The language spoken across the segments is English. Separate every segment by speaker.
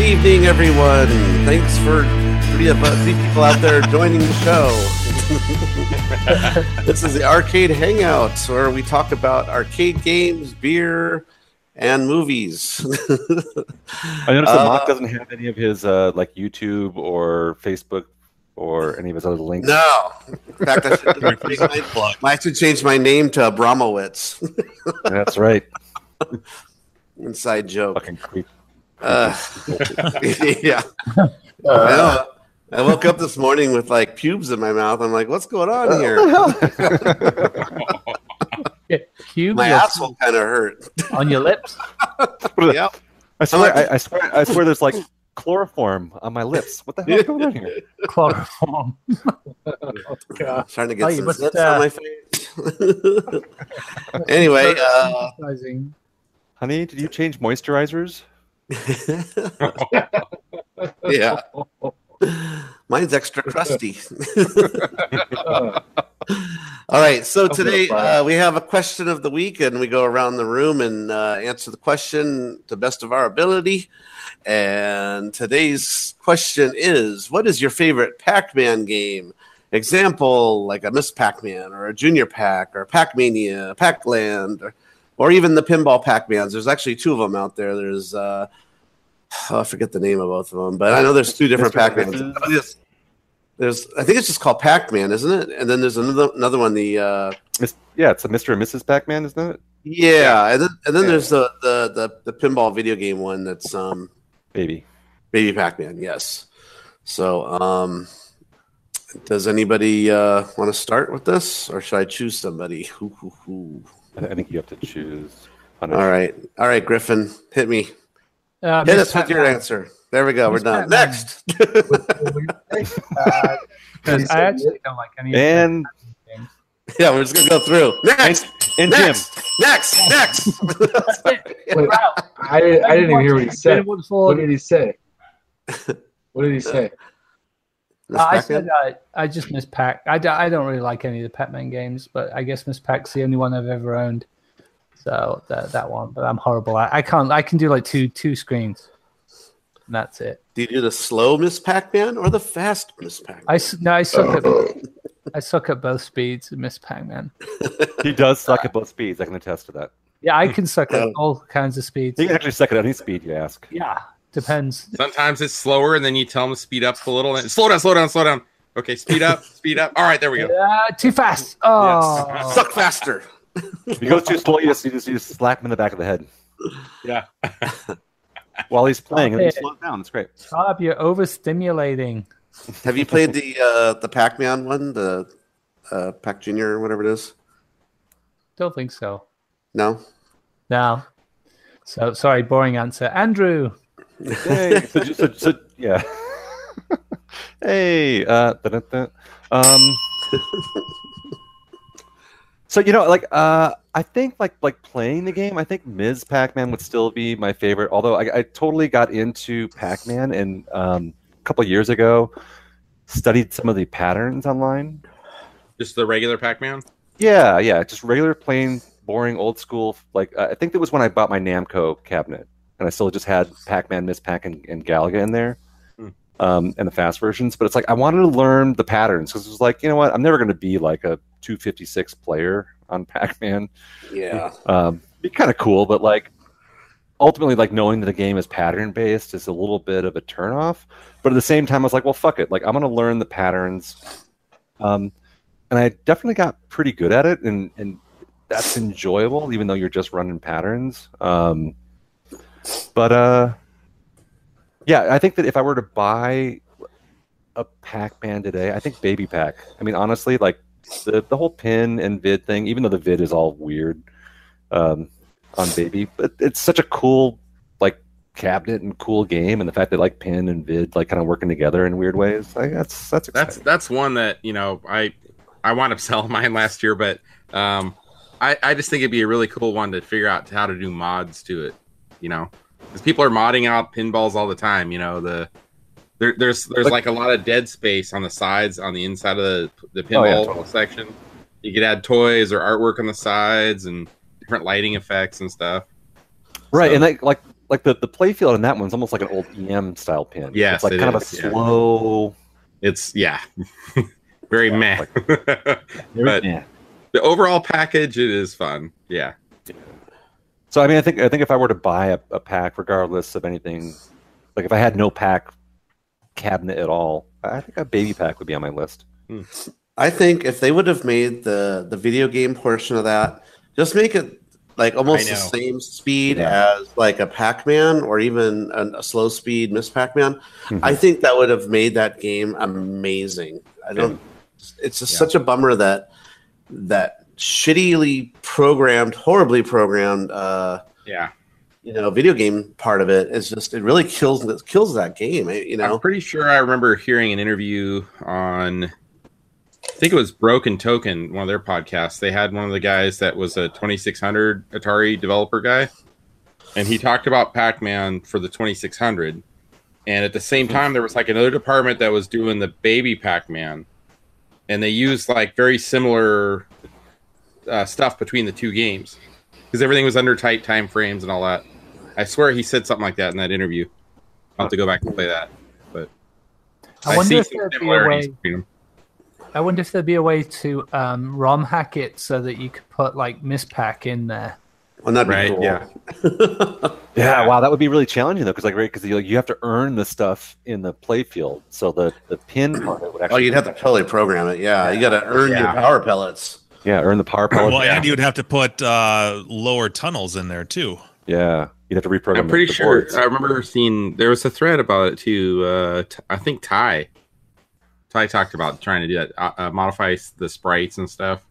Speaker 1: evening, everyone. Thanks for three of us, three people out there joining the show. this is the Arcade Hangout, where we talk about arcade games, beer, and movies.
Speaker 2: I noticed
Speaker 1: Uh,
Speaker 2: that Mark doesn't have any of his uh, like YouTube or Facebook or any of his other links.
Speaker 1: No, in fact, I should, my, I should change my name to Abramowitz.
Speaker 2: That's right.
Speaker 1: Inside joke.
Speaker 2: Fucking creep.
Speaker 1: Uh, yeah.
Speaker 3: Uh,
Speaker 1: I, know. I woke up this morning with like pubes in my mouth. I'm like, what's going on here?
Speaker 3: Cube
Speaker 1: my asshole kind of hurt.
Speaker 3: on your lips.
Speaker 1: yep.
Speaker 2: I swear, I, I swear, I swear, there's like chloroform on my lips. What the hell is going on here?
Speaker 3: Chloroform.
Speaker 1: I'm starting to
Speaker 3: Oh,
Speaker 1: get
Speaker 3: you
Speaker 1: some
Speaker 3: must,
Speaker 1: zits
Speaker 3: uh,
Speaker 1: on my face. anyway, uh,
Speaker 3: Advertising.
Speaker 2: Honey, did you change moisturizers?
Speaker 1: yeah, mine's extra crusty. All right, so today uh, we have a question of the week, and we go around the room and uh, answer the question to the best of our ability. And today's question is: What is your favorite Pac-Man game? Example, like a Miss Pac-Man or a Junior Pac or Pac-Mania, Pac-Land, or, or even the Pinball Pac-Mans. There's actually two of them out there. There's uh, oh, I forget the name of both of them, but I know there's two different
Speaker 2: Mr.
Speaker 1: Pac-Mans.
Speaker 2: Mrs.
Speaker 1: Yes. There's, I think it's just called Pac-Man, isn't it? And then there's another another one, the uh,
Speaker 2: Mis- yeah, it's a Mr. and Mrs. Pac-Man, isn't it?
Speaker 1: yeah, and then, and then
Speaker 2: Yeah.
Speaker 1: there's the, the the the pinball video game one that's um
Speaker 2: Baby.
Speaker 1: Baby Pac-Man, yes. So, um, does anybody uh, want to start with this, or should I choose somebody? Hoo, hoo, hoo.
Speaker 2: I I think you have to choose. Hunter.
Speaker 1: All right, all right, Griffin, hit me.
Speaker 3: Uh,
Speaker 1: Hit
Speaker 3: Miss
Speaker 1: us with your
Speaker 3: Pac-Man.
Speaker 1: answer. There we go. We're
Speaker 3: Miss Pac-Man.
Speaker 1: done. Next.
Speaker 4: Uh,
Speaker 3: 'Cause
Speaker 4: Is
Speaker 3: I
Speaker 4: that
Speaker 3: actually don't like any. of
Speaker 2: And
Speaker 1: yeah, we're just gonna go through. Next.
Speaker 2: and Jim.
Speaker 1: Next. Next. Next.
Speaker 4: wait,
Speaker 3: Wow.
Speaker 4: I, I didn't even hear what he said.
Speaker 3: What
Speaker 4: What did he say? What did he say?
Speaker 1: Miss
Speaker 3: Uh, I
Speaker 1: Pac-Man?
Speaker 3: said uh, I just miss Pac. I, d- I don't really like any of the Pac-Man games, but I guess Miss Pac's the only one I've ever owned. So that that one, but I'm horrible. I, I can't. I can do like two two screens, and that's it.
Speaker 1: Do you do the slow Miss Pac-Man or the fast Miss Pac-Man?
Speaker 3: I s- no, I suck at I suck at both speeds in Miss Pac-Man.
Speaker 2: He does suck at both speeds. I can attest to that.
Speaker 3: Yeah, I can suck at
Speaker 1: Yeah.
Speaker 3: all kinds of speeds.
Speaker 2: He can actually suck at any speed you ask.
Speaker 3: Yeah, depends.
Speaker 5: Sometimes it's slower, and then you tell them to speed up a little. And slow down, slow down, slow down. Okay, speed up, speed up. All right, there we go.
Speaker 3: Yeah, Uh, too fast. Oh,
Speaker 1: Suck faster.
Speaker 2: If he goes too slow, you just, you, just, you just slap him in the back of the head.
Speaker 5: Yeah.
Speaker 2: While he's playing, and
Speaker 3: Okay.
Speaker 2: he slows down. It's great.
Speaker 3: Bob, you're overstimulating.
Speaker 1: Have you played the uh, the Pac-Man one, the uh, Pac Junior or whatever it is?
Speaker 3: Don't think so.
Speaker 1: No.
Speaker 3: No. So sorry, boring answer. Andrew.
Speaker 2: Yay. so, ju- so, so, yeah. hey. Uh, da-da-da. um, so you know, like, uh, I think like like playing the game, I think Ms. Pac-Man would still be my favorite. Although I, I totally got into Pac-Man and um, a couple years ago, studied some of the patterns online.
Speaker 5: Just the regular Pac-Man.
Speaker 2: Yeah, yeah, just regular plain boring old school. Like uh, I think that was when I bought my Namco cabinet, and I still just had Pac-Man, Miss Pac, and, and Galaga in there,
Speaker 5: Hmm.
Speaker 2: um, and the fast versions. But it's like I wanted to learn the patterns because it was like you know what, I'm never going to be like a 256 player on Pac-Man.
Speaker 1: Yeah.
Speaker 2: Um, be kind of cool, but like ultimately, like knowing that the game is pattern based is a little bit of a turnoff. But at the same time, I was like, well, fuck it. Like I'm gonna learn the patterns, um, and I definitely got pretty good at it, and and that's enjoyable, even though you're just running patterns. Um, but uh, yeah, I think that if I were to buy a Pac-Man today, I think Baby Pack. I mean, honestly, like the the whole pin and vid thing, even though the vid is all weird, um, on Baby. But it's such a cool like cabinet and cool game, and the fact that like Pin and Vid like kind of working together in weird ways. Like that's
Speaker 5: That's
Speaker 2: that's exciting.
Speaker 5: that's one that you know I I wound up selling mine last year, but um, I I just think it'd be a really cool one to figure out how to do mods to it. You know, because people are modding out pinballs all the time. You know the. There, there's there's
Speaker 2: Look-
Speaker 5: like a lot of dead space on the sides on the inside of the the
Speaker 2: Oh, yeah,
Speaker 5: pinball
Speaker 2: totally.
Speaker 5: section. You could add toys or artwork on the sides and different lighting effects and stuff.
Speaker 2: right.
Speaker 5: so-
Speaker 2: And like like like the the playfield on that one's almost like an old EM style pin.
Speaker 5: Yes,
Speaker 2: it's like
Speaker 5: it
Speaker 2: kind
Speaker 5: is,
Speaker 2: of
Speaker 5: yeah.
Speaker 2: a slow.
Speaker 5: It's yeah, very meh. but
Speaker 2: Yeah.
Speaker 5: the overall package, it is fun. Yeah,
Speaker 2: So I mean, I think I think if I were to buy a, a pack, regardless of anything, like if I had no pack cabinet at all, I think a baby pack would be on my list.
Speaker 1: Hmm. I think if they would have made the the video game portion of that, just make it like almost the
Speaker 5: know.
Speaker 1: same speed as like a Pac-Man or even an, a slow speed Miss Pac-Man,
Speaker 2: Mhm.
Speaker 1: I think that would have made that game amazing. I don't. It's just
Speaker 5: Yeah.
Speaker 1: such a bummer that that shittily programmed, horribly programmed, uh,
Speaker 5: yeah.
Speaker 1: you know, video game part of it is just it really kills it kills that game. eh, You
Speaker 5: I'm
Speaker 1: know,
Speaker 5: pretty sure I remember hearing an interview on, I think it was Broken Token, one of their podcasts. They had one of the guys that was a 2600 Atari developer guy, and he talked about Pac Man for the 2600. And at the same time, there was like another department that was doing the baby Pac Man, and they used like very similar uh, stuff between the two games because everything was under tight time frames and all that. I swear he said something like that in that interview. I'll have to go back and play that.
Speaker 3: I
Speaker 5: see
Speaker 3: wonder if
Speaker 5: some
Speaker 3: there'd be a
Speaker 5: similarities
Speaker 3: way.
Speaker 5: between 'em.
Speaker 3: I wonder if there'd be a way to um, ROM hack it so that you could put like Mispack in there.
Speaker 1: well, that'd
Speaker 5: Right,
Speaker 1: be cool.
Speaker 5: yeah.
Speaker 2: Yeah,
Speaker 5: Yeah.
Speaker 2: wow, that would be really challenging though, because like because you, like, you have to earn the stuff in the playfield, so the the pin part of it would
Speaker 1: Oh,
Speaker 2: actually.
Speaker 1: you'd have to totally program it. Yeah, you got to earn your
Speaker 5: Yeah.
Speaker 1: power pellets.
Speaker 2: Oh, yeah earn the power pellet.
Speaker 6: Well, and you'd have to put uh, lower tunnels in there too.
Speaker 2: yeah, you'd have to reprogram.
Speaker 5: I'm
Speaker 2: the-
Speaker 5: pretty
Speaker 2: the
Speaker 5: sure.
Speaker 2: boards.
Speaker 5: I remember seeing there was a thread about it too. Uh, t- I think Ty, Ty talked about trying to do that, uh, uh, modify s- the sprites and stuff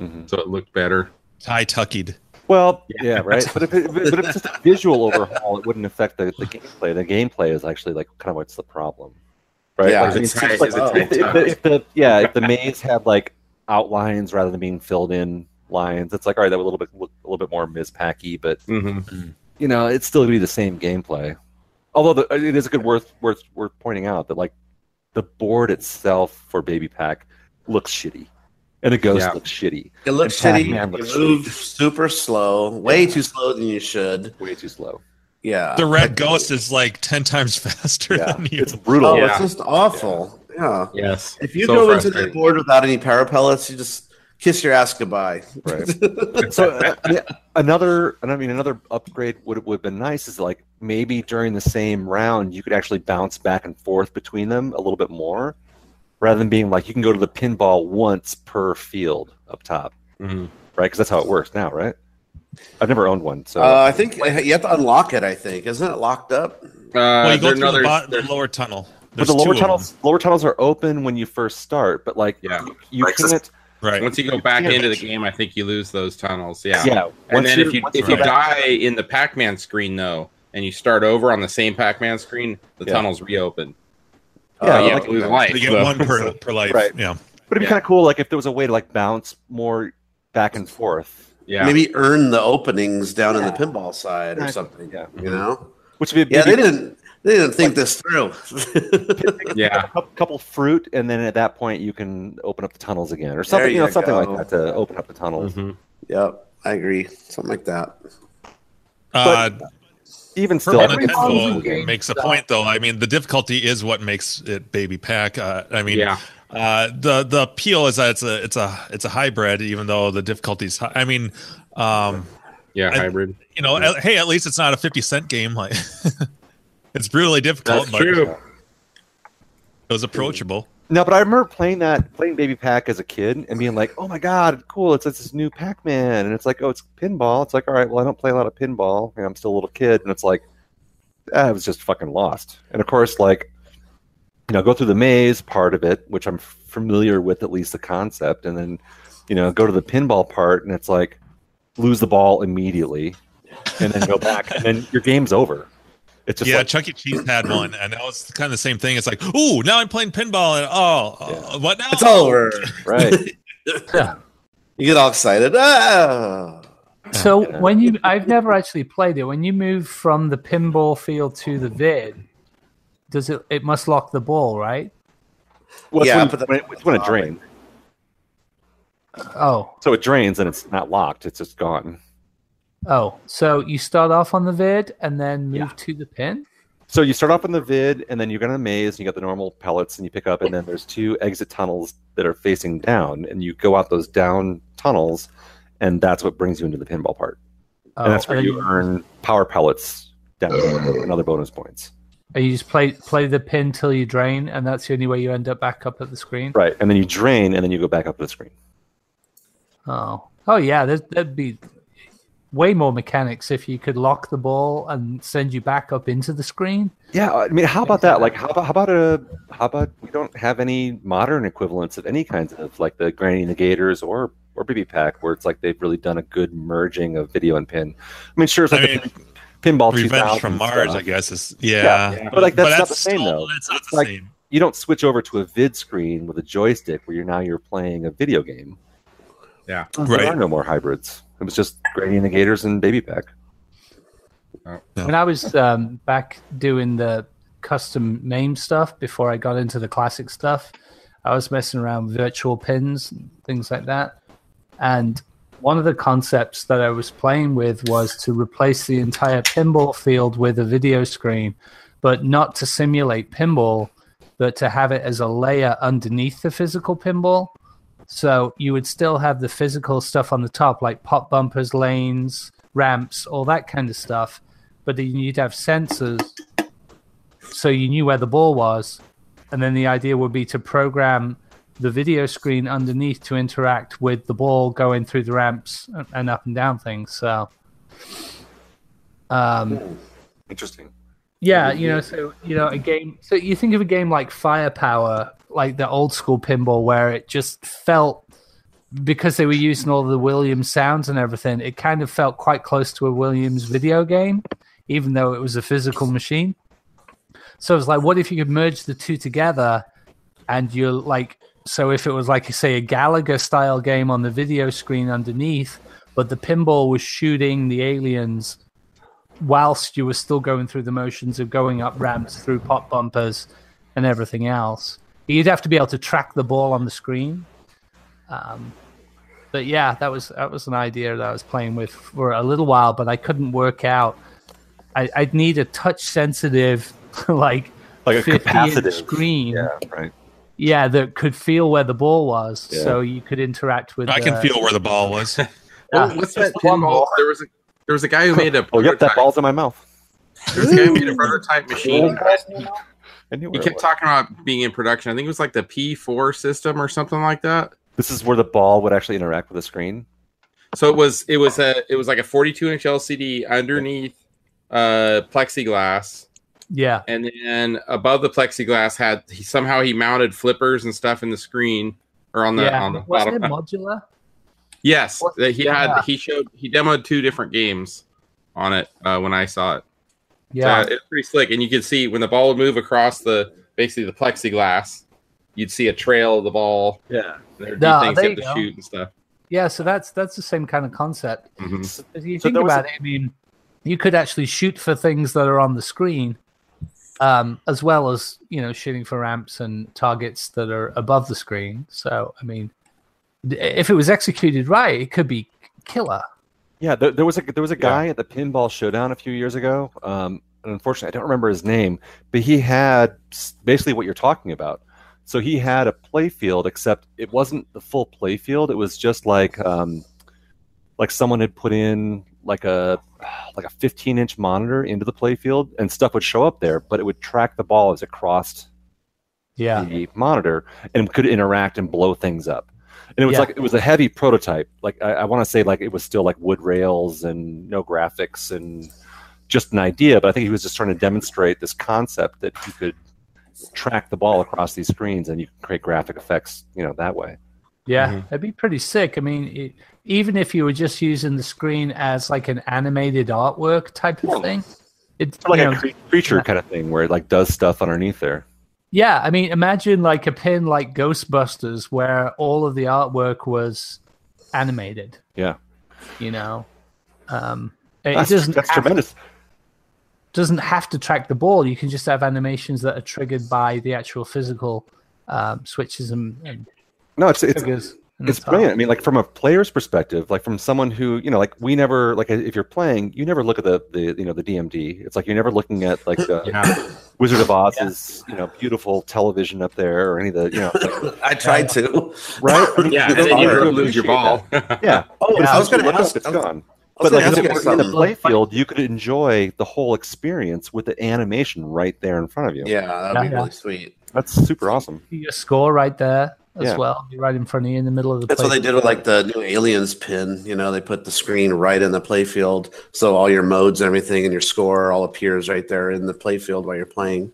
Speaker 2: Mhm.
Speaker 5: so it looked better.
Speaker 6: Tie tuckied.
Speaker 2: Well, yeah, right. But if, it, but if it's just a visual overhaul, it wouldn't affect the, the gameplay. The gameplay is actually like kind of what's the problem, right?
Speaker 1: Yeah.
Speaker 2: Like, I mean,
Speaker 5: Is it
Speaker 2: it's
Speaker 5: tight-
Speaker 2: just like,
Speaker 5: is
Speaker 1: it
Speaker 5: tight
Speaker 2: if, if the, if the yeah, if the maze had like outlines rather than being filled in lines, it's like all right, that would a little bit look a little bit more Ms. Packy, but
Speaker 5: hmm
Speaker 1: Mm-hmm.
Speaker 2: you know, it's still gonna be the same gameplay. Although the, it is a good worth worth worth pointing out that like the board itself for Baby Pack looks shitty, and the ghost
Speaker 5: Yeah.
Speaker 2: looks shitty,
Speaker 1: It looks
Speaker 2: And
Speaker 1: shitty.
Speaker 2: Pac-Man
Speaker 1: You
Speaker 2: looks
Speaker 1: move super slow, way too slow than you should.
Speaker 2: way too slow.
Speaker 1: Yeah.
Speaker 6: The red ghost is like ten times faster
Speaker 2: Yeah,
Speaker 6: than you.
Speaker 2: it's brutal.
Speaker 1: Oh,
Speaker 5: Yeah.
Speaker 1: it's just awful. Yeah.
Speaker 5: Yes.
Speaker 1: If you
Speaker 5: So
Speaker 1: go into that
Speaker 5: frustrating.
Speaker 1: board without any power pellets, you just kiss your ass goodbye.
Speaker 2: Right. so uh, yeah, another, and I mean another upgrade would would have been nice is like maybe during the same round you could actually bounce back and forth between them a little bit more, rather than being like you can go to the pinball once per field up top,
Speaker 6: Mm-hmm.
Speaker 5: Mhm.
Speaker 2: right? Because that's how it works now, right? I've never owned one, so
Speaker 1: Uh, I think you have to unlock it. I think isn't it locked up?
Speaker 5: Uh,
Speaker 6: well, you
Speaker 5: there
Speaker 6: go through
Speaker 5: another-
Speaker 6: the, bot- the
Speaker 5: there's-
Speaker 6: lower tunnel.
Speaker 2: but
Speaker 6: There's
Speaker 2: the
Speaker 6: two
Speaker 2: lower
Speaker 6: of them.
Speaker 2: tunnels lower tunnels are open when you first start, but like
Speaker 5: Yeah.
Speaker 2: you, you
Speaker 7: Like this-
Speaker 2: can't
Speaker 6: right?
Speaker 5: once you go back
Speaker 2: Yeah.
Speaker 5: into the game, I think you lose those tunnels. Yeah.
Speaker 2: yeah.
Speaker 5: And
Speaker 2: once
Speaker 5: then
Speaker 2: you're-
Speaker 5: if you
Speaker 2: once
Speaker 5: if
Speaker 2: you're
Speaker 5: you
Speaker 2: back-
Speaker 5: die in the Pac-Man screen though, and you start over on the same Pac-Man screen, the
Speaker 2: Yeah.
Speaker 5: tunnels reopen.
Speaker 2: Yeah,
Speaker 5: Uh, you
Speaker 2: like-
Speaker 5: have to lose life.
Speaker 6: You get
Speaker 5: so-
Speaker 6: one per, per life.
Speaker 2: Right.
Speaker 6: Yeah.
Speaker 2: but it'd be
Speaker 5: yeah.
Speaker 2: kind of cool like if there was a way to like bounce more back and forth
Speaker 5: Yeah.
Speaker 1: Maybe earn the openings down in the
Speaker 2: Yeah.
Speaker 1: pinball side or
Speaker 2: Exactly.
Speaker 1: something.
Speaker 2: Yeah.
Speaker 1: You know?
Speaker 2: Which would be
Speaker 1: Yeah, they
Speaker 2: maybe
Speaker 1: didn't. They didn't think this through.
Speaker 5: yeah.
Speaker 2: a cou- couple fruit, and then at that point you can open up the tunnels again, or
Speaker 1: There
Speaker 2: something. You, know,
Speaker 1: you
Speaker 2: something
Speaker 1: go.
Speaker 2: like that to open up the tunnels.
Speaker 5: Mhm.
Speaker 1: yep, I agree. Something like that.
Speaker 6: Uh,
Speaker 2: Even still, I
Speaker 6: Purple
Speaker 2: think-
Speaker 6: Nintendo
Speaker 3: game
Speaker 6: makes a
Speaker 3: stuff.
Speaker 6: point, though. I mean, the difficulty is what makes it baby pack. Uh, I mean,
Speaker 5: Yeah.
Speaker 6: uh, the the appeal is that it's a it's a it's a hybrid, even though the difficulty's. High. I mean, um,
Speaker 5: Yeah.
Speaker 6: I-
Speaker 5: Hybrid.
Speaker 6: you know, at- hey, at least it's not a fifty cent game. Like, it's brutally difficult,
Speaker 5: That's
Speaker 6: but
Speaker 5: true.
Speaker 6: it was approachable.
Speaker 2: no, but I remember playing that playing Baby Pack as a kid and being like, "Oh my god, cool! It's, it's this new Pac Man," and it's like, "Oh, it's pinball." It's like, all right, well, I don't play a lot of pinball, and I'm still a little kid, and it's like, ah, I was just fucking lost. And of course, like, you know, go through the maze part of it, which I'm familiar with at least the concept, and then you know, go to the pinball part, and it's like lose the ball immediately, and then go back, and then your game's over. It's just
Speaker 6: yeah,
Speaker 2: like,
Speaker 6: Chuck E. Cheese had one, and that was kind of the same thing. It's like, ooh, now I'm playing pinball, and oh,
Speaker 2: Yeah.
Speaker 6: uh, what now?
Speaker 1: It's over.
Speaker 2: right?
Speaker 1: You get all excited. Ah.
Speaker 3: So
Speaker 2: Yeah.
Speaker 3: when you, I've never actually played it. When you move from the pinball field to the vid, does it? It must lock the ball, right?
Speaker 2: Well, it's
Speaker 1: Yeah,
Speaker 2: when,
Speaker 1: but the-
Speaker 2: when it, it's when it drains.
Speaker 3: Oh,
Speaker 2: So it drains and it's not locked. It's just gone.
Speaker 3: Oh, so you start off on the vid and then move
Speaker 2: Yeah.
Speaker 3: to the pin?
Speaker 2: So you start off in the vid, and then you get in a maze, and you got the normal pellets, and you pick up, and then there's two exit tunnels that are facing down, and you go out those down tunnels, and that's what brings you into the pinball part,
Speaker 3: Oh,
Speaker 2: and that's where
Speaker 3: then
Speaker 2: you earn power pellets down and other bonus points.
Speaker 3: and you just play play the pin till you drain, and that's the only way you end up back up at the screen.
Speaker 2: Right, and then you drain, and then you go back up to the screen.
Speaker 3: Oh, oh yeah, there's, there'd be way more mechanics if you could lock the ball and send you back up into the screen.
Speaker 2: Yeah, I mean, how about that? Like, how about how about a how about we don't have any modern equivalents of any kinds of like the Granny and the Gators or or BB Pack, where it's like they've really done a good merging of video and pin. I mean, sure, it's
Speaker 6: I
Speaker 2: like
Speaker 6: mean,
Speaker 2: the pin, pinball
Speaker 6: Revenge
Speaker 2: 2000
Speaker 6: from Mars,
Speaker 2: stuff.
Speaker 6: I guess is yeah.
Speaker 2: yeah. But, like, that's not the same,
Speaker 6: still-
Speaker 2: though.
Speaker 6: That's not the
Speaker 2: like-
Speaker 6: same.
Speaker 2: you don't switch over to a vid screen with a joystick where you're now you're playing a video game.
Speaker 5: Yeah.
Speaker 6: Right.
Speaker 2: There are no more hybrids. It was just Granny and the Gators and Baby Pack.
Speaker 6: Yeah.
Speaker 3: When I was um, back doing the custom name stuff before I got into the classic stuff, I was messing around with virtual pins, and things like that. And one of the concepts that I was playing with was to replace the entire pinball field with a video screen, but not to simulate pinball, but to have it as a layer underneath the physical pinball. So you would still have the physical stuff on the top, like pop bumpers, lanes, ramps, all that kind of stuff. But then you'd have sensors, so you knew where the ball was. And then the idea would be to program the video screen underneath to interact with the ball going through the ramps and- and up and down things. So, um,
Speaker 2: Interesting.
Speaker 3: yeah, you know, so you know, a game. So you think of a game like Firepower, like the old school pinball, where it just felt because they were using all the Williams sounds and everything. It kind of felt quite close to a Williams video game, even though it was a physical machine. So it's like, what if you could merge the two together, and you're like, so if it was like, say, a Gallagher style game on the video screen underneath, but the pinball was shooting the aliens whilst you were still going through the motions of going up ramps through pop bumpers and everything else. You'd have to be able to track the ball on the screen. Um, but yeah, that was that was an idea that I was playing with for a little while, but I couldn't work out. I, I'd need a touch sensitive, like
Speaker 2: Like a
Speaker 3: 50
Speaker 2: capacitive.
Speaker 3: inch screen,
Speaker 2: Yeah,
Speaker 3: yeah.
Speaker 2: right.
Speaker 3: that could feel where the ball was,
Speaker 2: Yeah.
Speaker 3: so you could interact with.
Speaker 6: I can
Speaker 3: uh,
Speaker 6: feel where the ball was.
Speaker 5: Well, what's that pinball? There was a there was a guy who made a
Speaker 2: Oh,
Speaker 5: prototype.
Speaker 2: yep, that ball's in my mouth.
Speaker 5: There was a guy who made a prototype machine.
Speaker 2: I knew
Speaker 5: He
Speaker 2: where it
Speaker 5: kept
Speaker 2: was.
Speaker 5: talking about being in production. I think it was like the P4 system or something like that.
Speaker 2: This is where the ball would actually interact with the screen.
Speaker 5: So it was it was a it was like a 42 inch LCD underneath uh plexiglass
Speaker 3: Yeah,
Speaker 5: and then above the plexiglass had he, somehow he mounted flippers and stuff in the screen or on the
Speaker 3: yeah.
Speaker 5: on the
Speaker 3: Wasn't it
Speaker 5: bottom.
Speaker 3: modular?
Speaker 5: Yes,
Speaker 3: What-
Speaker 5: that he had
Speaker 3: yeah.
Speaker 5: he showed he demoed two different games on it uh, when I saw it.
Speaker 3: Yeah,
Speaker 5: So it's pretty slick, and you could see when the ball would move across the basically the plexiglass, you'd see a trail of the ball.
Speaker 2: Yeah.
Speaker 5: There'd be
Speaker 3: Yeah,
Speaker 5: things
Speaker 3: there
Speaker 5: you
Speaker 3: you
Speaker 5: have to
Speaker 3: go.
Speaker 5: shoot and stuff.
Speaker 3: yeah. So that's that's the same kind of concept.
Speaker 5: Mhm.
Speaker 3: If you
Speaker 2: So
Speaker 3: think
Speaker 2: there was
Speaker 3: about it, I mean, you could actually shoot for things that are on the screen, um, as well as you know shooting for ramps and targets that are above the screen. So I mean, d- if it was executed right, it could be killer.
Speaker 2: Yeah, there, there was a there was a guy at the pinball showdown a few years ago. Um, and unfortunately, I don't remember his name, but he had s- basically what you're talking about. So he had a play field, except it wasn't the full play field. It was just like um, like someone had put in like a like a 15 inch monitor into the play field, and stuff would show up there, but it would track the ball as it crossed
Speaker 3: Yeah,
Speaker 2: the monitor and could interact and blow things up. And it was
Speaker 3: Yeah.
Speaker 2: like it was a heavy prototype. Like I, I want to say, like it was still like wood rails and no graphics and just an idea. But I think he was just trying to demonstrate this concept that you could track the ball across these screens and you can create graphic effects, you know, that way.
Speaker 3: yeah, that'd be pretty sick. I mean, it, even if you were just using the screen as like an animated artwork type of thing, it's
Speaker 2: Or like
Speaker 3: you
Speaker 2: a
Speaker 3: know,
Speaker 2: cre- creature kind of thing where it like does stuff underneath there.
Speaker 3: Yeah, I mean, imagine like a pin like Ghostbusters, where all of the artwork was animated.
Speaker 2: Yeah.
Speaker 3: you know, um, it
Speaker 2: That's,
Speaker 3: doesn't
Speaker 2: that's
Speaker 3: have,
Speaker 2: tremendous.
Speaker 3: doesn't have to track the ball. You can just have animations that are triggered by the actual physical um, switches and, and
Speaker 2: No, it's it's
Speaker 3: triggers. And
Speaker 2: it's
Speaker 3: that's all.
Speaker 2: brilliant. I mean, like from a player's perspective, like from someone who you know, like we never like if you're playing, you never look at the the you know the DMD. It's like you're never looking at like the
Speaker 5: Yeah.
Speaker 2: Wizard of Oz's you know beautiful television up there or any of the you know like,
Speaker 1: I tried to.
Speaker 2: right. I mean,
Speaker 5: Yeah, and
Speaker 2: it's
Speaker 5: then you
Speaker 2: hard to
Speaker 5: lose your
Speaker 2: appreciate
Speaker 5: ball.
Speaker 2: that. Yeah,
Speaker 1: Oh,
Speaker 2: But as
Speaker 1: I was
Speaker 2: soon
Speaker 1: going
Speaker 2: as you
Speaker 1: to
Speaker 2: look up,
Speaker 1: ask.
Speaker 2: it's
Speaker 1: I was-
Speaker 2: gone.
Speaker 1: I was
Speaker 2: But like
Speaker 1: gonna
Speaker 2: if
Speaker 1: ask
Speaker 2: it
Speaker 1: you
Speaker 2: were in the
Speaker 1: something.
Speaker 2: playfield, you could enjoy the whole experience with the animation right there in front of you.
Speaker 1: Yeah, that'd be
Speaker 3: Yeah.
Speaker 1: really sweet.
Speaker 2: That's super awesome.
Speaker 3: your score right there as
Speaker 2: Yeah.
Speaker 3: well, You're right in front of you in the middle of the.
Speaker 1: That's what
Speaker 3: place.
Speaker 1: they did with like the new aliens pin. You know, they put the screen right in the playfield, so all your modes and everything and your score all appears right there in the playfield while you're playing.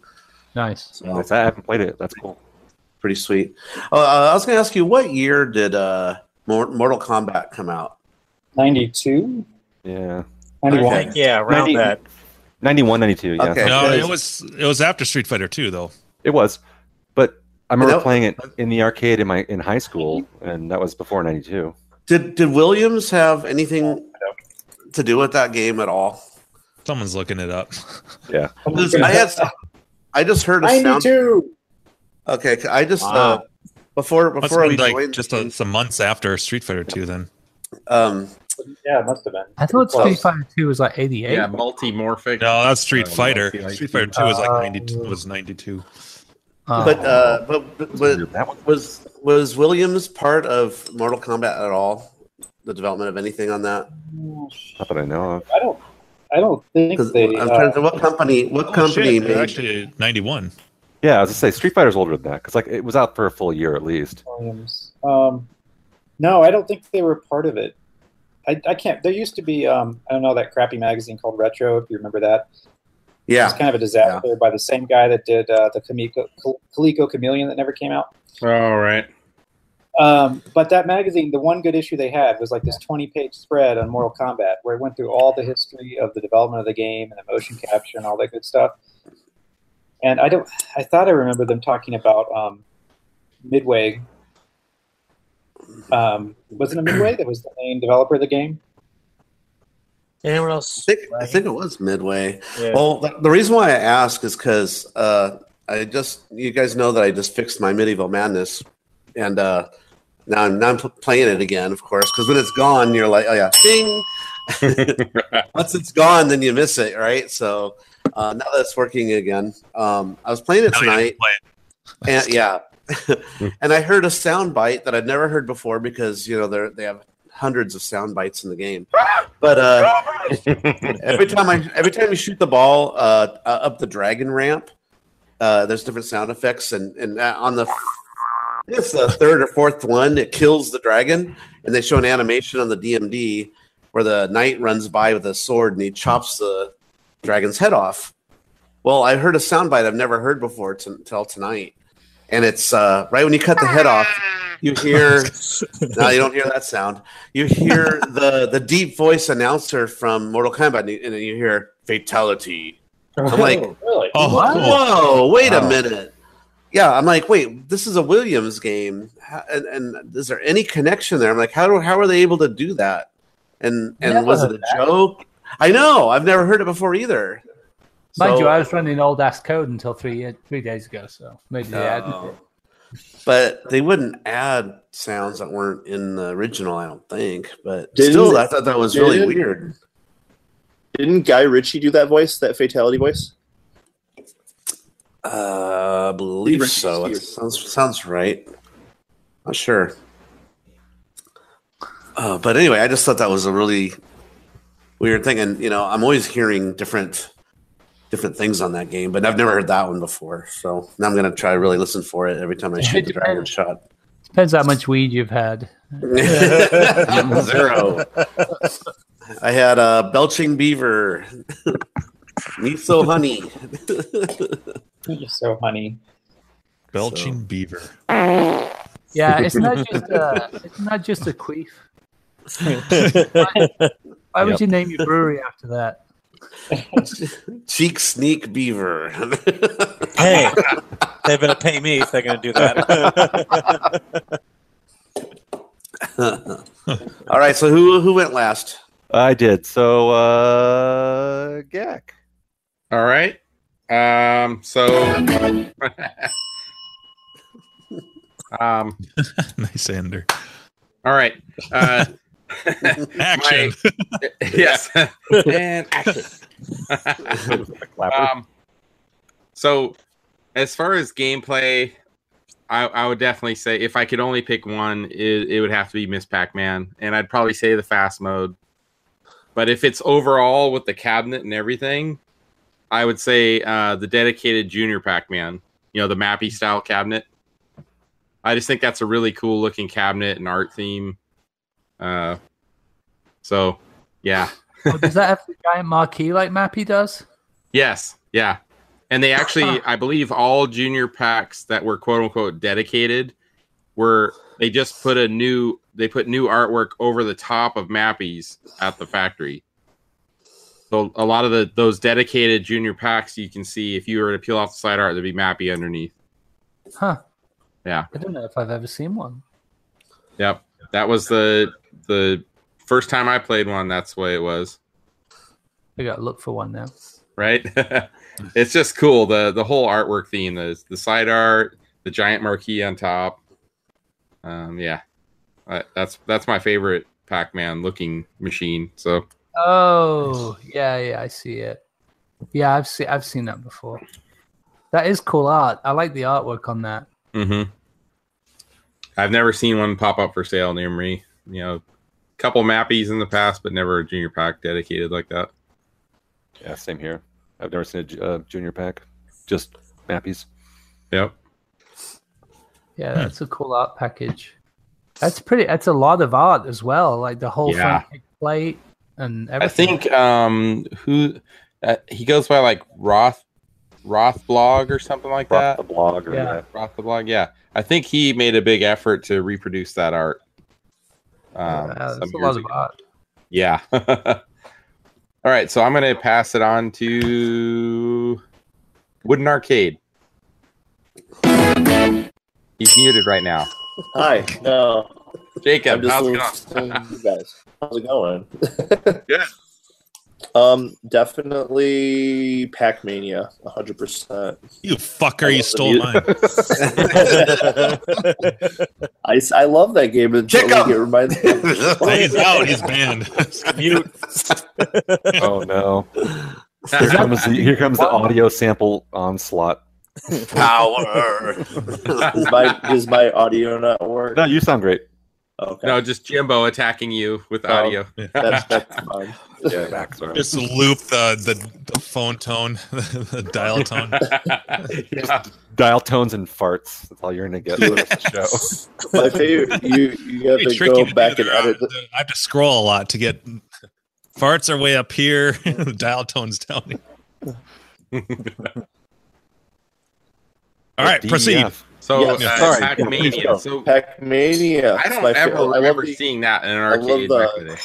Speaker 3: Nice.
Speaker 1: So
Speaker 2: Nice. I haven't played it. That's cool.
Speaker 1: pretty sweet. Oh, uh, I was going to ask you, what year did uh, Mor- Mortal Kombat come out?
Speaker 7: 92?
Speaker 2: Yeah.
Speaker 7: 91?
Speaker 1: Okay.
Speaker 8: Yeah, around
Speaker 2: 90
Speaker 8: that.
Speaker 2: 91, 92, yeah.
Speaker 1: Okay.
Speaker 6: No,
Speaker 1: because-
Speaker 6: it was it was after Street Fighter 2 though.
Speaker 2: It was. But I remember
Speaker 1: that-
Speaker 2: playing it in the arcade in my in high school, and that was before 92.
Speaker 1: Did Did Williams have anything to do with that game at all?
Speaker 6: Someone's looking it up.
Speaker 1: Because I had, I just heard a sound.
Speaker 7: 92!
Speaker 1: Okay, I just uh,
Speaker 8: Wow.
Speaker 1: before
Speaker 6: Must
Speaker 1: before
Speaker 6: have
Speaker 1: we
Speaker 6: been, like
Speaker 1: joined,
Speaker 6: just a, some months after Street Fighter 2 then.
Speaker 1: um,
Speaker 7: Yeah, it must have been.
Speaker 3: I thought
Speaker 7: Well-
Speaker 3: Street Fighter Two was like eighty-eight.
Speaker 5: Yeah, multimorphic.
Speaker 6: No, that's Street
Speaker 5: Oh, no,
Speaker 6: Fighter.
Speaker 5: see, like-
Speaker 6: Street Fighter 2 was like
Speaker 3: Uh,
Speaker 6: 92 was 92.
Speaker 3: Oh.
Speaker 1: but, uh, but but but
Speaker 2: That one?
Speaker 1: Was was Williams part of Mortal Kombat at all? The development of anything on that?
Speaker 2: Not that I know of.
Speaker 7: I don't, I don't think
Speaker 1: Because
Speaker 7: they.
Speaker 1: I'm
Speaker 7: uh,
Speaker 1: trying to what company? What
Speaker 6: Oh,
Speaker 1: company
Speaker 6: shit, they're
Speaker 1: made?
Speaker 6: actually 91.
Speaker 2: Yeah, I was going to say, Street Fighter's older than that, because like, it was out for a full year at least.
Speaker 7: Williams. Um, no, I don't think they were part of it. I, I can't. There used to be, um, I don't know, that crappy magazine called Retro, if you remember that. It was
Speaker 1: yeah,
Speaker 7: kind of a disaster by the same guy that did uh, the Comico, Cal- Coleco Chameleon that never came out.
Speaker 5: All right.
Speaker 7: Um, but that magazine, the one good issue they had was like this 20 page spread on Mortal Kombat where it went through all the history of the development of the game and the motion capture and all that good stuff. And I don't, I thought I remember them talking about um, Midway. Um, wasn't it Midway that was the main developer of the game?
Speaker 8: Anyone
Speaker 1: I
Speaker 8: else?
Speaker 1: think, I think it was Midway.
Speaker 8: Yeah.
Speaker 1: Well, th- the reason why I ask is because uh, I just you guys know that I just fixed my medieval madness, and uh, now I'm now I'm pl- playing it again, of course. Because when it's gone, you're like, oh yeah, ding. Once it's gone, then you miss it, right? So uh, now that it's working again, um, I was playing it
Speaker 6: Oh, yeah,
Speaker 1: tonight.
Speaker 6: play it.
Speaker 1: and yeah and i heard a sound bite that i'd never heard before because you know they they have hundreds of sound bites in the game but uh every time i every time you shoot the ball uh, uh up the dragon ramp uh there's different sound effects and and uh, on the it's the third or fourth one it kills the dragon and they show an animation on the dmd where the knight runs by with a sword and he chops the dragon's head off well i heard a sound bite i've never heard before t- until tonight and it's uh, right when you cut the head off, you hear. no, you don't hear that sound. You hear the the deep voice announcer from Mortal Kombat, and you- and then you hear fatality. I'm like,
Speaker 7: Really?
Speaker 6: Oh,
Speaker 3: What?
Speaker 6: cool.
Speaker 1: whoa, wait a
Speaker 2: Wow.
Speaker 1: minute. Yeah, I'm like, wait, this is a Williams game, how, and, and is there any connection there? I'm like, how do how are they able to do that? And and
Speaker 3: Never
Speaker 1: was it
Speaker 3: heard
Speaker 1: a joke? I know, I've never heard it before either.
Speaker 3: Mind
Speaker 1: So-
Speaker 3: you, I was running old ass code until three year, three days ago, so maybe they had.
Speaker 1: No. But they wouldn't add sounds that weren't in the original, I don't think. But
Speaker 9: Didn't-
Speaker 1: still, I thought that was really
Speaker 9: didn't-
Speaker 1: weird.
Speaker 9: Didn't Guy Ritchie do that voice, that fatality voice?
Speaker 1: Uh, I believe
Speaker 9: Right,
Speaker 1: so. It
Speaker 9: excuse.
Speaker 1: sounds sounds right. Not sure. Uh, but anyway, I just thought that was a really weird thing, and you know, I'm always hearing different different things on that game, but I've never heard that one before. So now I'm gonna try to really listen for it every time I shoot the dragon shot.
Speaker 3: Depends how much weed you've had.
Speaker 1: Zero. I had a uh, belching beaver, miso honey.
Speaker 7: So funny.
Speaker 6: Belching
Speaker 1: So-
Speaker 6: Beaver.
Speaker 3: Yeah, it's not just a, it's not just a queef. Why would
Speaker 2: Yep.
Speaker 3: you name your brewery after that?
Speaker 1: Cheek sneak beaver.
Speaker 8: Hey, they're going to pay me if they're going to do that.
Speaker 1: All right, so who who went last?
Speaker 2: I did. So, uh, Gak. Uh,
Speaker 5: All right. Um, so um um,
Speaker 6: nice ender.
Speaker 5: All right. Uh,
Speaker 6: Action.
Speaker 5: my- yes. and action. um, so, as far as gameplay, I, I would definitely say if I could only pick one, it, it would have to be Miss Pac Man. And I'd probably say the fast mode. But if it's overall with the cabinet and everything, I would say uh, the dedicated Junior Pac Man, you know, the mappy style cabinet. I just think that's a really cool looking cabinet and art theme. Uh, so, yeah.
Speaker 3: Oh, does that have the giant marquee like Mappy does?
Speaker 5: Yes, yeah. And they actually, I believe, all junior packs that were quote unquote dedicated were they just put a new they put new artwork over the top of Mappies at the factory. So a lot of the those dedicated junior packs you can see if you were to peel off the side art, there'd be Mappy underneath.
Speaker 3: Huh.
Speaker 5: Yeah.
Speaker 3: I don't know if I've ever seen one.
Speaker 5: Yep. That was the the first time I played one, that's the way it was.
Speaker 3: I gotta look for one now.
Speaker 5: right? it's just cool the the whole artwork theme, the the side art, the giant marquee on top. Um, yeah, I, that's that's my favorite Pac-Man looking machine. So
Speaker 3: Oh yeah, yeah, I see it. Yeah, I've seen I've seen that before. That is cool art. I like the artwork on that.
Speaker 2: Mm-hmm.
Speaker 5: mhm. I've never seen one pop up for sale near me. You know, a couple mappies in the past, but never a junior pack dedicated like that.
Speaker 2: Yeah, same here. I've never seen a ju- uh, junior pack, just mappies.
Speaker 5: Yep.
Speaker 3: Yeah, that's a cool art package. That's pretty. That's a lot of art as well. Like the whole
Speaker 5: Yeah.
Speaker 3: front plate and
Speaker 5: I
Speaker 3: everything.
Speaker 5: think um who uh, he goes by like Roth Roth blog or something like
Speaker 2: Rock
Speaker 5: that.
Speaker 2: the blog, or,
Speaker 3: Yeah.
Speaker 2: yeah.
Speaker 5: Rock the blog, yeah. I think he made a big effort to reproduce that art. Um,
Speaker 3: Yeah, Oh, that's
Speaker 5: some
Speaker 3: a
Speaker 5: years
Speaker 3: lot of
Speaker 5: ago.
Speaker 3: art.
Speaker 5: Yeah. All right, so I'm gonna pass it on to Wooden Arcade. He's muted right now.
Speaker 9: Hi. No, I'm
Speaker 5: Jacob,
Speaker 9: just
Speaker 5: how's it going?
Speaker 9: listening to you guys. How's it going?
Speaker 5: Good.
Speaker 9: Um, definitely Pac Mania, 100%.
Speaker 6: You fucker,
Speaker 9: I
Speaker 6: you
Speaker 9: love the
Speaker 6: stole
Speaker 9: music.
Speaker 6: mine.
Speaker 9: I, s- I love that game. It's
Speaker 1: Kick
Speaker 9: like,
Speaker 1: 'em.
Speaker 9: It reminds me
Speaker 6: He's out. He's banned.
Speaker 8: Mute.
Speaker 2: Oh no! Here comes the, here comes the audio sample onslaught.
Speaker 1: Power.
Speaker 9: Does my, does my audio not work?
Speaker 2: No, you sound great.
Speaker 9: Okay.
Speaker 5: no, just Jimbo attacking you
Speaker 1: Oh,
Speaker 5: with audio.
Speaker 9: That's, that's fine.
Speaker 6: Just loop the, the, the phone tone, the dial tone.
Speaker 5: Yeah.
Speaker 2: Dial tones and farts. That's all you're gonna get. for the rest of the show.
Speaker 9: My favorite, you, you have
Speaker 6: Pretty
Speaker 9: to
Speaker 6: tricky
Speaker 9: go
Speaker 6: to do
Speaker 9: back and
Speaker 6: that.
Speaker 9: edit. The,
Speaker 6: I have to scroll a lot to get farts are way up here, the dial tones down. here. All right,
Speaker 2: DEF.
Speaker 6: proceed.
Speaker 5: So
Speaker 9: Yeah,
Speaker 5: uh,
Speaker 9: sorry.
Speaker 5: Pac-Mania. So
Speaker 9: Pac Mania.
Speaker 5: I don't ever remember seeing that in an arcade
Speaker 9: the-
Speaker 5: back in the
Speaker 6: eh?
Speaker 5: day.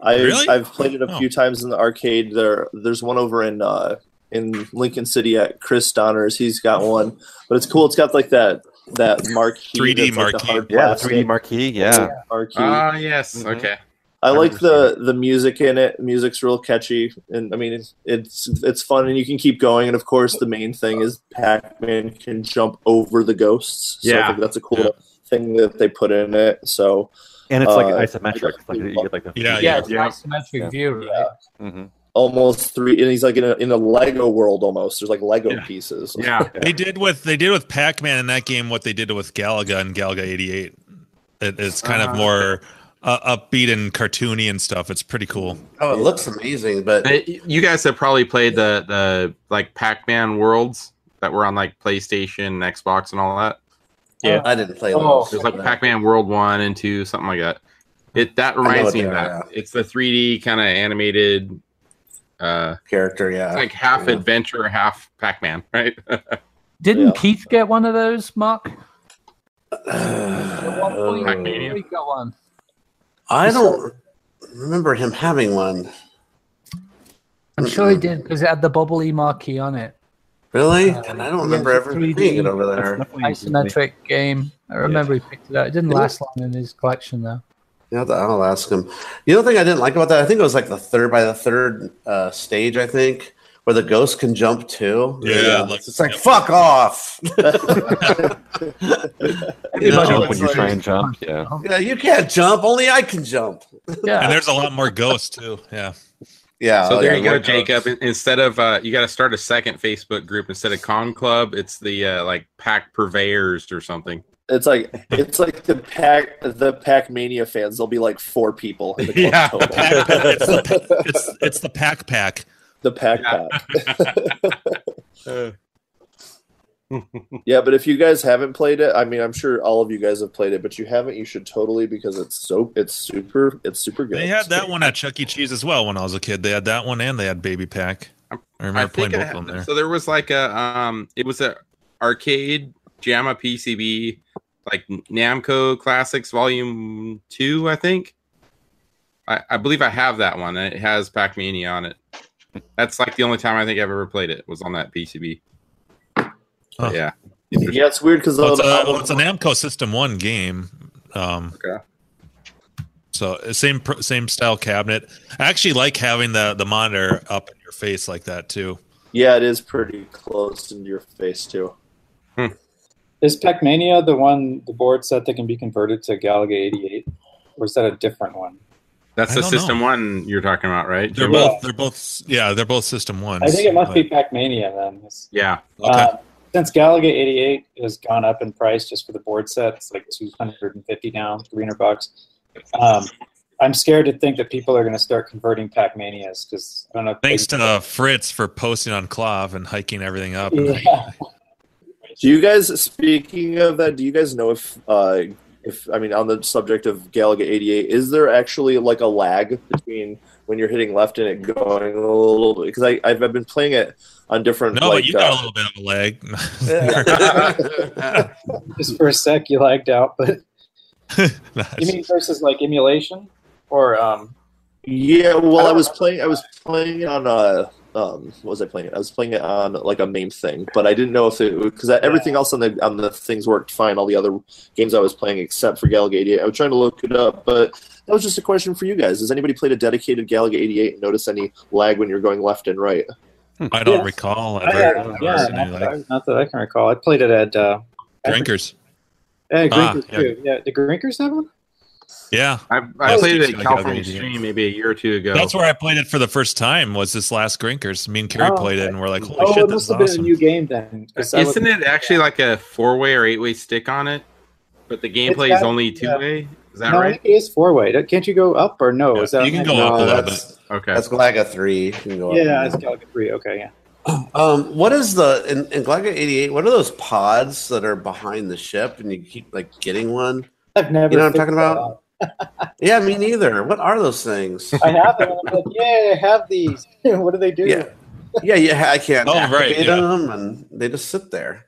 Speaker 9: I
Speaker 6: Really?
Speaker 9: I've played it a
Speaker 6: Oh.
Speaker 9: few times in the arcade. There there's one over in uh, in Lincoln City at Chris Donner's. He's got one, but it's cool. It's got like that that marquee,
Speaker 6: 3D
Speaker 9: that's, like, the
Speaker 6: marquee.
Speaker 9: hard
Speaker 2: Yeah,
Speaker 9: plastic
Speaker 2: 3D marquee. Yeah,
Speaker 9: marquee.
Speaker 5: Ah, yes.
Speaker 1: Mm-hmm.
Speaker 9: Mhm.
Speaker 5: Okay.
Speaker 9: I like the the music in it. Music's real catchy, and I mean it's it's it's fun, and you can keep going. And of course, the main thing is Pac Man can jump over the ghosts. So I
Speaker 5: Yeah.
Speaker 9: think that's a cool
Speaker 6: Yeah.
Speaker 9: thing that they put in it. So
Speaker 2: and it's like
Speaker 9: Uh,
Speaker 2: isometric. It's Like you get like the
Speaker 6: Yeah,
Speaker 3: Yeah,
Speaker 6: yeah.
Speaker 3: it's an
Speaker 5: Yeah.
Speaker 3: isometric
Speaker 2: Yeah.
Speaker 3: view, right?
Speaker 2: Mhm.
Speaker 9: almost three, and he's like in a in a Lego world almost. There's like Lego
Speaker 5: Yeah.
Speaker 9: pieces.
Speaker 5: Yeah.
Speaker 6: They did with they did with Pac Man in that game what they did with Galaga and Galaga '88. It, it's kind
Speaker 1: Uh-huh.
Speaker 5: Ah.
Speaker 6: of more uh, upbeat and cartoony and stuff. It's pretty cool.
Speaker 1: Oh, it looks amazing, but
Speaker 5: Uh, You guys have probably played the the like Pac-Man worlds that were on like PlayStation, Xbox, and all that.
Speaker 1: I didn't play
Speaker 4: Oh.
Speaker 1: those.
Speaker 5: There's like Pac-Man World One and Two, something like that. It that reminds
Speaker 1: what
Speaker 5: me
Speaker 1: they
Speaker 5: of
Speaker 1: are,
Speaker 5: that. It's the 3D kind of animated. Uh,
Speaker 1: character, yeah.
Speaker 5: it's like half
Speaker 1: yeah.
Speaker 5: adventure, half Pac-Man, right?
Speaker 3: Didn't
Speaker 9: Yeah.
Speaker 3: Keith get one of those, Mark? At one
Speaker 5: Oh.
Speaker 3: point,
Speaker 5: Pac-Mania.
Speaker 3: he got one.
Speaker 1: I don't remember him having one.
Speaker 3: I'm sure he did because it had the bubbly marquee on it.
Speaker 1: Really?
Speaker 3: Uh,
Speaker 1: and I don't
Speaker 3: yeah,
Speaker 1: remember
Speaker 3: it's a
Speaker 1: ever
Speaker 3: 3D.
Speaker 1: seeing it over there.
Speaker 3: Isometric game. I remember he picked it up. It didn't last long in his collection though.
Speaker 1: You know, I'll ask him. The other thing I didn't like about that, I think it was like the third by the third uh, stage, I think, where the ghost can jump too.
Speaker 6: Yeah, like-
Speaker 1: it's like fuck off.
Speaker 2: You
Speaker 1: No,
Speaker 2: jump
Speaker 1: it's
Speaker 2: when you
Speaker 1: like-
Speaker 2: try and jump. Yeah.
Speaker 1: Yeah, you can't jump. Only I can jump.
Speaker 6: And
Speaker 3: Yeah.
Speaker 6: there's a lot more ghosts too. Yeah.
Speaker 1: Yeah.
Speaker 5: So
Speaker 1: oh,
Speaker 5: there
Speaker 1: yeah,
Speaker 5: you go,
Speaker 1: workouts.
Speaker 5: Jacob. In- Instead of uh, you got to start a second Facebook group instead of Con Club, it's the uh, like Pack Purveyors or something.
Speaker 9: It's like it's like the pack the Pac Mania fans. There'll be like four people. In the club
Speaker 5: Yeah.
Speaker 9: total.
Speaker 6: It's the, it's, it's the pack pack.
Speaker 9: the pack pack. yeah, but if you guys haven't played it, I mean, I'm sure all of you guys have played it, but you haven't, you should totally because it's so it's super it's super good.
Speaker 6: They had that one at Chuck E. Cheese as well when I was a kid. They had that one and they had Baby Pack. I
Speaker 5: I
Speaker 6: remember
Speaker 5: think
Speaker 6: playing
Speaker 5: it
Speaker 6: both of them
Speaker 5: had-
Speaker 6: there.
Speaker 5: so. There was like a um, it was a arcade JAMA PCB like Namco Classics Volume Two, I think. I, I believe I have that one, and it has Pac Mania on it. That's like the only time I think I've ever played it was on that PCB.
Speaker 6: Huh.
Speaker 5: Yeah,
Speaker 9: Yeah, it's weird because
Speaker 6: Well, it's, a, well, it's an Amco System One game. Um,
Speaker 5: Okay.
Speaker 6: So uh, same pr- same style cabinet. I actually like having the the monitor up in your face like that too.
Speaker 9: yeah, it is pretty close into your face too.
Speaker 6: Hmm.
Speaker 7: Is Pac-Mania the one the board set that can be converted to Galaga 88, or is that a different one?
Speaker 5: that's
Speaker 6: I
Speaker 5: the
Speaker 6: don't know.
Speaker 5: System One you're talking about, right?
Speaker 6: They're
Speaker 5: Jimbo?
Speaker 7: Yeah.
Speaker 6: both they're both yeah they're both System Ones.
Speaker 7: I think it must
Speaker 6: but-
Speaker 7: be Pac-Mania then. It's-
Speaker 5: Yeah,
Speaker 6: Okay.
Speaker 7: Uh, since Galaga 88 has gone up in price just for the board set, it's like 250 now, 300 bucks. Um, I'm scared to think that people are going to start converting Pac Manias because I don't know. if they-
Speaker 6: Thanks to uh, Fritz for posting on Clav and hiking everything up.
Speaker 7: Yeah.
Speaker 9: Do you guys speaking of that, do you guys know if uh if I mean on the subject of Galaga eighty eight, is there actually like a lag between when you're hitting left and it going a little because I I've, I've been playing it on different
Speaker 6: No,
Speaker 9: like,
Speaker 6: but you got a
Speaker 9: uh,
Speaker 6: little bit of a lag.
Speaker 7: Just for a sec, you lagged out. But you
Speaker 6: Nice.
Speaker 7: mean versus like emulation or um,
Speaker 9: Yeah,
Speaker 7: I
Speaker 9: well,
Speaker 7: don't
Speaker 9: I was
Speaker 7: remember
Speaker 9: playing. I was playing it on a. Um, what was I playing it? I was playing it on like a MAME thing, but I didn't know if it because everything else on the on the things worked fine. All the other games I was playing, except for Galaga 88, I was trying to look it up, but that was just a question for you guys. Has anybody played a dedicated Galaga 88 and notice any lag when you're going left and right?
Speaker 6: I don't
Speaker 7: Yeah.
Speaker 6: recall.
Speaker 7: I
Speaker 6: Ever,
Speaker 7: had-
Speaker 6: ever
Speaker 7: yeah,
Speaker 6: seeing any
Speaker 7: not,
Speaker 6: lag.
Speaker 7: that I- not that I can recall. I played it at uh, at-
Speaker 6: drinkers.
Speaker 7: Yeah,
Speaker 6: Ah,
Speaker 7: Grinkers
Speaker 6: yeah.
Speaker 7: too. Yeah, did Grinkers have one?
Speaker 6: Yeah,
Speaker 5: I, I
Speaker 6: That's
Speaker 5: played it at
Speaker 6: like
Speaker 5: California
Speaker 6: Galaga.
Speaker 5: Stream maybe a year or two ago.
Speaker 6: that's where I played it for the first time. Was this last Grinkers? Me and Carrie
Speaker 7: Oh,
Speaker 6: played it,
Speaker 7: okay.
Speaker 6: and we're like, "Holy
Speaker 7: Oh,
Speaker 6: shit,
Speaker 7: it
Speaker 6: this
Speaker 7: must
Speaker 6: is
Speaker 7: have been a
Speaker 6: awesome!"
Speaker 7: new game then. 'cause I
Speaker 5: Isn't
Speaker 7: wasn't-
Speaker 5: it actually like a four way or eight way stick on it? But the gameplay is
Speaker 7: got-
Speaker 5: only two
Speaker 7: yeah.
Speaker 5: way. Is that
Speaker 7: no, I
Speaker 5: right?
Speaker 7: think it is four way. Can't you go up or no?
Speaker 6: Yeah,
Speaker 7: is that
Speaker 6: you can go up a
Speaker 1: Uh, No,
Speaker 6: little
Speaker 1: that's
Speaker 5: Okay.
Speaker 1: that's Glaga three. You can go up
Speaker 7: Yeah,
Speaker 1: and
Speaker 7: it's Galaga three. Okay, yeah.
Speaker 1: Um, what is the in, in Galaga '88? What are those pods that are behind the ship, and you keep like getting one?
Speaker 7: I've never.
Speaker 1: You know what I'm
Speaker 7: figured
Speaker 1: talking
Speaker 7: that
Speaker 1: about? Yeah, me neither. What are those things?
Speaker 7: out. I have them. And I'm like, yeah, I have these. what do they do?
Speaker 1: Yeah, yeah, yeah. I can't
Speaker 6: Oh, right,
Speaker 1: activate
Speaker 6: yeah.
Speaker 1: them, and they just sit there.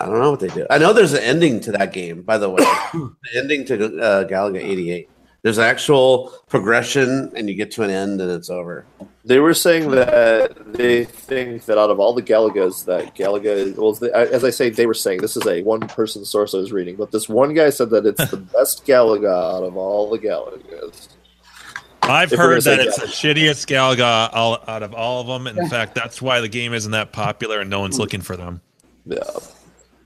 Speaker 1: I don't know what they do. I know there's an ending to that game, by the way. the ending to uh, Galaga '88. There's an actual progression, and you get to an end, and it's over.
Speaker 9: They were saying that they think that out of all the Galagas, that Galaga, well, they, as I say, they were saying this is a one-person source I was reading, but this one guy said that it's the best Galaga out of all the Galagas.
Speaker 6: I've
Speaker 9: If we're
Speaker 6: heard
Speaker 9: gonna
Speaker 6: that
Speaker 9: say
Speaker 6: it's the shittiest Galaga all, out of all of them. In fact, that's why the game isn't that popular and no one's looking for them.
Speaker 9: Yeah,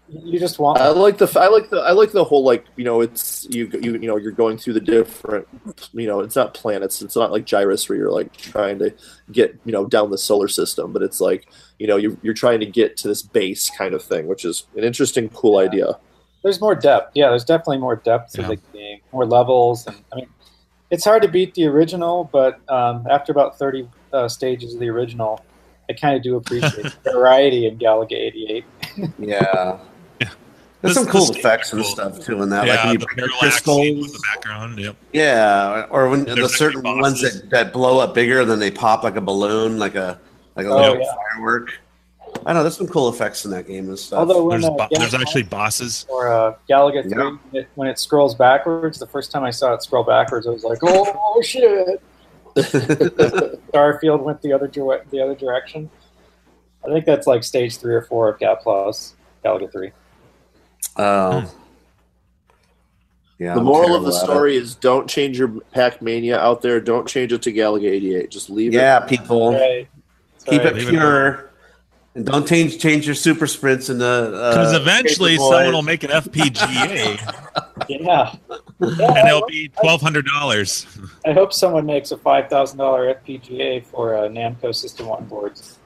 Speaker 7: You just want.
Speaker 9: I like the I like the I like the whole like you know it's you you you know you're going through the different you know it's not planets it's not like gyrus where you're like trying to get you know down the solar system but it's like you know you you're trying to get to this base kind of thing which is an interesting cool idea.
Speaker 7: there's more depth. Yeah, there's definitely more depth to
Speaker 6: Yeah.
Speaker 7: the game. More levels, and I mean, it's hard to beat the original, but um, after about 30 uh, stages of the original, I kind of do appreciate the variety in Galaga 88.
Speaker 1: Yeah.
Speaker 6: Yeah.
Speaker 1: There's
Speaker 6: This-
Speaker 1: some cool
Speaker 6: this-
Speaker 1: effects and stuff too in that. like
Speaker 6: yeah,
Speaker 1: when you
Speaker 6: the
Speaker 1: break your
Speaker 6: parallax scene with
Speaker 1: crystals.
Speaker 6: the background. Yep.
Speaker 1: Yeah, or when the
Speaker 6: There's
Speaker 1: certain
Speaker 6: actually
Speaker 1: ones
Speaker 6: bosses.
Speaker 1: that, that blow up bigger than they pop like a balloon, like a like a
Speaker 7: Oh,
Speaker 1: little
Speaker 7: yeah.
Speaker 1: firework. I know there's some cool effects in that game and stuff.
Speaker 7: Although when
Speaker 6: There's,
Speaker 7: uh,
Speaker 6: bo-
Speaker 7: Galaga
Speaker 6: there's actually bosses.
Speaker 7: or uh, Galaga
Speaker 1: Yeah.
Speaker 7: 3, when it- when it scrolls backwards, the first time I saw it scroll backwards, I was like, oh shit! Starfield went the other dire- the other direction. I think that's like stage three or four of Gat Plus Galaga 3.
Speaker 1: um, yeah,
Speaker 9: the
Speaker 1: I'm
Speaker 9: moral
Speaker 1: terrible
Speaker 9: of the
Speaker 1: at it.
Speaker 9: story is is don't change your Pac Mania out there. Don't change it to Galaga 88. Just leave it.
Speaker 1: Yeah, people.
Speaker 7: Right. It's
Speaker 1: Keep it
Speaker 6: Leave it
Speaker 1: pure, and don't change change your super sprints into. uh,
Speaker 6: Because
Speaker 1: Because
Speaker 9: Uh,
Speaker 6: eventually someone will make an FPGA
Speaker 7: Yeah.
Speaker 6: and it'll be twelve hundred dollars.
Speaker 7: I hope someone makes a five thousand dollar FPGA for uh, Namco System One boards.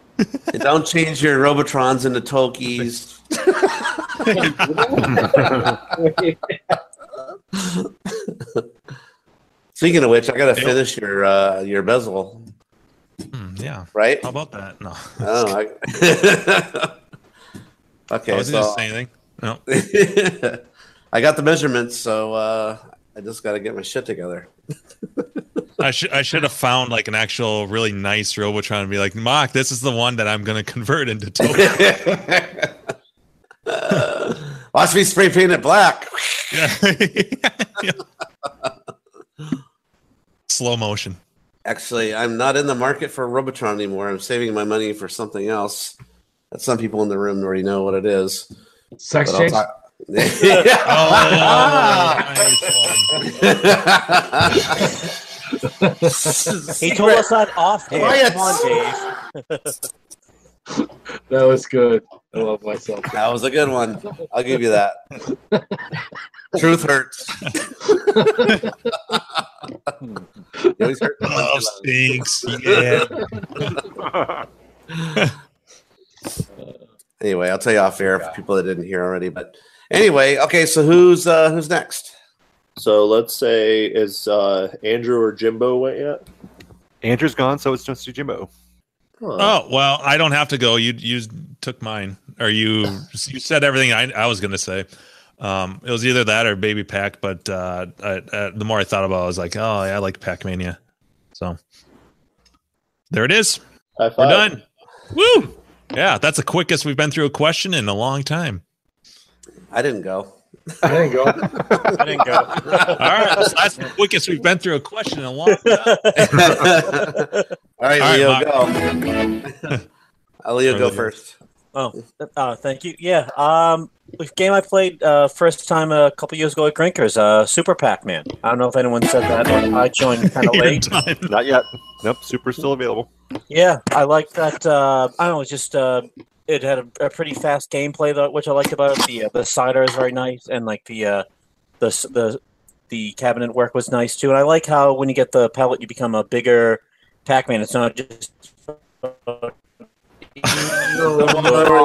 Speaker 1: Don't change your Robotrons into Tokis. Speaking of which, I gotta
Speaker 6: Yep.
Speaker 1: finish your uh, your bezel,
Speaker 6: Mm, yeah.
Speaker 1: right?
Speaker 6: How about that? No.
Speaker 1: Oh, I-
Speaker 6: I
Speaker 1: okay,
Speaker 6: wasn't gonna
Speaker 1: so
Speaker 6: say anything. No.
Speaker 1: I got the measurements, so uh, I just gotta get my shit together.
Speaker 6: I should I should have found like an actual really nice Robotron and be like, Mock, this is the one that I'm gonna convert into token.
Speaker 1: Uh, watch me spray paint it black.
Speaker 6: Slow motion.
Speaker 1: Actually, I'm not in the market for Robotron anymore. I'm saving my money for something else. That some people in the room already know what it is.
Speaker 4: Sex
Speaker 1: But I'll
Speaker 4: change.
Speaker 1: talk-
Speaker 6: Oh, nice one.
Speaker 8: He told us that offhand.
Speaker 1: Quiet.
Speaker 8: Come on, Dave.
Speaker 4: That was good. I love myself.
Speaker 1: that was a good one. I'll give you that. Truth hurts. You always hurt the
Speaker 6: Love stinks. Yeah.
Speaker 1: anyway, I'll tell you off air for people that didn't hear already. But anyway, okay. So who's uh, who's next?
Speaker 9: So let's say is uh, Andrew or Jimbo went yet?
Speaker 2: Andrew's gone, so it's just Jimbo.
Speaker 9: Huh.
Speaker 6: Oh well, I don't have to go. You you took mine, or you you said everything I, I was gonna say. Um, it was either that or Baby Pack, but uh, I, uh, the more I thought about, it, I was like, oh yeah, I like Pac Mania. So there it is.
Speaker 9: High
Speaker 6: We're
Speaker 9: five.
Speaker 6: done. Woo! Yeah, that's the quickest we've been through a question in a long time.
Speaker 1: I didn't go.
Speaker 4: I didn't go.
Speaker 8: I didn't go.
Speaker 6: All right, so that's the quickest we've been through a question in a long time.
Speaker 1: All right,
Speaker 6: right,
Speaker 1: Leo,
Speaker 6: Mark.
Speaker 1: go. I'll Leo go
Speaker 6: Leo.
Speaker 1: first.
Speaker 8: Oh, uh, thank you. Yeah. Um, the game I played uh, first time a couple years ago at Grinkers, uh, Super Pac Man. I don't know if anyone said that. but I joined kind of
Speaker 6: You're
Speaker 8: late.
Speaker 6: done.
Speaker 2: Not yet. Nope. Super's still available.
Speaker 8: Yeah, I like that. Uh, I don't know, it's just uh, it had a, a pretty fast gameplay, though, which I liked about it. The uh, the cider is very nice, and like the uh, the s- the the cabinet work was nice too. And I like how when you get the pellet, you become a bigger Pac-Man. It's not just.
Speaker 1: Glory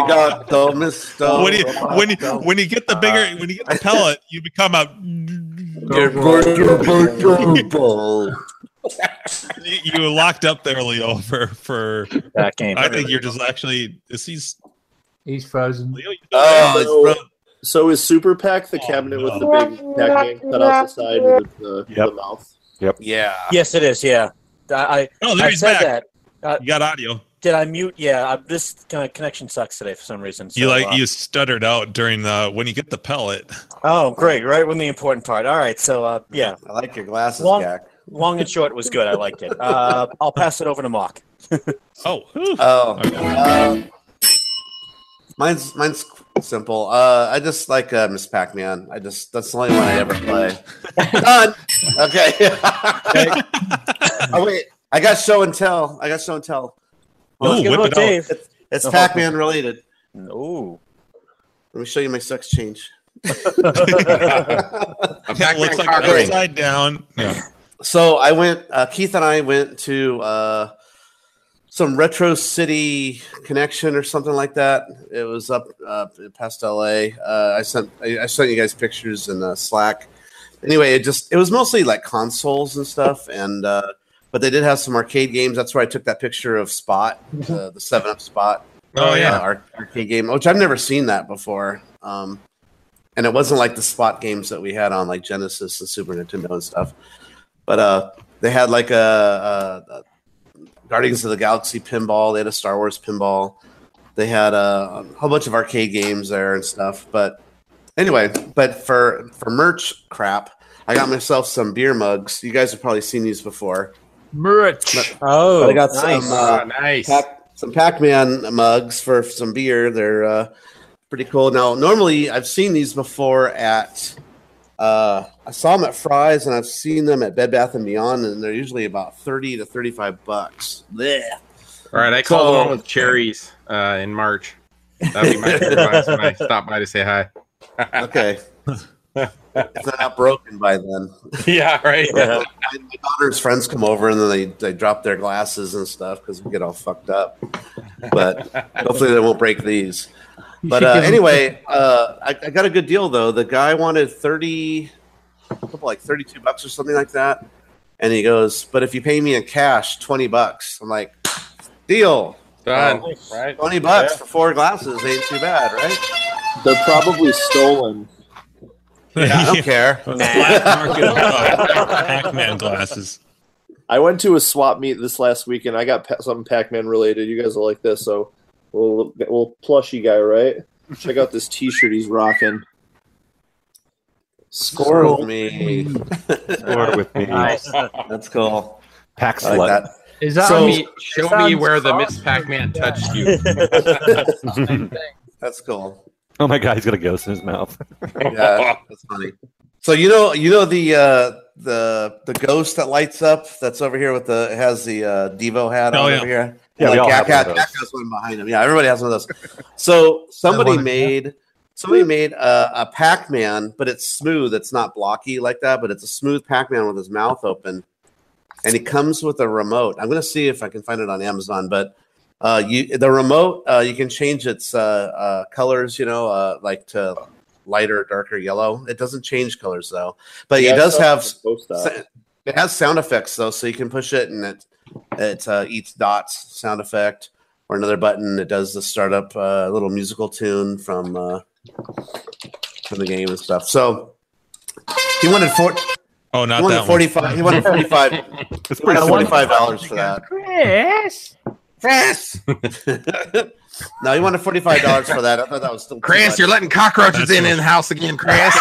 Speaker 1: God, though, Miss Stone.
Speaker 6: When you when you uh, when you get the bigger when you get the pellet, you become a you were locked up there, Leo, for for.
Speaker 8: that game.
Speaker 6: I think you're just actually. Is he's
Speaker 3: He's frozen.
Speaker 6: Leo? you still
Speaker 1: Oh, it's bro-
Speaker 9: So is Super Pack the
Speaker 6: Oh,
Speaker 9: cabinet
Speaker 6: no.
Speaker 9: with the big Pac-Man cut out the side with the,
Speaker 2: Yep.
Speaker 9: the mouth?
Speaker 1: yeah.
Speaker 8: Yes, it is. Yeah, I
Speaker 6: there? oh,
Speaker 8: I,
Speaker 6: there
Speaker 8: I
Speaker 6: he's
Speaker 8: said
Speaker 6: back.
Speaker 8: that. Uh,
Speaker 6: You got audio.
Speaker 8: Did I mute? Yeah, I, this kind of connection sucks today for some reason.
Speaker 6: You
Speaker 8: so,
Speaker 6: like
Speaker 8: uh,
Speaker 6: you stuttered out during the when you get the pellet.
Speaker 8: Oh, great! Right when the important part. All right, so uh, yeah,
Speaker 1: I like your glasses,
Speaker 8: Long-
Speaker 1: Gak.
Speaker 8: long and short was good. I liked it. Uh, I'll pass it over to Mark.
Speaker 6: Oh, whew.
Speaker 1: Oh,
Speaker 6: Okay.
Speaker 1: uh, mine's mine's simple. Uh, I just like uh, Miss Pac-Man. I just that's the only one I ever play. Done. Okay. oh wait, I got show and tell. I got show and tell.
Speaker 6: Ooh,
Speaker 8: Let's give
Speaker 6: whip
Speaker 8: it
Speaker 6: it
Speaker 8: to
Speaker 6: out.
Speaker 8: Dave. Oh.
Speaker 1: It's Pac-Man related.
Speaker 8: No.
Speaker 1: Let me show you my sex change.
Speaker 5: A
Speaker 6: it
Speaker 5: Pac-Man
Speaker 6: looks like
Speaker 5: cock ring.
Speaker 6: upside down. Yeah.
Speaker 1: So I went. Uh, Keith and I went to uh, some retro city connection or something like that. It was up uh, past LA. Uh, I sent I, I sent you guys pictures in uh, Slack. Anyway, it just it was mostly like consoles and stuff, and uh, but they did have some arcade games. That's where I took that picture of Spot, uh, the Seven Up Spot.
Speaker 6: Oh
Speaker 1: uh,
Speaker 6: yeah.
Speaker 1: ar- arcade game, which I've never seen that before. Um, and it wasn't like the spot games that we had on like Genesis and Super Nintendo and stuff. But uh, they had like a, a, a Guardians of the Galaxy pinball. They had a Star Wars pinball. They had uh, a whole bunch of arcade games there and stuff. But anyway, but for for merch crap, I got myself some beer mugs. You guys have probably seen these before.
Speaker 3: Merch.
Speaker 8: Oh,
Speaker 1: But I got
Speaker 8: nice.
Speaker 1: some uh,
Speaker 5: Ah, nice.
Speaker 1: Pac- some Pac-Man mugs for some beer. They're uh, pretty cool. Now, normally I've seen these before at uh, I saw them at Fry's and I've seen them at Bed Bath and Beyond, and they're usually about thirty to thirty-five bucks. Blech.
Speaker 5: All right, I called along with cherries uh, in March. That'd be my advice when I stop by to say hi.
Speaker 1: okay. it's not broken by then.
Speaker 5: Yeah, right.
Speaker 1: My, my daughter's friends come over and then they, they drop their glasses and stuff because we get all fucked up. But hopefully they won't break these.
Speaker 3: You
Speaker 1: But
Speaker 3: should
Speaker 1: uh,
Speaker 3: give 'em-
Speaker 1: anyway, uh, I, I got a good deal though. The guy wanted thirty, something like thirty-two bucks or something like that, and he goes, "But if you pay me in cash, twenty bucks." I'm like, "Deal,
Speaker 5: Done.
Speaker 1: Oh,
Speaker 5: Right.
Speaker 1: twenty bucks for four glasses ain't too bad, right?"
Speaker 9: They're probably stolen.
Speaker 1: Yeah, I don't care.
Speaker 6: Black market of Pac-Man glasses.
Speaker 9: I went to a swap meet this last week and I got pa- something Pac-Man related. You guys will like this. So, little, little plushy guy, right? Check out this T-shirt he's rocking.
Speaker 1: Score
Speaker 9: Squirrel.
Speaker 1: with me.
Speaker 2: Or with me.
Speaker 8: Nice.
Speaker 1: That's cool.
Speaker 2: Pack
Speaker 1: I like
Speaker 2: slut.
Speaker 3: Is that
Speaker 5: Show
Speaker 3: on
Speaker 5: me, show me
Speaker 3: sounds
Speaker 5: where the
Speaker 3: awesome.
Speaker 5: Miss Pac-Man
Speaker 3: Yeah.
Speaker 5: touched you.
Speaker 1: That's cool.
Speaker 2: Oh my god, he's got a ghost in his mouth.
Speaker 1: yeah, that's funny. So you know, you know the uh, the the ghost that lights up that's over here with the has the uh, Devo hat
Speaker 6: Oh,
Speaker 1: on
Speaker 6: yeah.
Speaker 1: over here.
Speaker 2: Yeah, we all
Speaker 1: Jack,
Speaker 2: have one of
Speaker 1: Jack
Speaker 2: those.
Speaker 1: has one behind him. Yeah, everybody has one of those. So somebody made somebody made a, a Pac-Man, but it's smooth. It's not blocky like that, but it's a smooth Pac-Man with his mouth open, and he comes with a remote. I'm gonna see if I can find it on Amazon, but uh, you the remote uh, you can change its uh, uh, colors. You know, uh, like to lighter, darker yellow. It doesn't change colors though, but
Speaker 9: Yeah,
Speaker 1: it does
Speaker 9: so-
Speaker 1: have.
Speaker 9: Post that.
Speaker 1: sa- It has sound effects though, so you can push it and it it uh, eats dots sound effect or another button. It does the startup uh, little musical tune from uh, from the game and stuff. So he wanted four, he
Speaker 6: Oh, not
Speaker 1: wanted
Speaker 6: that one.
Speaker 1: forty five. He wanted forty five.
Speaker 2: It's
Speaker 1: he wanted
Speaker 2: pretty
Speaker 3: Uh,
Speaker 1: forty
Speaker 2: funny.
Speaker 3: one-
Speaker 1: five dollars for that.
Speaker 3: Chris.
Speaker 1: Chris. no, he wanted forty five dollars for that. I thought that was still too
Speaker 5: Chris,
Speaker 1: much.
Speaker 5: you're letting cockroaches
Speaker 6: That's
Speaker 5: in
Speaker 6: nice.
Speaker 5: in the house again, Chris.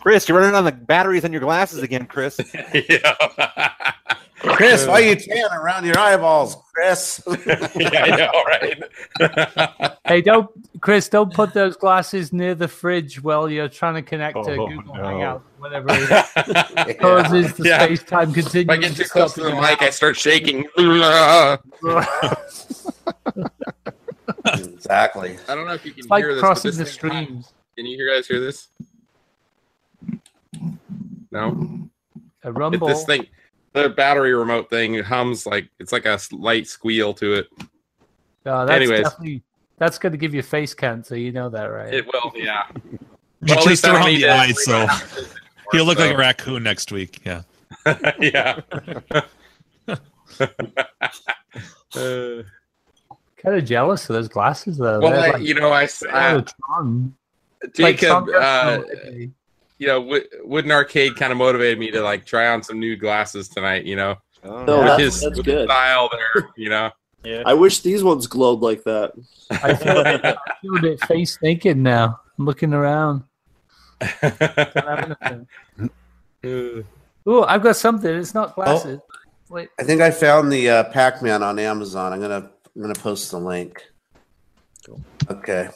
Speaker 2: Chris, you're running on the batteries on your glasses again, Chris.
Speaker 5: yeah.
Speaker 1: Chris, why are you tan around your eyeballs, Chris?
Speaker 5: yeah, I know, right?
Speaker 3: Hey, don't Chris, don't put those glasses near the fridge while you're trying to connect to
Speaker 2: Oh,
Speaker 3: Google
Speaker 2: no.
Speaker 3: Hangout, whatever it is. causes the
Speaker 5: Yeah.
Speaker 3: space time continuum.
Speaker 5: If I get too close to the
Speaker 3: stopping
Speaker 5: mic, I start shaking.
Speaker 3: around.
Speaker 1: exactly.
Speaker 5: I don't know if you can
Speaker 3: it's like
Speaker 5: hear this. but
Speaker 3: crossing
Speaker 5: this
Speaker 3: the
Speaker 5: thing-
Speaker 3: streams.
Speaker 5: Can you guys hear this? No.
Speaker 3: A
Speaker 5: It,
Speaker 3: rumble.
Speaker 5: this thing, the battery remote thing hums like it's like a light squeal to it.
Speaker 3: No, Uh, that's
Speaker 5: Anyways.
Speaker 3: definitely that's going to give you face cancer. You know that, right?
Speaker 5: It will, yeah.
Speaker 6: You
Speaker 5: Well, at
Speaker 6: chased
Speaker 5: least I don't
Speaker 6: around
Speaker 5: need
Speaker 6: the
Speaker 5: to
Speaker 6: eye, so
Speaker 5: worry about it anymore,
Speaker 6: he'll look
Speaker 5: so-
Speaker 6: like a raccoon next week. Yeah.
Speaker 5: yeah. Uh,
Speaker 3: kind of jealous of those glasses, though.
Speaker 5: well,
Speaker 3: They're
Speaker 5: I,
Speaker 3: like,
Speaker 5: you know, I, s-
Speaker 3: out
Speaker 5: uh,
Speaker 3: of Tron. Like
Speaker 5: Jacob,
Speaker 3: Tron
Speaker 5: uh,
Speaker 3: personality.
Speaker 5: you know, Wo- Wooden Arcade kind of motivated me to like try on some new glasses tonight. You know,
Speaker 9: No,
Speaker 5: with
Speaker 9: that's-
Speaker 5: his,
Speaker 9: that's
Speaker 5: with his
Speaker 9: good.
Speaker 5: style there. You know,
Speaker 8: Yeah.
Speaker 9: I wish these ones glowed like that.
Speaker 3: I feel, I feel a bit face naked now. I'm looking around. Don't have anything. Ooh, I've got something. It's
Speaker 5: Oh.
Speaker 3: not glasses. Wait,
Speaker 1: I think I found the uh, Pac-Man on Amazon. I'm gonna I'm gonna post the link. Okay.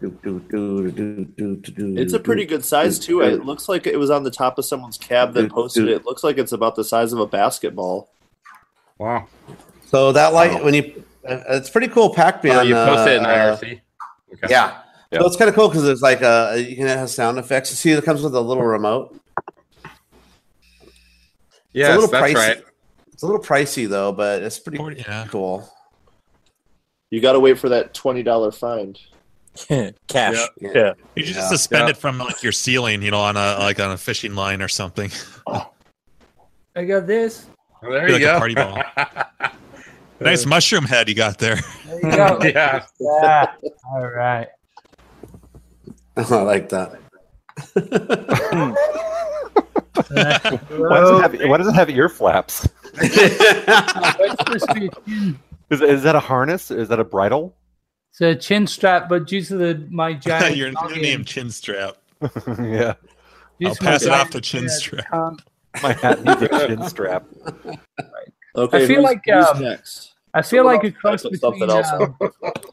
Speaker 1: Do, do, do, do, do, do, do,
Speaker 9: It's a pretty good size too. It looks like it was on the top of someone's cab that posted it. It looks like it's about the size of a basketball.
Speaker 5: wow.
Speaker 1: So that light when you, uh, it's pretty cool Pac-Man.
Speaker 5: Oh, you posted it in
Speaker 1: uh,
Speaker 5: IRC. Okay.
Speaker 1: Yeah.
Speaker 2: Yeah.
Speaker 1: So it's kind of cool because there's like a you can have sound effects. You see, it comes with a little remote. It's a
Speaker 5: Yes,
Speaker 1: little
Speaker 5: that's
Speaker 1: pricey.
Speaker 5: right.
Speaker 1: It's a little pricey though, but it's pretty
Speaker 6: Forty- Yeah.
Speaker 1: cool.
Speaker 9: You got to wait for that twenty dollar find.
Speaker 8: Cash.
Speaker 6: You should just
Speaker 1: Yeah.
Speaker 6: suspend
Speaker 5: Yeah.
Speaker 6: it from like your ceiling, you know, on a like on a fishing line or something.
Speaker 3: I got this.
Speaker 5: Well, there
Speaker 6: Be
Speaker 5: you
Speaker 6: like a
Speaker 5: go.
Speaker 6: party ball. Nice mushroom head you got there.
Speaker 3: There you go.
Speaker 5: yeah.
Speaker 3: Yeah. All right.
Speaker 1: I like that.
Speaker 2: Why does, it have, why does it have ear flaps?
Speaker 3: Supposed to be a chin-
Speaker 2: Is, is that a harness? Is that a bridle?
Speaker 3: It's a chin strap, but due to the my giant
Speaker 6: your new
Speaker 3: noggin-
Speaker 6: name, chin strap.
Speaker 2: yeah.
Speaker 3: due
Speaker 6: I'll
Speaker 3: to my
Speaker 6: pass it
Speaker 3: giant
Speaker 6: off to chin
Speaker 3: head,
Speaker 6: strap.
Speaker 3: I can't-
Speaker 2: My hat needs a chin strap.
Speaker 9: Okay,
Speaker 3: I feel
Speaker 9: who's,
Speaker 3: like,
Speaker 9: who's
Speaker 3: um,
Speaker 9: next?
Speaker 3: I feel like a cross
Speaker 9: That's something
Speaker 3: between
Speaker 9: else.
Speaker 3: um,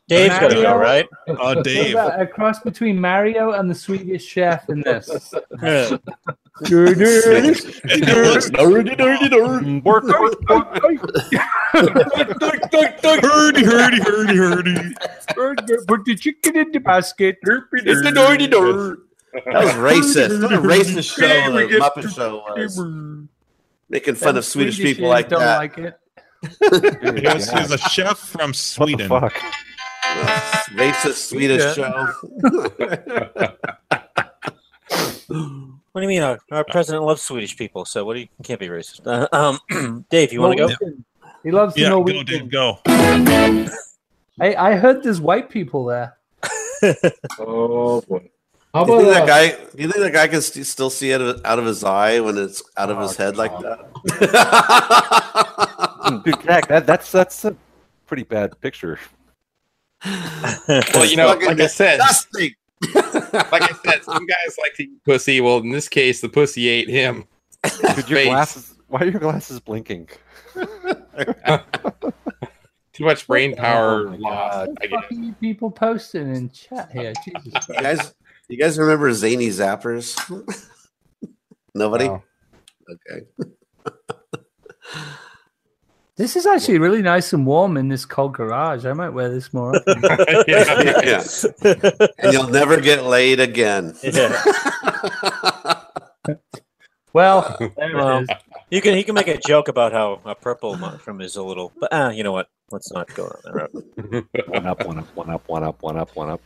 Speaker 8: Dave's got to go,
Speaker 3: Mario-
Speaker 8: right?
Speaker 6: Oh,
Speaker 3: what
Speaker 6: Dave.
Speaker 3: about a cross between Mario and the Swedish Chef in this.
Speaker 8: Yeah.
Speaker 6: It looks-
Speaker 2: Work, work,
Speaker 6: Hurdy, hurdy, hurdy, hurdy.
Speaker 3: Put the chicken in the basket.
Speaker 9: It's the dirty dirt.
Speaker 1: That was racist. What a racist show
Speaker 6: Yeah, we
Speaker 1: the
Speaker 6: get-
Speaker 1: Muppet Show was. Making fun of Swedish people
Speaker 3: chefs
Speaker 1: like
Speaker 3: don't
Speaker 1: that.
Speaker 3: like it.
Speaker 6: He was, he was a chef from
Speaker 2: What the
Speaker 6: Sweden.
Speaker 2: fuck?
Speaker 1: Ugh, Racist Swedish
Speaker 3: Yeah.
Speaker 1: show.
Speaker 8: What do you mean? Our,
Speaker 1: Uh,
Speaker 8: our president loves Swedish people, so what do you can't be racist? Uh, um, Dave, you want to go?
Speaker 3: He loves the
Speaker 6: Yeah, go,
Speaker 3: Norwegian.
Speaker 6: Dave, go.
Speaker 3: Hey, I heard there's white people there.
Speaker 4: Oh boy. How
Speaker 1: Do you
Speaker 4: about
Speaker 1: think that
Speaker 4: that guy?
Speaker 1: guy? Do you think that guy can st- still see it out of his eye when it's out of
Speaker 4: Oh,
Speaker 1: his head like that?
Speaker 2: Dude, Jack, that, that's that's a pretty bad picture.
Speaker 5: Well, you know,
Speaker 1: Fucking
Speaker 5: like I said,
Speaker 1: Disgusting.
Speaker 5: like I said, some guys like to eat pussy. Well, in this case, the pussy ate him. His
Speaker 2: Dude, your
Speaker 5: face.
Speaker 2: glasses. Why are your glasses blinking?
Speaker 5: Too much brain power
Speaker 2: Oh my
Speaker 5: lost. I
Speaker 3: What
Speaker 5: guess.
Speaker 3: are you people posting in chat here? Jesus
Speaker 1: you guys, you guys remember Zany Zappers? Nobody.
Speaker 5: No.
Speaker 1: Okay.
Speaker 3: This is actually really nice and warm in this cold garage. I might wear this more often.
Speaker 5: yeah.
Speaker 1: Yeah. And you'll never get laid again.
Speaker 8: Yeah.
Speaker 3: well, there
Speaker 8: Well.
Speaker 3: it is.
Speaker 8: You can he can make a joke about how a purple mushroom is a little, but uh, you know what? Let's not go down that road.
Speaker 2: One up, one up, one up, one up, one up, one up.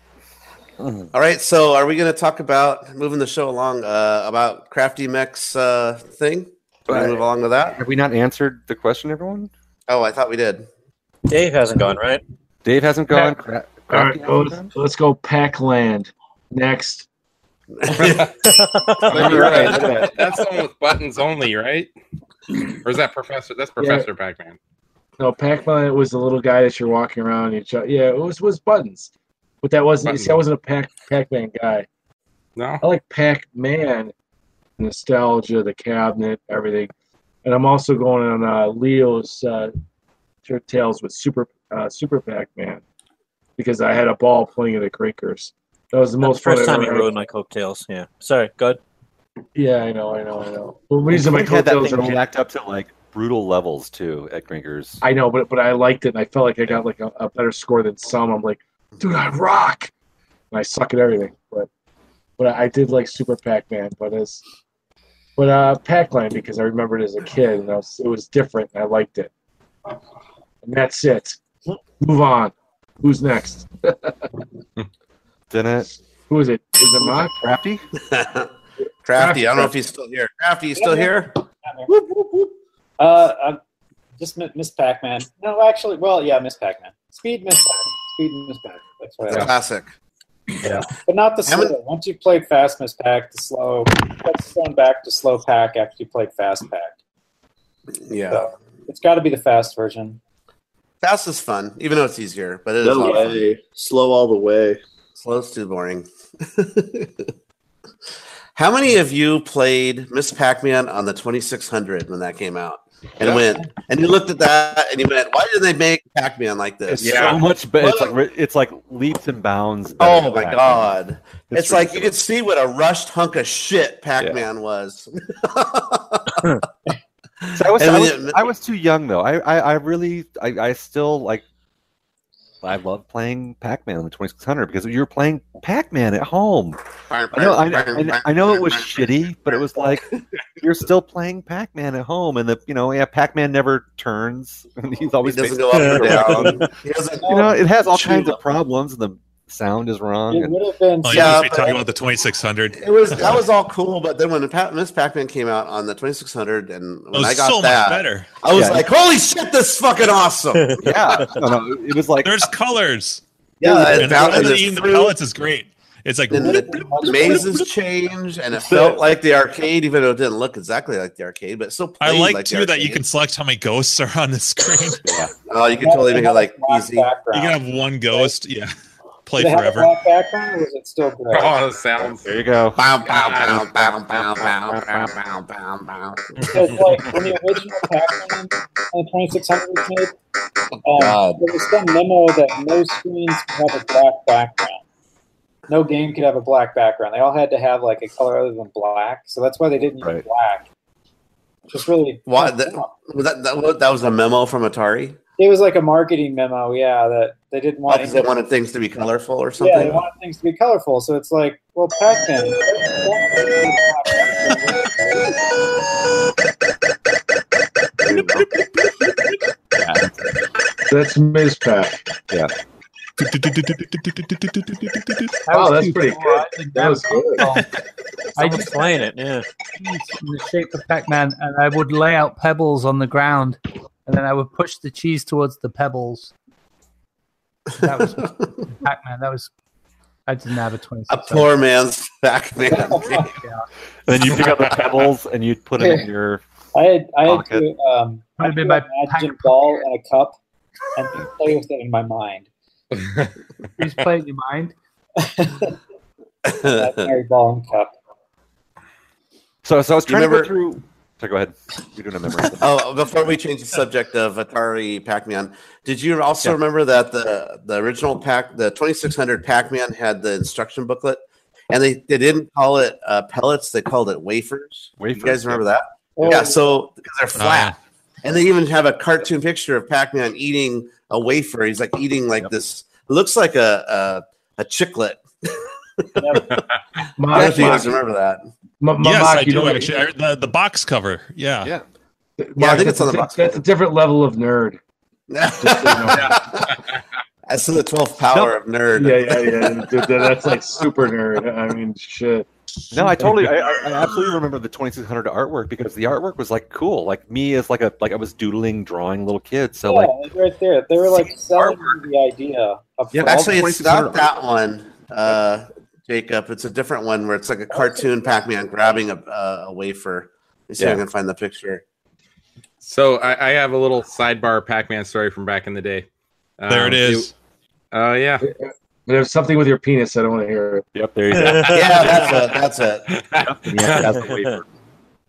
Speaker 1: All right. So, are we going to talk about moving the show along uh, about Crafty Mech's uh, thing? Can we move along with that?
Speaker 2: Have we not answered the question, everyone?
Speaker 1: Oh, I thought we did.
Speaker 8: Dave hasn't gone right.
Speaker 2: Dave hasn't
Speaker 4: Yeah.
Speaker 2: gone. Cra-
Speaker 4: All right,
Speaker 2: Crafty hasn't
Speaker 4: well,
Speaker 2: gone?
Speaker 4: let's, let's go pack land next.
Speaker 5: You're
Speaker 2: right,
Speaker 5: right. That's the one with buttons only, right? Or is that Professor? That's Professor Pac-Man.
Speaker 4: No, pack land was the little guy that you're walking around. And you yeah, it was was buttons, but that wasn't. You see, I wasn't a pack pac man guy.
Speaker 5: No.
Speaker 4: I like pac man, nostalgia, the cabinet, everything, and I'm also going on uh, Leo's uh, Shirt Tales with Super uh, Super Pac Man because I had a ball playing at the Creakers. That was the
Speaker 8: That's
Speaker 4: most
Speaker 8: the first
Speaker 4: fun I
Speaker 8: time you
Speaker 4: ever had.
Speaker 8: ruined my coattails. Yeah. Sorry. Go ahead.
Speaker 4: Yeah, I know, I know, I know. The reason my
Speaker 2: We had that
Speaker 4: coattails are
Speaker 2: thing jacked up to like brutal levels too at Grinkers.
Speaker 4: I know, but but I liked it, and I felt like I got like a, a better score than some. I'm like, dude, I rock, and I suck at everything. But but I did like Super Pac Man, but as but uh Pac Man because I remembered as a kid, and I was, it was different, and I liked it. And that's it. Move on. Who's next?
Speaker 2: Didn't it?
Speaker 4: Who is it? Is it Mock?
Speaker 2: Crafty?
Speaker 1: Crafty, I don't know if he's still here. Crafty, you still here?
Speaker 7: Uh, I'm just Mi- Miss Pac-Man. No, actually, well, yeah, Miss Pac-Man. Speed Miss Pac-Man. Speed Miss Pac-Man. That's what I like.
Speaker 1: Classic.
Speaker 7: But not the
Speaker 1: How many-
Speaker 7: slow. Once you played Fast Miss Pac, the slow. That's thrown back to slow pack after you played Fast Pac.
Speaker 1: Yeah.
Speaker 7: So it's got to be the fast version.
Speaker 1: Fast is fun, even though it's easier, but it is
Speaker 9: No
Speaker 1: not fun.
Speaker 9: way. Slow all the way.
Speaker 1: Slow's too boring. How many of you played Miss Pac-Man on the 2600 when that came out? And went and you looked at that and you went, why did they make Pac-Man like this?
Speaker 2: It's
Speaker 5: Yeah.
Speaker 2: so much better. It's like ri- it's like leaps and bounds. better
Speaker 1: Oh
Speaker 2: than
Speaker 1: my
Speaker 2: Pac-Man.
Speaker 1: god. It's, like you could
Speaker 2: ridiculous.
Speaker 1: see what a rushed hunk of shit Pac-Man was.
Speaker 2: So I was,
Speaker 1: And
Speaker 2: I,
Speaker 1: then
Speaker 2: was,
Speaker 1: it-
Speaker 2: I was too young though. I, I, I really, I, I still like. I love playing Pac-Man on the 2600 because you were playing Pac-Man at home. I know, I, I, I know it was shitty, but it was like you're still playing Pac-Man at home, and the you know, yeah, Pac-Man never turns. And he's
Speaker 1: He
Speaker 2: always,
Speaker 1: doesn't
Speaker 2: facing-
Speaker 1: go up or down. He doesn't
Speaker 2: you know, it has all kinds
Speaker 1: Shoot.
Speaker 2: of problems, and the sound is wrong.
Speaker 7: It
Speaker 2: And,
Speaker 7: would have been.
Speaker 6: Oh, you
Speaker 1: Yeah,
Speaker 6: must be
Speaker 1: but-
Speaker 6: talking about the 2600.
Speaker 1: It was that was all cool, but then when the Pat, Miss Pac-Man came out on the 2600, and
Speaker 6: It
Speaker 1: when I
Speaker 6: was
Speaker 1: got
Speaker 6: so
Speaker 1: that,
Speaker 6: much better.
Speaker 1: I was
Speaker 2: Yeah.
Speaker 1: like, "Holy shit, this is fucking awesome!"
Speaker 2: yeah, no, no, it was like
Speaker 6: There's colors.
Speaker 1: yeah,
Speaker 6: And
Speaker 1: it found, and
Speaker 6: the,
Speaker 1: the,
Speaker 6: eating the
Speaker 1: fruit
Speaker 6: pellets is great. It's like
Speaker 1: and the mazes change, and it felt like the arcade, even though it didn't look exactly like the arcade, but it still
Speaker 6: I
Speaker 1: played
Speaker 6: like,
Speaker 1: like the
Speaker 6: too that you
Speaker 1: arcade.
Speaker 6: can select how many ghosts are on the screen.
Speaker 2: yeah,
Speaker 1: Oh, you can totally make it like
Speaker 7: black
Speaker 1: easy.
Speaker 7: background.
Speaker 6: you can have one ghost. Yeah. play
Speaker 7: Did it have a
Speaker 6: forever.
Speaker 7: black background, or was it still gray?
Speaker 5: Oh, it sounds.
Speaker 2: There you go.
Speaker 1: Bow, bow, bow, bow, bow, bow, bow, bow, bow, bow.
Speaker 7: Because like when the original Pac-Man uh, on the 2600 was made, um,
Speaker 1: God.
Speaker 7: there was some memo that no screens could have a black background. No game could have a black background. They all had to have like a color other than black. So that's why they didn't use
Speaker 2: Right.
Speaker 7: black. Just really
Speaker 1: Why- that- Was That, that, was- that was a memo from Atari.
Speaker 7: it was like a marketing memo, yeah, that they didn't want
Speaker 1: Because they wanted things to be colorful or
Speaker 7: Yeah, they
Speaker 1: something.
Speaker 7: wanted things to be colorful. So it's like, well, Pac-Man.
Speaker 4: That's Ms. Pack. Wow, that's pretty good. That was good.
Speaker 3: I
Speaker 8: I
Speaker 3: just
Speaker 8: was playing it. Yeah.
Speaker 3: cheese in the shape of Pac-Man, and I would lay out pebbles on the ground, and then I would push the cheese towards the pebbles. That was Pac-Man. That was. I didn't have a
Speaker 1: a
Speaker 3: 26.
Speaker 1: poor man's Pac-Man.
Speaker 2: And then you pick up the pebbles and you put them in your.
Speaker 7: I had I had
Speaker 2: Pocket.
Speaker 7: to um, I
Speaker 3: Might
Speaker 7: had
Speaker 3: have been
Speaker 7: to
Speaker 3: my
Speaker 7: imagine
Speaker 3: pack-
Speaker 7: ball in a cup and play with it in my mind.
Speaker 3: Please play it in your mind.
Speaker 7: Imaginary ball and cup.
Speaker 2: So, so I was
Speaker 1: You
Speaker 2: trying to
Speaker 1: remember-
Speaker 2: go through. So go ahead. You're doing a memory.
Speaker 1: oh, before we change the subject of Atari Pac-Man, did you also remember that the the original Pac, the 2600 Pac-Man had the instruction booklet, and they, they didn't call it uh, pellets, they called it wafers.
Speaker 2: Wafers,
Speaker 1: You guys remember that?
Speaker 7: Oh,
Speaker 1: Yeah, so because they're flat, and they even have a cartoon picture of Pac-Man eating a wafer. He's like eating like this. Looks like a a, a chiclet. I don't know if you guys remember that.
Speaker 4: M-
Speaker 6: yes,
Speaker 4: Mark,
Speaker 6: I
Speaker 4: you know
Speaker 6: do
Speaker 4: what-
Speaker 6: actually. I, the, the box cover. Yeah.
Speaker 2: Yeah.
Speaker 1: Yeah, I think
Speaker 4: Mark,
Speaker 1: it's on the
Speaker 4: that's a-
Speaker 1: box.
Speaker 4: That's a different level of nerd.
Speaker 1: That's the twelfth power of nerd.
Speaker 4: Yeah, yeah, yeah. Dude, that- that's like super nerd. I mean, shit.
Speaker 2: No, I
Speaker 1: Oh.
Speaker 2: totally, I, I I absolutely remember the 2600 artwork because the artwork was like cool. Like me as like a like I was doodling, drawing little kids. So like
Speaker 7: yeah, right there. They were like selling you the idea of
Speaker 2: Yeah, all
Speaker 1: Actually,
Speaker 2: the
Speaker 1: it's
Speaker 2: places
Speaker 1: not
Speaker 2: that
Speaker 1: that one, uh, Jacob. It's a different one where it's like a cartoon Pac-Man grabbing a, uh, a wafer. Let me see if I
Speaker 2: Yeah.
Speaker 1: can find the picture.
Speaker 5: So I, I have a little sidebar Pac-Man story from back in the day. Um,
Speaker 6: There it is.
Speaker 5: Oh yeah.
Speaker 4: There's something with your penis. I don't want to hear it.
Speaker 2: yep, there you go.
Speaker 1: Yeah, that's it. That's it.
Speaker 2: Yeah, that's the wafer.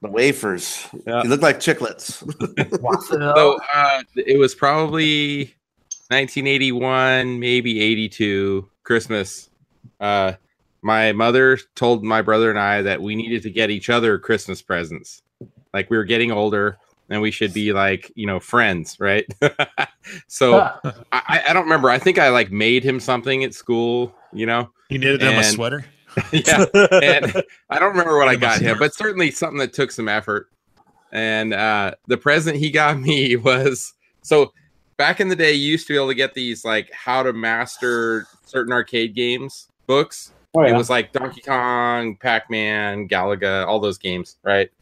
Speaker 1: The wafers.
Speaker 5: Yeah.
Speaker 1: You look like chiclets.
Speaker 5: so uh, it was probably 1981, maybe 82, Christmas. Uh, my mother told my brother and I that we needed to get each other Christmas presents. Like we were getting older and we should be like, you know, friends, right? so I, I I don't remember. I think I like made him something at school, you know?
Speaker 6: You knitted him a
Speaker 5: And-
Speaker 6: sweater.
Speaker 5: yeah. and I don't remember what I
Speaker 6: Give us
Speaker 5: got him,
Speaker 6: more.
Speaker 5: but certainly something that took some effort. And uh, the present he got me was so back in the day, you used to be able to get these like how to master certain arcade games books.
Speaker 7: Oh,
Speaker 5: It
Speaker 7: yeah.
Speaker 5: was like Donkey Kong, Pac Man, Galaga, all those games, right?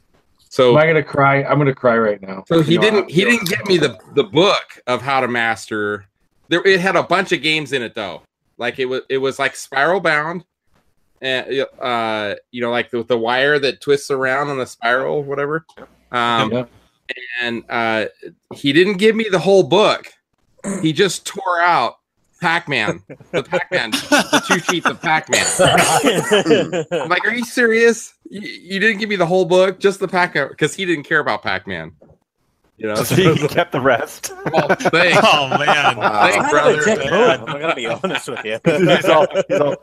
Speaker 5: So
Speaker 4: Am I gonna cry? I'm gonna cry right now.
Speaker 5: so he
Speaker 4: You know,
Speaker 5: didn't he didn't get me the the book of how to master. There it had a bunch of games in it though. Like it was it was like spiral bound, and uh, you know like the, the wire that twists around on the spiral, whatever. Um,
Speaker 4: Yeah.
Speaker 5: and uh, he didn't give me the whole book. He just tore out Pac-Man, the Pac-Man, the two sheets of Pac-Man. I'm like, are you serious? You, you didn't give me the whole book, just the Pac-Man, because he didn't care about Pac-Man. You know,
Speaker 2: So you kept the rest.
Speaker 5: well, thanks.
Speaker 6: Oh man.
Speaker 5: Thanks,
Speaker 1: Wow.
Speaker 8: Kind of
Speaker 5: brother.
Speaker 8: a dick move. I'm gonna be honest with you.
Speaker 2: He's all- he's all,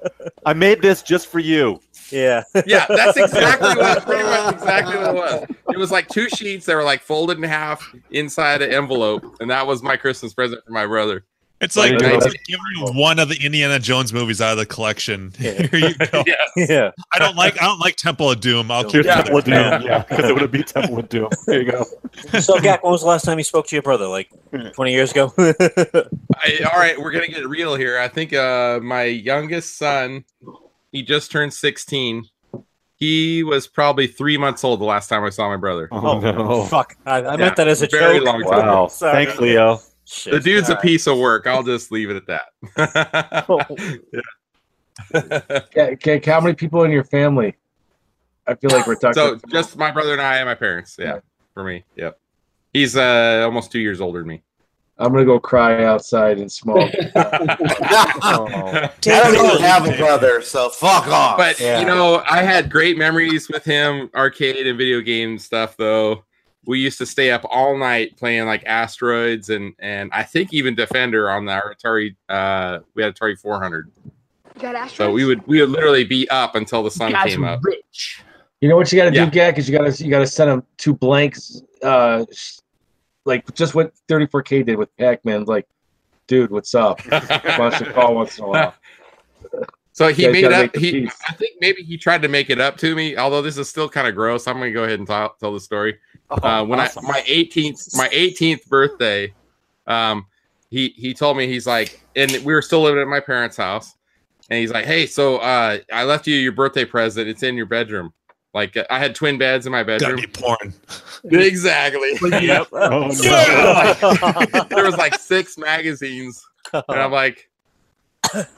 Speaker 2: I made this just for you.
Speaker 8: yeah.
Speaker 5: Yeah, that's exactly what pretty much exactly what it was. It was like two sheets that were like folded in half inside an envelope, and that was my Christmas present for my brother.
Speaker 6: It's like,
Speaker 5: There you
Speaker 6: it's
Speaker 5: go.
Speaker 6: like giving you one of the Indiana Jones movies out of the collection. Here you go.
Speaker 5: Yeah.
Speaker 8: Yeah.
Speaker 6: I don't like I don't like Temple of Doom. I'll
Speaker 2: Here's
Speaker 6: keep
Speaker 5: Yeah.
Speaker 6: yeah.
Speaker 2: Temple of Doom. Yeah, because it would have been Temple of Doom. There you go.
Speaker 8: So, Gak, when was the last time you spoke to your brother? Like
Speaker 2: Hmm.
Speaker 8: 20 years ago?
Speaker 5: Oh, I, all right, we're gonna get real here. I think uh my youngest son, he just turned 16. He was probably three months old the last time I saw my brother.
Speaker 2: Oh, no.
Speaker 8: Fuck. I, I
Speaker 5: Yeah,
Speaker 8: meant that as a
Speaker 5: very
Speaker 8: joke.
Speaker 5: long time.
Speaker 2: Wow.
Speaker 8: Sorry.
Speaker 2: Thanks, Leo.
Speaker 8: Shit.
Speaker 5: The dude's
Speaker 8: All
Speaker 5: a
Speaker 8: right.
Speaker 5: piece of work. I'll just leave it at that. Yeah.
Speaker 4: Yeah, okay, how many people in your family? I feel like we're talking.
Speaker 5: so just my brother and I and my parents. Yeah, for me. Yep. He's uh almost two years older than me.
Speaker 4: I'm gonna go cry outside and smoke.
Speaker 1: I don't even have a brother, so fuck off.
Speaker 5: But
Speaker 7: Yeah.
Speaker 5: you know, I had great memories with him, arcade and video game stuff. Though we used to stay up all night playing like asteroids and and I think even Defender on the Atari. Uh, we had Atari 400,
Speaker 10: You got asteroids?
Speaker 5: so we would we would literally be up until the sun came up.
Speaker 3: rich.
Speaker 4: You know what you got to
Speaker 5: Yeah.
Speaker 4: do, Gak, is you got to you got to send them two blanks, uh, sh- like just what 34K did with Pac-Man. Like, dude, what's up? Wants to call once in a while.
Speaker 5: So he
Speaker 4: You guys
Speaker 5: made
Speaker 4: gotta make
Speaker 5: up.
Speaker 4: the
Speaker 5: He,
Speaker 4: peace.
Speaker 5: I think maybe he tried to make it up to me. Although this is still kind of gross, I'm gonna go ahead and tell, tell the story. uh, when I my 18th my 18th birthday, um, he he told me he's like, and we were still living at my parents' house, and he's like, hey, so uh, I left you your birthday present. It's in your bedroom. Like I had twin beds in my
Speaker 6: Gotta
Speaker 5: bedroom.
Speaker 6: be porn.
Speaker 5: exactly.
Speaker 8: Yep.
Speaker 2: Oh, no.
Speaker 5: there was like six magazines, and I'm like.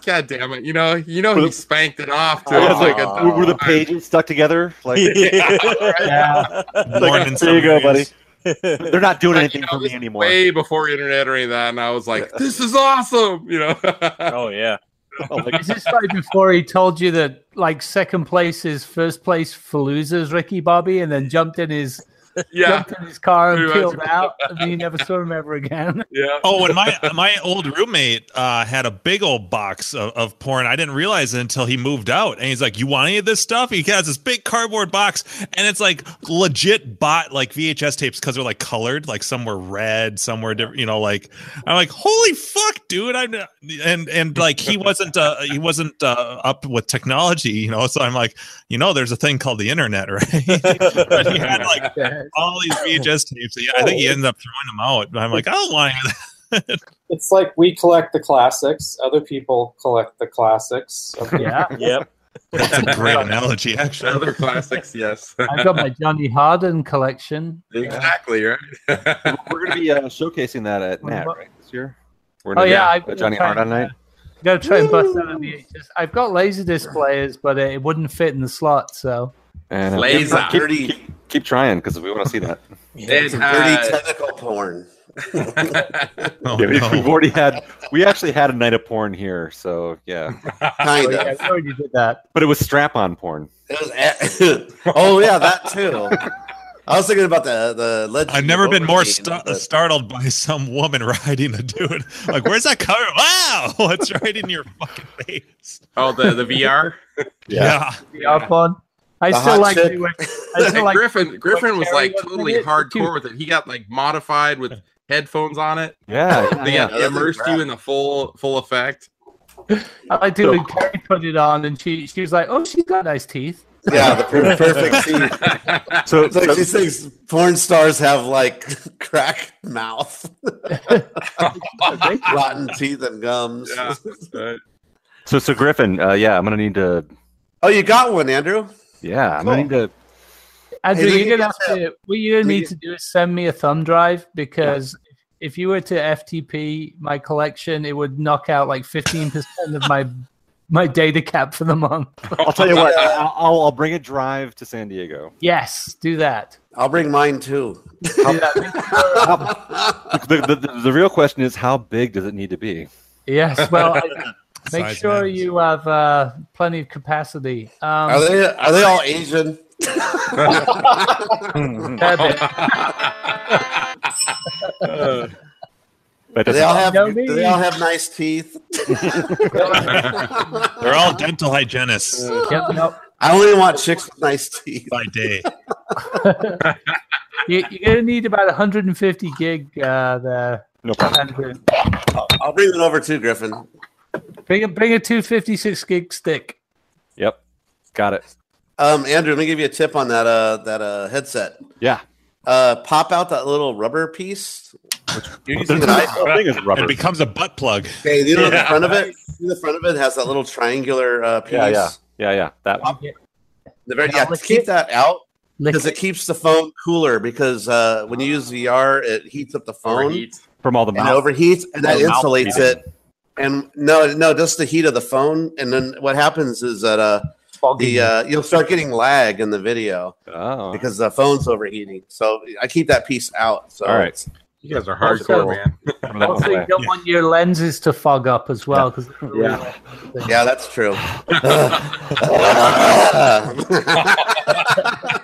Speaker 5: God damn it! You know, you know he spanked it off to us like a
Speaker 2: Were- were the pages stuck together? Like,
Speaker 3: Yeah.
Speaker 6: Porn in
Speaker 2: there you
Speaker 6: some
Speaker 2: go, buddy.
Speaker 6: ways.
Speaker 2: They're not doing
Speaker 5: Like, you
Speaker 2: anything
Speaker 5: know,
Speaker 2: for me
Speaker 5: this is
Speaker 2: anymore.
Speaker 5: Way before internet or any of that, and I was like, "This is awesome!" You know.
Speaker 8: Oh yeah.
Speaker 2: Oh, like,
Speaker 3: Is this right before he told you that like second place is first place for losers, Ricky Bobby, and then jumped in his
Speaker 5: yeah,
Speaker 3: jumped in his car and
Speaker 5: Pretty
Speaker 3: peeled
Speaker 5: much.
Speaker 3: out, and then you never saw him ever again.
Speaker 5: yeah.
Speaker 6: Oh, and my my old roommate uh, had a big old box of, of porn. I didn't realize it until he moved out, and he's like, "You want any of this stuff?" He has this big cardboard box, and it's like legit bought like VHS tapes because they're like colored, like some were red, some were different. You know, like I'm like, "Holy fuck, dude!" I'm not-" and and like he wasn't uh, he wasn't uh, up with technology, you know. So I'm like, you know, there's a thing called the internet, right? but he had like all these VHS tapes. Yeah, I think he ended up throwing them out. But I'm like, "Oh, I don't want any of
Speaker 7: It's like we collect the classics, other people collect the classics.
Speaker 3: yeah,
Speaker 8: Yep.
Speaker 6: that. That's a great analogy, actually.
Speaker 5: Other classics, yes.
Speaker 3: I've got my Johnny Harden collection.
Speaker 5: exactly right.
Speaker 2: we're going to be uh, showcasing that at
Speaker 3: What
Speaker 2: NAT
Speaker 3: about-
Speaker 2: right this year. We're
Speaker 3: Oh,
Speaker 2: gonna-
Speaker 3: yeah,
Speaker 2: uh,
Speaker 3: I've been
Speaker 2: Johnny
Speaker 3: trying-
Speaker 2: Hard on night.
Speaker 3: Gotta try and bust out a VHS. I've got Laserdisc players, but it wouldn't fit in the slot, so
Speaker 2: And, uh,
Speaker 5: Lays
Speaker 2: keep-
Speaker 5: up.
Speaker 2: Keep, keep, keep trying because we want to see that.
Speaker 8: Yeah.
Speaker 5: And,
Speaker 1: Some dirty
Speaker 5: uh,
Speaker 1: technical porn.
Speaker 6: Oh,
Speaker 2: Yeah, we-
Speaker 6: no.
Speaker 2: We've already had we actually had a night of porn here, so yeah.
Speaker 3: Oh,
Speaker 1: Kind
Speaker 3: yeah,
Speaker 1: of.
Speaker 3: we already did that.
Speaker 2: But it was strap on porn.
Speaker 1: It was a- oh yeah, that too. I was thinking about the the. legend
Speaker 6: I've never
Speaker 1: of
Speaker 6: been more
Speaker 1: Overkill,
Speaker 6: stu-
Speaker 1: but-
Speaker 6: startled by some woman riding a dude. Like, where's that cover? Wow, it's right in your fucking face.
Speaker 5: oh, the the VR.
Speaker 6: Yeah,
Speaker 3: We are fun. I
Speaker 1: The
Speaker 3: still
Speaker 1: hot
Speaker 3: like
Speaker 1: chick.
Speaker 3: doing. I
Speaker 5: And
Speaker 3: still like.
Speaker 5: Griffin Griffin was
Speaker 3: Terry
Speaker 5: like
Speaker 3: was in
Speaker 5: totally
Speaker 3: it,
Speaker 5: hardcore
Speaker 3: too.
Speaker 5: with it. He got like modified with headphones on it.
Speaker 2: Yeah.
Speaker 5: They
Speaker 2: yeah.
Speaker 5: got- they immersed you in the full full effect.
Speaker 3: I like doing. when Carrie put it on, and she she was like, "Oh, she's got nice teeth."
Speaker 1: Yeah, the per- perfect scene.
Speaker 2: So,
Speaker 1: It's like she thinks porn stars have like crack mouth, rotten teeth, and gums.
Speaker 5: Yeah. Uh,
Speaker 2: so so Griffin, uh, yeah, I'm gonna need to
Speaker 1: Oh, you got one, Andrew.
Speaker 2: yeah, I'm gonna need to
Speaker 3: Andrew,
Speaker 1: Hey,
Speaker 3: you're gonna
Speaker 1: look
Speaker 3: have
Speaker 1: at
Speaker 3: to. What you
Speaker 1: Look
Speaker 3: need
Speaker 1: at-
Speaker 3: to do is send me a thumb drive because if you were to FTP my collection, it would knock out like fifteen percent of my my data cap for the month.
Speaker 2: I'll tell you what, I'll, I'll I'll bring a drive to San Diego.
Speaker 3: Yes, do that.
Speaker 1: I'll bring mine too.
Speaker 3: Do that.
Speaker 2: The, the, the, the real question is how big does it need to be?
Speaker 3: yes. Well, I- make
Speaker 6: Size
Speaker 3: sure
Speaker 6: matters.
Speaker 3: you have uh, plenty of capacity. Um,
Speaker 1: Are they are they all Asian?
Speaker 3: fair bit.
Speaker 2: But
Speaker 1: Do they all have
Speaker 3: No
Speaker 1: do they all have nice teeth?
Speaker 6: they're all dental hygienists
Speaker 3: Yep, yep.
Speaker 1: I only want chicks with nice teeth.
Speaker 6: by day.
Speaker 3: You, you're gonna need about 150 gig uh, there.
Speaker 2: no problem.
Speaker 3: Andrew.
Speaker 1: I'll bring it over too, Griffin.
Speaker 3: Bring a bring a 256 gig stick.
Speaker 2: Yep. Got it.
Speaker 1: Um, Andrew, let me give you a tip on that uh that uh headset.
Speaker 2: Yeah.
Speaker 1: Uh, pop out that little rubber piece. You're using an iPhone.
Speaker 2: thing is
Speaker 6: It
Speaker 2: rubber.
Speaker 6: becomes a butt plug.
Speaker 1: Okay, you know the front of it. You know the front of it has that little triangular uh, piece.
Speaker 2: Yeah, yeah. Yeah, yeah. That one.
Speaker 1: The very,
Speaker 3: Now
Speaker 1: yeah
Speaker 3: lick
Speaker 1: keep
Speaker 3: it.
Speaker 1: that out
Speaker 3: Lick
Speaker 1: because it keeps the phone cooler. Because uh, when you use VR, it heats up the phone
Speaker 5: overheat.
Speaker 2: from all the
Speaker 1: and
Speaker 2: mouth.
Speaker 1: it overheats, and that
Speaker 2: Oh, mouth
Speaker 1: insulates
Speaker 2: heating.
Speaker 1: it. And no, no, just the heat of the phone. And then what happens is that uh, the uh, you'll start getting lag in the video
Speaker 2: Oh.
Speaker 1: because the phone's overheating. So I keep that piece out. So
Speaker 2: All right.
Speaker 1: it's-
Speaker 5: You guys are
Speaker 3: Also-
Speaker 5: hardcore, man.
Speaker 2: Remember
Speaker 3: Also,
Speaker 2: that one
Speaker 3: you
Speaker 2: way.
Speaker 3: don't want your lenses to fog up as well because
Speaker 5: Yeah.
Speaker 1: Yeah, that's true. Um,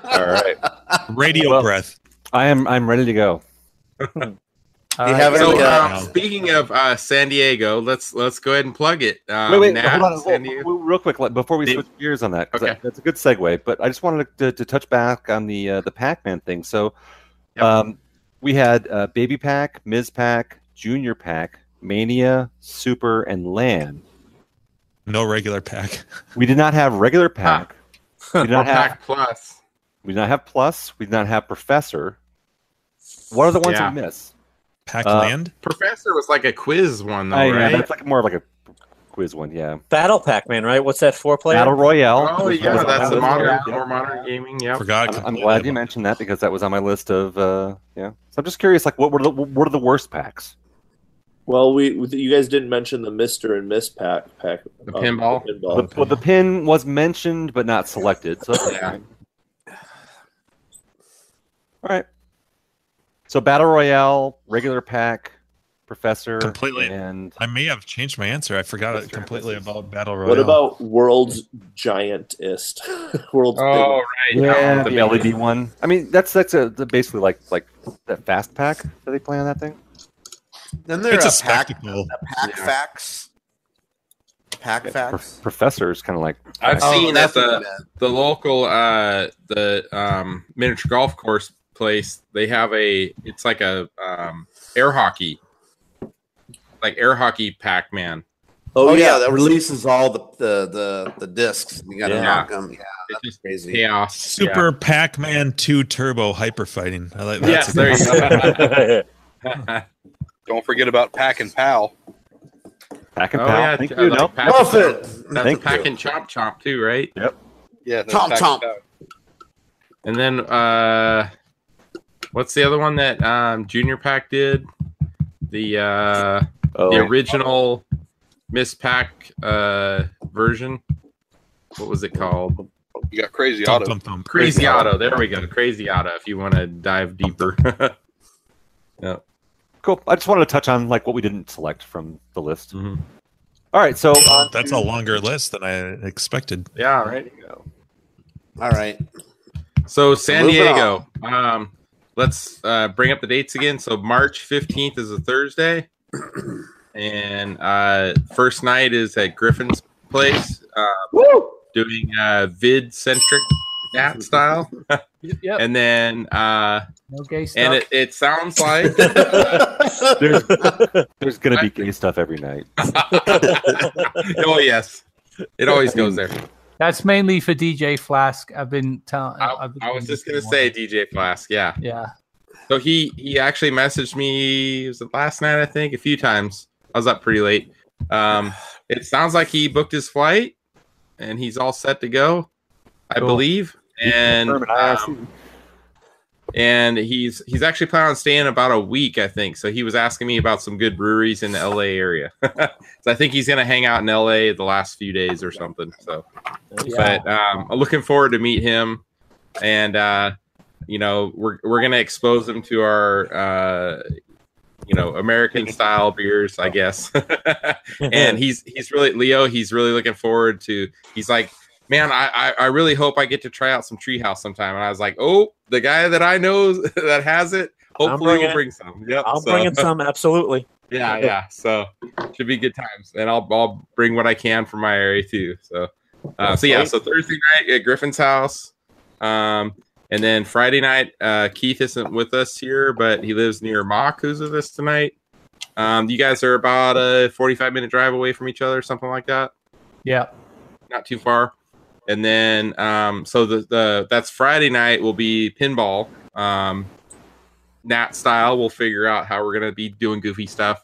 Speaker 2: All right.
Speaker 6: Radio
Speaker 2: Well-
Speaker 6: breath.
Speaker 2: I am I'm ready to go.
Speaker 1: You have
Speaker 5: So,
Speaker 1: any, uh,
Speaker 5: um, speaking of uh, San Diego, let's let's go ahead and plug it. Um,
Speaker 2: wait, wait,
Speaker 5: Nat,
Speaker 2: hold on, hold-
Speaker 5: San Diego.
Speaker 2: real quick like, before we
Speaker 5: Dave.
Speaker 2: switch gears on that. 'cause
Speaker 5: Okay.
Speaker 2: that- that's a good segue. But I just wanted to, to touch back on the uh, the Pac-Man thing. So,
Speaker 5: Yep.
Speaker 2: um, we had uh, Baby Pack, Ms. Pack, Junior Pack, Mania, Super, and Land.
Speaker 6: No regular pack.
Speaker 2: We did not have regular
Speaker 5: Ah.
Speaker 2: Pack. We did
Speaker 5: Or
Speaker 2: not have
Speaker 5: Pack Plus.
Speaker 2: we did not have Plus. We did not have Professor. What are the ones
Speaker 5: Yeah.
Speaker 2: we miss?
Speaker 6: Pack
Speaker 2: Uh,
Speaker 6: land.
Speaker 5: Professor was like a quiz one though,
Speaker 2: Oh, yeah,
Speaker 5: right?
Speaker 2: that's like more of like a quiz one. Yeah,
Speaker 8: Battle Pac-Man, right? What's that four player?
Speaker 2: Battle Royale.
Speaker 5: Oh
Speaker 2: which
Speaker 5: yeah,
Speaker 2: was on
Speaker 5: that's
Speaker 2: my
Speaker 5: the
Speaker 2: list.
Speaker 5: modern,
Speaker 2: Yeah.
Speaker 5: more modern gaming. Yep.
Speaker 6: Forgot.
Speaker 2: I'm, I'm
Speaker 6: completely
Speaker 2: glad you
Speaker 6: about-
Speaker 2: mentioned that because that was on my list of uh, yeah. So I'm just curious, like, what were the what were the worst packs?
Speaker 9: Well, we you guys didn't mention the Mister and Miss um, Pack pack
Speaker 5: The pinball?
Speaker 2: The, well, the pin was mentioned but not selected. So
Speaker 5: Yeah.
Speaker 2: all right. So battle royale, regular pack, professor,
Speaker 6: Completely.
Speaker 2: and
Speaker 6: I may have changed my answer. I forgot
Speaker 2: That's
Speaker 6: it completely
Speaker 2: right.
Speaker 6: about battle royale.
Speaker 9: What about world's giantest? world's
Speaker 5: Oh right.
Speaker 2: yeah,
Speaker 5: Oh,
Speaker 2: the LED one. I mean, that's that's a the, basically like like that fast pack that they play on that thing.
Speaker 1: Then
Speaker 6: It's
Speaker 1: there's
Speaker 6: a,
Speaker 1: a, pack,
Speaker 6: spectacle.
Speaker 1: pack
Speaker 5: Yeah.
Speaker 1: facts. Pack
Speaker 2: Pro-
Speaker 1: facts.
Speaker 2: professor is kind of like
Speaker 5: I've
Speaker 1: Oh,
Speaker 5: seen that uh,
Speaker 1: that's
Speaker 5: the
Speaker 1: what I meant.
Speaker 5: the local uh the um miniature golf course place they have a it's like a um air hockey like air hockey pac-man
Speaker 1: Oh, yeah, that releases all the the the, the discs. You gotta
Speaker 2: Yeah.
Speaker 1: knock 'em. Yeah,
Speaker 5: it's just
Speaker 1: crazy.
Speaker 5: chaos
Speaker 6: Super Pac-Man Two Turbo Hyper Fighting. I like
Speaker 5: yeah.
Speaker 6: that.
Speaker 5: yes there you go
Speaker 8: Battle.
Speaker 5: oh
Speaker 10: Don't forget about Pack and Pal.
Speaker 2: pack and pow.
Speaker 5: Oh, yeah
Speaker 2: Thank
Speaker 5: I
Speaker 2: you.
Speaker 5: like
Speaker 2: no.
Speaker 5: pack and- that's
Speaker 2: Thank
Speaker 5: a pack
Speaker 2: you.
Speaker 5: and chomp chomp too right
Speaker 10: Yeah, that's
Speaker 1: Chomp
Speaker 10: Pack and
Speaker 1: chomp.
Speaker 10: Pal.
Speaker 5: and then uh what's the other one that um junior pack did the uh
Speaker 2: Oh,
Speaker 5: the original miss pack uh version what was it called
Speaker 10: You got Crazy
Speaker 6: Thump,
Speaker 10: Auto.
Speaker 6: thump, thump.
Speaker 5: Crazy Auto. There we go. Crazy Auto. If you want to dive deeper.
Speaker 2: cool. I just wanted to touch on like what we didn't select from the list.
Speaker 5: Mhm.
Speaker 2: All right, so on
Speaker 6: That's a longer list than I expected.
Speaker 5: yeah. Right.
Speaker 1: All right.
Speaker 5: So San
Speaker 1: Moving
Speaker 5: Diego. Um, let's uh, bring up the dates again. So March fifteenth is a Thursday, and uh, first night is at Griffin's place. Uh, Doing uh, vid centric that style,
Speaker 3: Yep.
Speaker 5: and then uh,
Speaker 3: No gay stuff.
Speaker 5: and it, it sounds like uh,
Speaker 2: there's, there's gonna be gay stuff every night.
Speaker 5: oh yes, it always goes there.
Speaker 3: That's mainly for DJ Flask. I've been telling.
Speaker 5: I, I was just gonna say DJ Flask. Yeah,
Speaker 3: Yeah.
Speaker 5: So he he actually messaged me was it last night I think a few times. I was up pretty late. Um, it sounds like he booked his flight and he's all set to go, I
Speaker 2: Cool.
Speaker 5: believe. And um, and he's he's actually planning on staying about a week I think. So he was asking me about some good breweries in the LA area. so I think he's gonna hang out in LA the last few days or something. So but um, I'm looking forward to meet him, and uh, you know we're we're gonna expose him to our uh, you know American style beers, I guess. and he's he's really Leo. He's really looking forward to. He's like, man, I, I I really hope I get to try out some Treehouse sometime. And I was like, oh, the guy that I know that has it.
Speaker 8: I'm
Speaker 5: Hopefully,
Speaker 8: bringing
Speaker 5: we'll
Speaker 8: it.
Speaker 5: bring some. Yep,
Speaker 8: I'll
Speaker 5: so-
Speaker 8: bring him some, absolutely.
Speaker 5: yeah, yeah. So should be good times, and I'll I'll bring what I can from my area too. So, uh, so yeah. So Thursday night at Griffin's house, um, and then Friday night, uh, Keith isn't with us here, but he lives near Mock, who's with us tonight. Um, you guys are about a forty-five minute drive away from each other, something like that
Speaker 3: Yeah.
Speaker 5: not too far. And then um, so the, the that's Friday night will be pinball. Um, Nat style, we'll figure out how we're gonna be doing goofy stuff.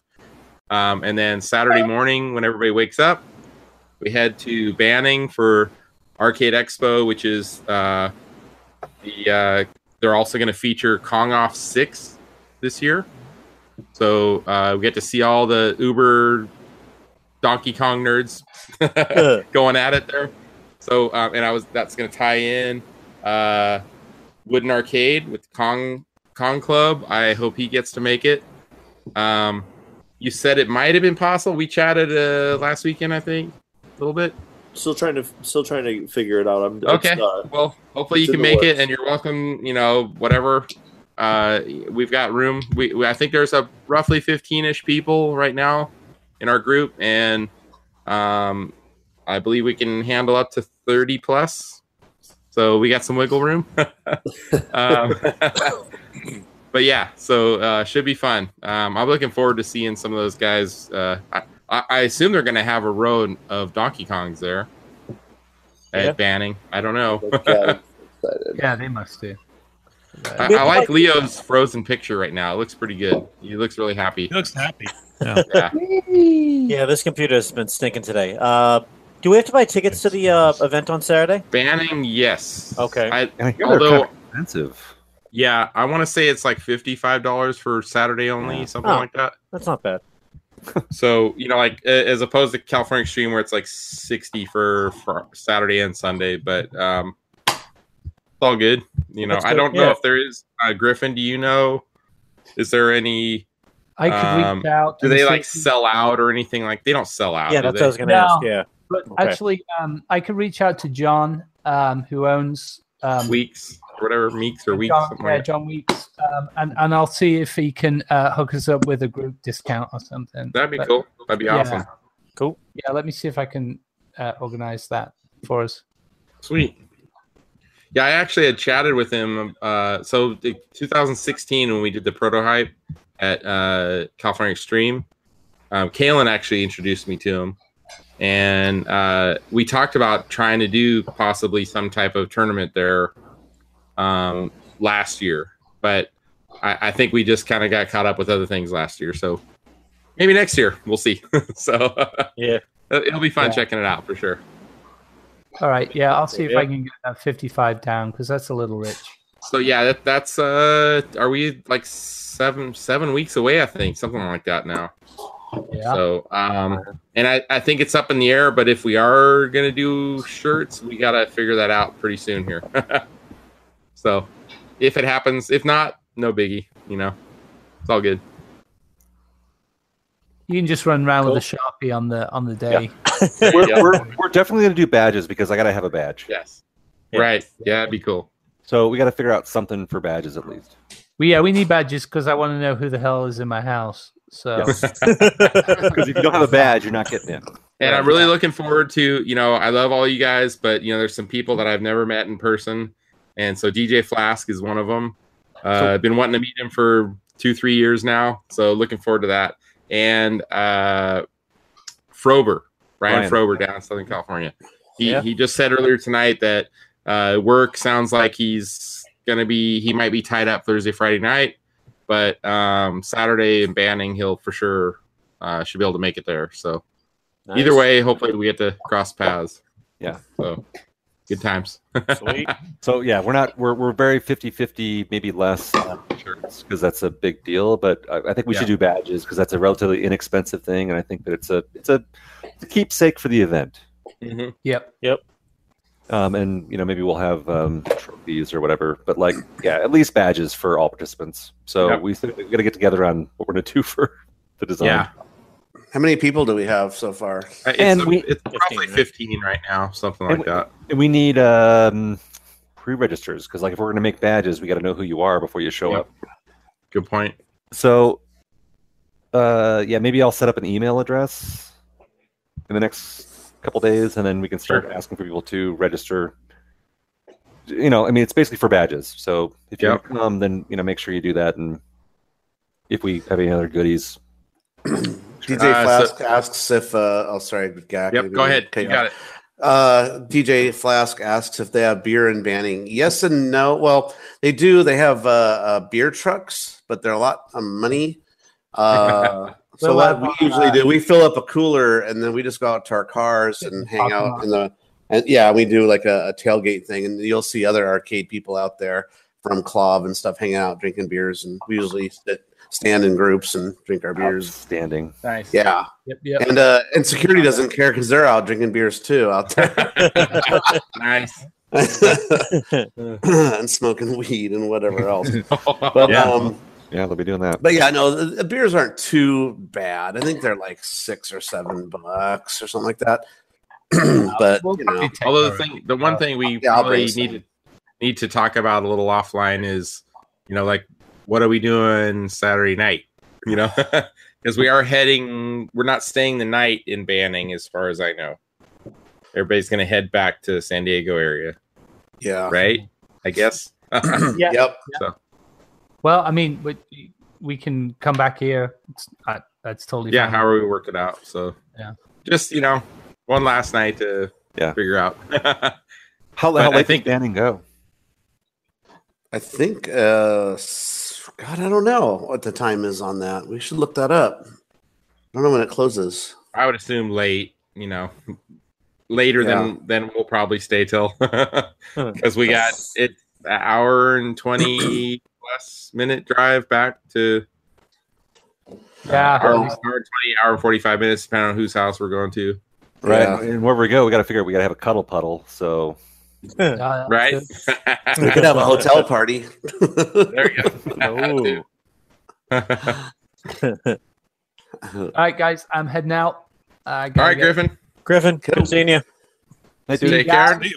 Speaker 5: Um, and then Saturday morning, when everybody wakes up, we head to Banning for Arcade Expo, which is uh, the uh, they're also gonna feature Kong Off Six this year. So uh, we get to see all the Uber Donkey Kong nerds going at it there. So, um, and I was that's going to tie in uh, Wooden Arcade with Kong Kong Club. I hope he gets to make it. Um, you said it might have been possible. We chatted uh, last weekend, I think, a little bit.
Speaker 9: Still trying to still trying to figure it out. I'm it's,
Speaker 5: Okay.
Speaker 9: uh,
Speaker 5: well, hopefully you
Speaker 9: it's in
Speaker 5: can
Speaker 9: the
Speaker 5: make it,
Speaker 9: works.
Speaker 5: and you're welcome. You know, whatever. Uh, we've got room. We, we I think there's a roughly 15ish people right now in our group, and um, I believe we can handle up to 30 plus. So we got some wiggle room. um, but yeah, so uh, should be fun. Um, I'm looking forward to seeing some of those guys. Uh, I, I I assume they're going to have a row of Donkey Kongs there at
Speaker 3: Yeah.
Speaker 5: Banning. I don't know.
Speaker 9: yeah,
Speaker 3: Yeah, they must do.
Speaker 5: I, I like Leo's frozen picture right now. It looks pretty good. He looks really happy. He
Speaker 6: looks happy.
Speaker 5: Yeah.
Speaker 8: Yeah, this computer has been stinking today. Uh, do we have to buy tickets to the uh, event on Saturday?
Speaker 5: Banning, yes.
Speaker 8: Okay.
Speaker 5: I,
Speaker 2: And I hear they're
Speaker 5: although,
Speaker 2: kind of expensive.
Speaker 5: yeah, I want to say it's like fifty-five dollars for Saturday only, something
Speaker 8: Oh.
Speaker 5: like that.
Speaker 8: That's not bad.
Speaker 5: So you know, like a- as opposed to California Extreme, where it's like sixty for, for Saturday and Sunday, but um, it's all good. You know,
Speaker 8: That's
Speaker 5: I
Speaker 8: good,
Speaker 5: don't
Speaker 8: yeah.
Speaker 5: know if there is uh, Griffin. Do you know? Is there any?
Speaker 3: I could
Speaker 5: um,
Speaker 3: reach out.
Speaker 5: Do
Speaker 3: and
Speaker 5: they
Speaker 3: see-
Speaker 5: like sell out or anything? Like they don't sell out.
Speaker 8: yeah,
Speaker 5: do
Speaker 8: that's what
Speaker 5: they?
Speaker 8: I was going to
Speaker 3: No.
Speaker 8: ask. Yeah.
Speaker 3: But
Speaker 8: Okay.
Speaker 3: actually, um, I could reach out to John, um, who owns um,
Speaker 5: weeks or whatever, meeks or weeks.
Speaker 3: John,
Speaker 5: something
Speaker 3: yeah,
Speaker 5: like that.
Speaker 3: John Weeks, um, and and I'll see if he can uh, hook us up with a group discount or something.
Speaker 5: That'd be
Speaker 3: But,
Speaker 5: cool. That'd be
Speaker 3: yeah.
Speaker 5: awesome.
Speaker 8: Cool.
Speaker 3: Yeah, let me see if I can uh, organize that for us.
Speaker 5: Sweet. Yeah, I actually had chatted with him. Uh, so the 2016 when we did the prototype at uh, California Extreme, um, Kalen actually introduced me to him, and uh, we talked about trying to do possibly some type of tournament there um, last year, but I, I think we just kind of got caught up with other things last year. So maybe next year we'll see. so
Speaker 8: Yeah.
Speaker 5: it'll be fun
Speaker 3: Yeah.
Speaker 5: checking it out for sure.
Speaker 3: All right. Yeah, I'll see if I
Speaker 8: Yeah.
Speaker 3: can get that fifty-five down because that's a little rich.
Speaker 5: So yeah, that, that's uh, are we like seven seven weeks away? I think something like that now.
Speaker 3: Yeah.
Speaker 5: So um, and I I think it's up in the air, but if we are gonna do shirts, we gotta figure that out pretty soon here. so if it happens, if not, no biggie. You know, it's all good.
Speaker 3: you can just run around with a sharpie on the on the day.
Speaker 2: We're,
Speaker 5: Yeah.
Speaker 2: we're, we're definitely going to do badges because I got to have a badge.
Speaker 5: Yes.
Speaker 8: Yeah.
Speaker 5: Right. Yeah, it'd be cool.
Speaker 2: So we got to figure out something for badges at least.
Speaker 3: We yeah, we need badges because I want to know who the hell is in my house. So
Speaker 2: Because if you don't have a badge, you're not getting in.
Speaker 5: And
Speaker 2: Right.
Speaker 5: I'm really looking forward to, you know, I love all you guys, but you know, there's some people that I've never met in person, and so DJ Flask is one of them. Uh, I've been wanting to meet him for two, three years now, so looking forward to that. And uh, Frober, Brian
Speaker 2: Brian.
Speaker 5: Frober down in Southern California. He
Speaker 8: Yeah.
Speaker 5: he just said earlier tonight that uh, work sounds like he's gonna be he might be tied up Thursday, Friday night, but um, Saturday and Banning he'll for sure uh, should be able to make it there. So. Either
Speaker 8: Nice.
Speaker 5: way, hopefully we get to cross paths.
Speaker 2: Yeah.
Speaker 5: So good times.
Speaker 8: Sweet.
Speaker 2: So yeah, we're not we're we're very 50-50, maybe less on shirts because that's a big deal. But I, I think we
Speaker 5: Yeah.
Speaker 2: should do badges because that's a relatively inexpensive thing, and I think that it's a it's a, it's a keepsake for the event.
Speaker 3: yep.
Speaker 2: Um, and you know maybe we'll have um, trophies or whatever. But like yeah, at least badges for all participants. So
Speaker 5: Yeah.
Speaker 2: we we got to get together on what we're gonna do for the design.
Speaker 5: Yeah.
Speaker 1: How many people do we have so far?
Speaker 5: Uh, It's,
Speaker 2: And
Speaker 5: a-
Speaker 2: we-
Speaker 5: it's
Speaker 8: 15,
Speaker 5: probably
Speaker 8: right?
Speaker 5: 15 right now, something
Speaker 2: And
Speaker 5: like
Speaker 2: we-
Speaker 5: that.
Speaker 2: And we need um, pre-registers because like if we're gonna make badges, we got to know who you are before you show
Speaker 5: Yeah.
Speaker 2: up.
Speaker 5: Good point.
Speaker 2: So, uh, yeah, maybe I'll set up an email address in the next couple days, and then we can start
Speaker 5: Sure.
Speaker 2: asking for people to register. You know, I mean, it's basically for badges. So if you
Speaker 5: Yep.
Speaker 2: come, then you know, make sure you do that. And if we have any other goodies,
Speaker 1: DJ
Speaker 5: Uh,
Speaker 1: Flask asks if. Uh, oh, sorry. Gak,
Speaker 5: Yep. Go ahead.
Speaker 1: Okay.
Speaker 5: You got it.
Speaker 1: Uh, DJ Flask asks if they have beer in Banning. Yes and no. Well, they do. They have uh, uh, beer trucks, but they're a lot of money. Uh, so
Speaker 3: We'll
Speaker 1: what
Speaker 3: have,
Speaker 1: we usually
Speaker 3: uh,
Speaker 1: do, we fill up a cooler and then we just go out to our cars and hang
Speaker 3: Parking
Speaker 1: out
Speaker 3: lot.
Speaker 1: in the. And yeah, we do like a, a tailgate thing, and you'll see other arcade people out there from Clov and stuff hanging out, drinking beers, and we usually sit, stand in groups and drink our beers.
Speaker 2: outstanding.
Speaker 3: Nice.
Speaker 1: Yeah.
Speaker 3: Yep. Yep.
Speaker 1: And uh, and security doesn't care because they're out drinking beers too out there.
Speaker 5: Nice.
Speaker 1: and smoking weed and whatever else. But
Speaker 2: yeah.
Speaker 1: um,
Speaker 2: yeah, they'll be doing that.
Speaker 1: but yeah, no, the, the beers aren't too bad. I think they're like six or seven bucks or something like that. but you know,
Speaker 5: Although the thing, the one thing we
Speaker 1: Yeah, I'll
Speaker 5: probably
Speaker 1: raise
Speaker 5: need
Speaker 1: them.
Speaker 5: to need to talk about a little offline is, you know, like what are we doing Saturday night? You know, because we are heading, we're not staying the night in Banning, as far as I know. Everybody's going to head back to the San Diego area,
Speaker 1: yeah,
Speaker 5: right? I guess.
Speaker 7: Yeah.
Speaker 1: yep,
Speaker 3: Well, I mean, we, we can come back here. It's, I, that's totally
Speaker 5: yeah,
Speaker 3: fine.
Speaker 5: how are we working out? So,
Speaker 3: Yeah.
Speaker 5: just you know, one last night to
Speaker 2: Yeah.
Speaker 5: figure out.
Speaker 2: How,
Speaker 5: But
Speaker 2: how
Speaker 5: I
Speaker 2: late
Speaker 5: think-
Speaker 2: think Banning go?
Speaker 1: I think. Uh, s- God, I don't know what the time is on that. We should look that up. I don't know when it closes.
Speaker 5: I would assume late, you know, later than than we'll probably stay till
Speaker 1: Hmm.
Speaker 5: because we got it an hour and twenty plus minute drive back to uh,
Speaker 3: Yeah.
Speaker 5: hour, hour and twenty, hour and forty five minutes, depending on whose house we're going to.
Speaker 1: Right.
Speaker 2: Yeah, And wherever we go, we got to figure out we got to have a cuddle puddle. So
Speaker 3: Uh,
Speaker 5: Right?
Speaker 3: so-
Speaker 1: We could have a hotel party.
Speaker 5: there you go.
Speaker 3: All right, guys, I'm heading out. I
Speaker 5: All
Speaker 3: gotta
Speaker 5: right,
Speaker 3: go.
Speaker 5: Griffin.
Speaker 8: Griffin, good seeing you.
Speaker 2: Hey, dude.
Speaker 5: Take
Speaker 3: Yeah.
Speaker 5: care.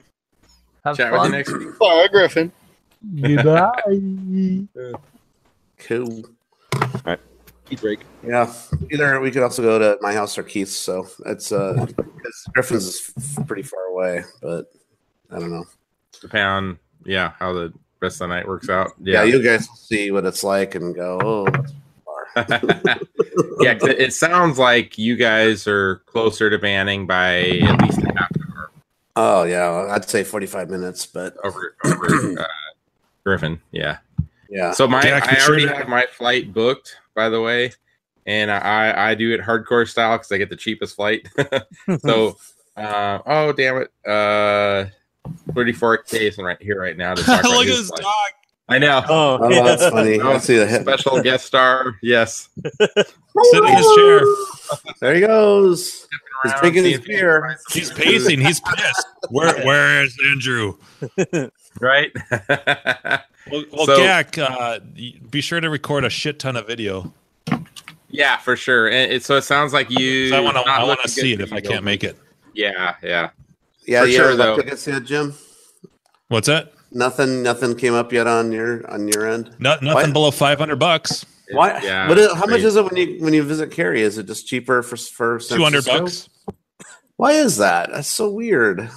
Speaker 3: Have
Speaker 5: Chat with you
Speaker 3: fun.
Speaker 5: next week.
Speaker 10: All right, Griffin.
Speaker 3: Goodbye.
Speaker 1: cool.
Speaker 5: Drake.
Speaker 1: Yeah. Either we could also go to my house or Keith's. So it's uh, 'cause Griffin's is f- pretty far away, but I don't know.
Speaker 5: Pound. Yeah, how the rest of the night works out.
Speaker 1: Yeah,
Speaker 5: Yeah.
Speaker 1: you guys will see what it's like and go, oh, that's far.
Speaker 5: yeah, 'cause it sounds like you guys are closer to banning by at least a half hour
Speaker 1: oh yeah, I'd say forty-five minutes, but
Speaker 5: over over uh, Griffin. Yeah.
Speaker 1: yeah,
Speaker 5: So my
Speaker 6: Jack,
Speaker 5: I
Speaker 6: you
Speaker 5: already
Speaker 6: sure?
Speaker 5: have my flight booked, by the way, and I I do it hardcore style because I get the cheapest flight. so uh, oh damn it, uh, thirty-four k is right here right now. To talk about
Speaker 6: Look at
Speaker 5: his
Speaker 6: his
Speaker 5: flight.
Speaker 6: dog.
Speaker 5: I know.
Speaker 8: Oh,
Speaker 1: oh,
Speaker 8: yeah.
Speaker 1: that's funny. I see the hip.
Speaker 5: Special guest star, yes.
Speaker 6: Sitting in his chair.
Speaker 1: There he goes. He's
Speaker 5: Around,
Speaker 1: drinking
Speaker 5: see
Speaker 1: his
Speaker 5: if he can
Speaker 1: beer.
Speaker 5: find some
Speaker 6: He's
Speaker 5: food.
Speaker 6: pacing. He's pissed. Where Where is Andrew?
Speaker 5: right?
Speaker 6: Well, well
Speaker 5: So-
Speaker 6: Gak, uh, y- be sure to record a shit ton of video.
Speaker 5: yeah, for sure. And it, so it sounds like you.
Speaker 6: 'Cause I want to.
Speaker 5: not
Speaker 6: I want
Speaker 5: looking
Speaker 6: to
Speaker 5: good
Speaker 6: see it
Speaker 5: for
Speaker 6: if
Speaker 5: you,
Speaker 6: I
Speaker 5: Bill.
Speaker 6: can't make it.
Speaker 5: Yeah, yeah.
Speaker 1: Yeah,
Speaker 5: For
Speaker 1: yeah.
Speaker 5: sure,
Speaker 1: Sure,
Speaker 5: though.
Speaker 1: tickets yet, Jim?
Speaker 6: What's that?
Speaker 1: Nothing, nothing came up yet on your on your end.
Speaker 6: No, nothing
Speaker 1: What?
Speaker 6: below five hundred bucks.
Speaker 1: Why?
Speaker 5: Yeah,
Speaker 1: what is, how much
Speaker 5: crazy.
Speaker 1: is it when you when you visit Cary? Is it just cheaper for for San
Speaker 6: Two hundred
Speaker 1: Francisco?
Speaker 6: bucks.
Speaker 1: Why is that? That's so weird.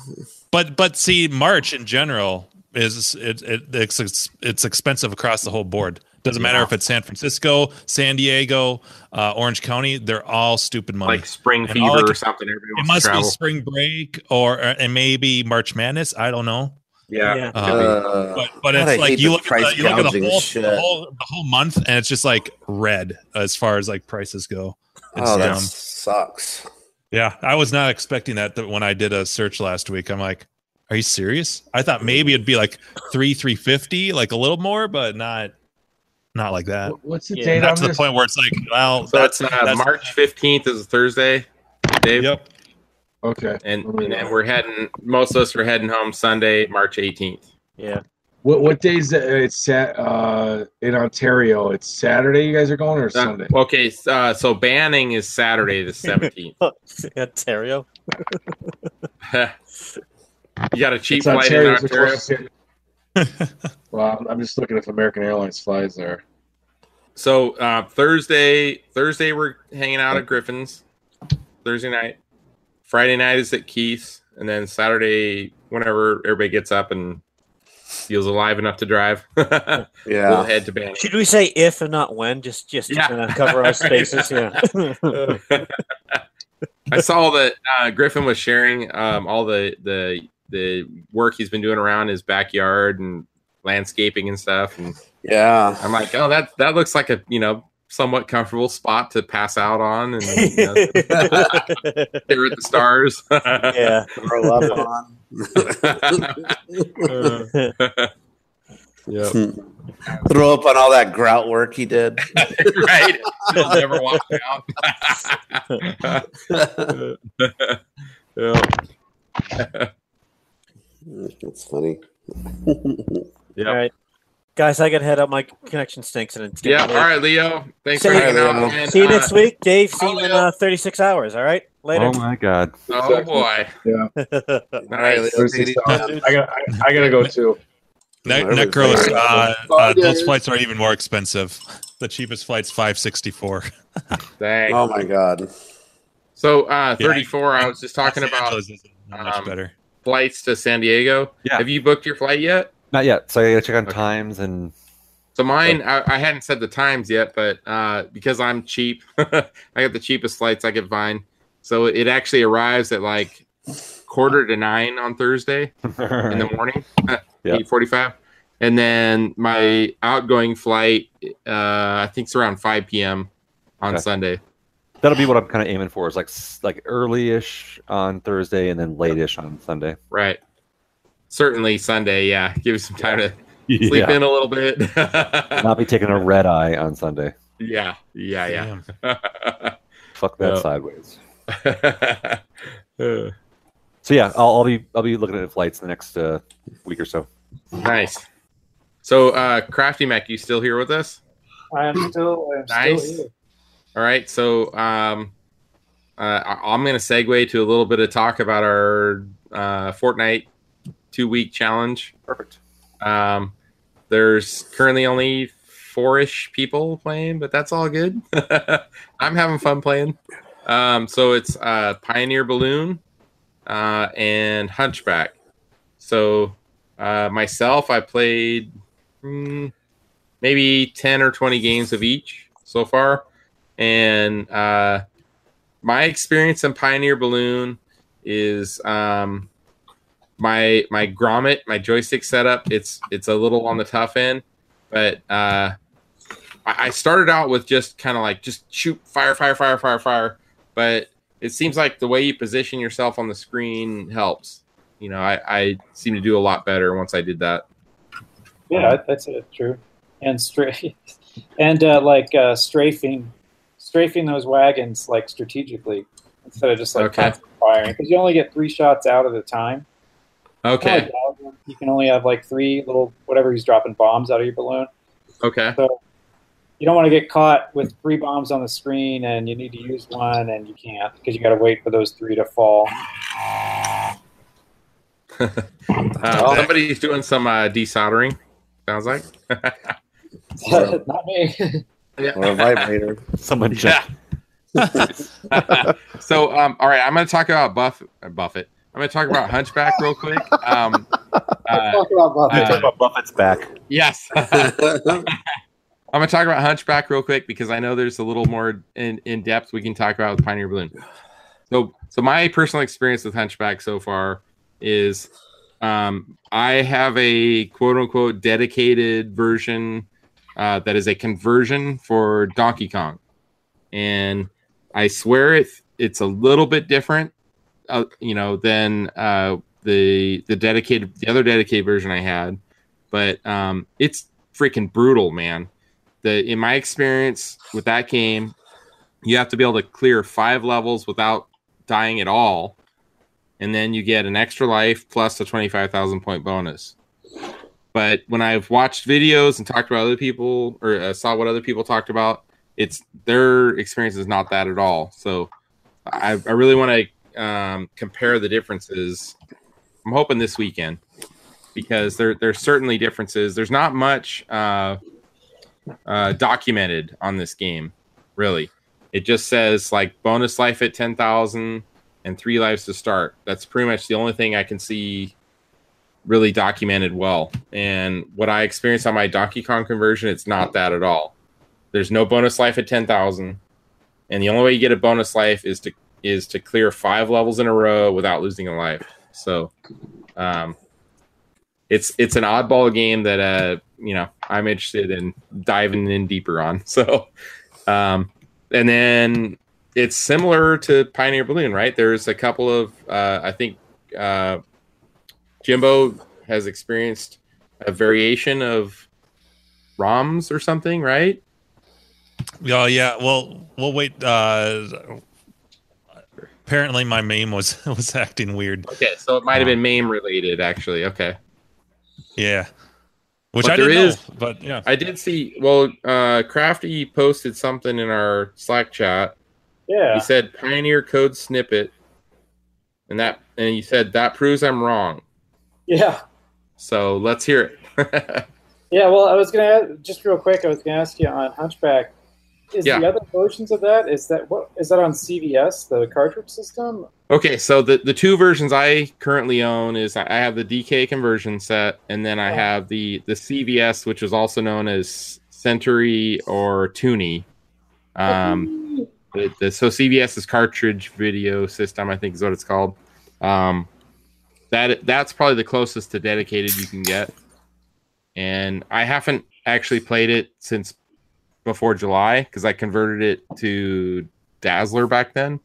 Speaker 6: But but see, March in general is it, it it's it's expensive across the whole board. Doesn't matter if it's San Francisco, San Diego, uh, Orange County. They're all stupid money.
Speaker 5: Like spring
Speaker 6: And all I
Speaker 5: fever or
Speaker 6: can-
Speaker 5: something. Everybody
Speaker 6: it
Speaker 5: wants
Speaker 6: must
Speaker 5: to
Speaker 6: be
Speaker 5: travel.
Speaker 6: spring break or uh, and maybe March Madness. I don't know.
Speaker 5: yeah.
Speaker 8: yeah.
Speaker 6: Uh, but but
Speaker 1: God, I
Speaker 6: it's like
Speaker 1: hate
Speaker 6: you
Speaker 1: this
Speaker 6: look, at the, you look at the
Speaker 1: gouging
Speaker 6: whole,
Speaker 1: shit.
Speaker 6: the whole the whole month and it's just like red as far as like prices go. It's
Speaker 1: Oh, that
Speaker 6: down.
Speaker 1: sucks.
Speaker 6: Yeah, I was not expecting that, that when I did a search last week. I'm like, are you serious? I thought maybe it'd be like three, three fifty, like a little more, but not, not like that.
Speaker 4: What's the
Speaker 8: Yeah,
Speaker 4: date
Speaker 6: Not
Speaker 4: on
Speaker 6: to the
Speaker 4: this?
Speaker 6: point where it's like, well,
Speaker 5: So
Speaker 6: that's,
Speaker 5: it's uh,
Speaker 6: that's
Speaker 5: March fifteenth is a Thursday, Dave,
Speaker 6: Yep.
Speaker 4: Okay.
Speaker 8: Oh,
Speaker 5: and and then we're heading. Most of us are heading home Sunday, March eighteenth.
Speaker 4: What what days uh, it's sat uh in Ontario? It's Saturday. You guys are going or Sunday?
Speaker 5: Uh, Okay, s- uh, so banning is Saturday the seventeenth.
Speaker 8: Ontario.
Speaker 5: you got a cheap
Speaker 4: It's
Speaker 5: flight
Speaker 4: Ontario,
Speaker 5: in
Speaker 4: it's the
Speaker 5: Ontario.
Speaker 4: closest- well, I'm- I'm just looking if American Airlines flies there.
Speaker 5: So uh, Thursday, Thursday we're hanging out at Griffin's. Thursday night, Friday night is at Keith's, and then Saturday, whenever everybody gets up and feels alive enough to drive, we'll
Speaker 1: Yeah.
Speaker 5: head to Banning.
Speaker 8: Should we say if and not when? Just just to
Speaker 5: Yeah.
Speaker 8: kind of cover our spaces. Yeah.
Speaker 5: I saw that uh, Griffin was sharing um, all the the the work he's been doing around his backyard and landscaping and stuff, and
Speaker 1: Yeah.
Speaker 5: I'm like, oh, that that looks like a you know somewhat comfortable spot to pass out on, and you know, stare at the stars.
Speaker 8: yeah.
Speaker 1: Throw up on.
Speaker 5: yeah.
Speaker 1: Throw up on all that grout work he did.
Speaker 5: right. You'll never walk out. yeah.
Speaker 1: That's funny.
Speaker 8: All right. Guys, I gotta head up. My connection stinks, and it's getting
Speaker 5: Yeah. All
Speaker 8: late.
Speaker 5: right, Leo. Thanks for
Speaker 8: See-
Speaker 5: hanging out. man.
Speaker 8: See you
Speaker 5: Uh,
Speaker 8: next week, Dave. See you in uh, 36 hours. All right, later.
Speaker 2: Oh my god.
Speaker 5: Oh boy.
Speaker 4: Yeah.
Speaker 8: All
Speaker 5: right, Leo,
Speaker 4: There's
Speaker 5: take it
Speaker 4: this, uh, I gotta, I, I gotta go too.
Speaker 6: Net,
Speaker 1: Whatever.
Speaker 6: Necros, uh, uh,
Speaker 10: Five
Speaker 6: those
Speaker 10: days.
Speaker 6: flights are even more expensive. The cheapest flight's five sixty four.
Speaker 5: Thanks.
Speaker 1: Oh my god.
Speaker 5: So uh, 34. I was just talking about
Speaker 6: not much
Speaker 5: um,
Speaker 6: better.
Speaker 5: flights to San Diego.
Speaker 2: Yeah.
Speaker 5: Have you booked your flight yet?
Speaker 2: Not yet. So I gotta check on
Speaker 5: Okay.
Speaker 2: times and
Speaker 5: So mine, I, I hadn't said the times yet, but uh, because I'm cheap, I got the cheapest flights I could find. So it actually arrives at like quarter to nine on Thursday in the morning,
Speaker 2: Yeah.
Speaker 5: eight forty-five, and then my outgoing flight, uh, I think it's around five p.m. on
Speaker 2: Okay.
Speaker 5: Sunday.
Speaker 2: that'll be what I'm kind of aiming for. Is like s- like early-ish on Thursday and then late-ish on Sunday.
Speaker 5: Right. Certainly Sunday. Yeah, give you some time to sleep in a little bit.
Speaker 2: Not be taking a red eye on Sunday.
Speaker 5: yeah, yeah,
Speaker 6: Damn.
Speaker 5: yeah.
Speaker 2: Fuck that
Speaker 5: Yeah.
Speaker 2: sideways.
Speaker 5: Uh,
Speaker 2: So yeah, I'll, I'll be I'll be looking at flights in the next uh, week or so.
Speaker 5: nice. So, uh, Crafty Mac, you still here with us?
Speaker 7: I am still, I am
Speaker 5: Nice.
Speaker 7: still here.
Speaker 5: All right. So, um, uh, I- I'm going to segue to a little bit of talk about our uh, Fortnite two week challenge.
Speaker 2: Perfect.
Speaker 5: Um, there's currently only four ish people playing, but that's all good. I'm having fun playing. Um, so it's uh, Pioneer Balloon uh, and Hunchback. So uh, myself, I played
Speaker 3: Mm,
Speaker 5: hmm, maybe 10 or 20 games of each so far. And uh, my experience in Pioneer Balloon is um, my my grommet, my joystick setup, it's it's a little on the tough end, but uh, I, I started out with just kind of like just shoot, fire, fire, fire, fire, fire. But it seems like the way you position yourself on the screen helps. You know, I, I seem to do a lot better once I did that.
Speaker 7: Yeah, that's it. True. And straight, and uh, like uh, strafing, strafing those wagons like strategically instead of just like
Speaker 5: Okay.
Speaker 7: constantly firing because you only get three shots out at a time.
Speaker 5: Okay,
Speaker 7: You can only have like three little whatever he's dropping bombs out of your balloon.
Speaker 5: okay,
Speaker 7: You don't want to get caught with three bombs on the screen and you need to use one and you can't because you got to wait for those three to fall.
Speaker 5: uh, somebody's doing some uh, desoldering. Sounds like
Speaker 1: Or
Speaker 7: Not me.
Speaker 1: a, or a vibrator.
Speaker 2: Someone just
Speaker 5: yeah. so, um, all right, I'm going to talk about Buff uh, Buffett. I'm going to talk about Hunchback real quick. Um, uh,
Speaker 7: Talk about Buffett.
Speaker 5: uh,
Speaker 2: Buffett's back.
Speaker 5: yes. I'm gonna talk about Hunchback real quick because I know there's a little more in, in depth we can talk about with Pioneer Balloon. So, so my personal experience with Hunchback so far is, um, I have a quote unquote dedicated version uh, that is a conversion for Donkey Kong, and I swear it it's a little bit different, uh, you know, than uh, the the dedicated the other dedicated version I had, but um, it's freaking brutal, man the in my experience with that game, you have to be able to clear five levels without dying at all, and then you get an extra life plus a twenty five thousand point bonus. But when I've watched videos and talked about other people or uh, saw what other people talked about, it's their experience is not that at all. So I, I really want to um, compare the differences. I'm hoping this weekend because there there's certainly differences. There's not much. Uh, uh, documented on this game, really. It just says like bonus life at 10,000 and three lives to start. That's pretty much the only thing I can see really documented well. And what I experienced on my Donkey Kong conversion, it's not that at all. There's no bonus life at 10,000. And the only way you get a bonus life is to is to clear five levels in a row without losing a life. So um it's it's an oddball game that uh you know I'm interested in diving in deeper on. So um and then it's similar to Pioneer Balloon, right? There's a couple of uh I think uh Jimbo has experienced a variation of ROMs or something, right?
Speaker 6: Oh yeah. Well, we'll wait. Uh, Apparently, my meme was was acting weird.
Speaker 5: Okay, so it might have been MAME related, actually. Okay.
Speaker 6: Yeah. Which
Speaker 5: But
Speaker 6: I
Speaker 5: there
Speaker 6: didn't
Speaker 5: is-
Speaker 6: know, but yeah,
Speaker 5: I did see, well, uh, Crafty posted something in our Slack chat.
Speaker 7: Yeah.
Speaker 5: He said Pioneer code snippet. And that, and he said that proves I'm wrong.
Speaker 7: Yeah.
Speaker 5: So let's hear it.
Speaker 7: Yeah, well, I was gonna ask, just real quick. I was gonna ask you on Hunchback. Is
Speaker 5: Yeah.
Speaker 7: the other versions of that is that what is that on CVS the cartridge system?
Speaker 5: Okay, so the, the two versions I currently own is I I have the DK conversion set, and then I have the the CVS, which is also known as Century or Toonie. Um, the, the, so CVS is cartridge video system, I think is what it's called. Um, that that's probably the closest to dedicated you can get, and I haven't actually played it since before July because I converted it to Dazzler back then.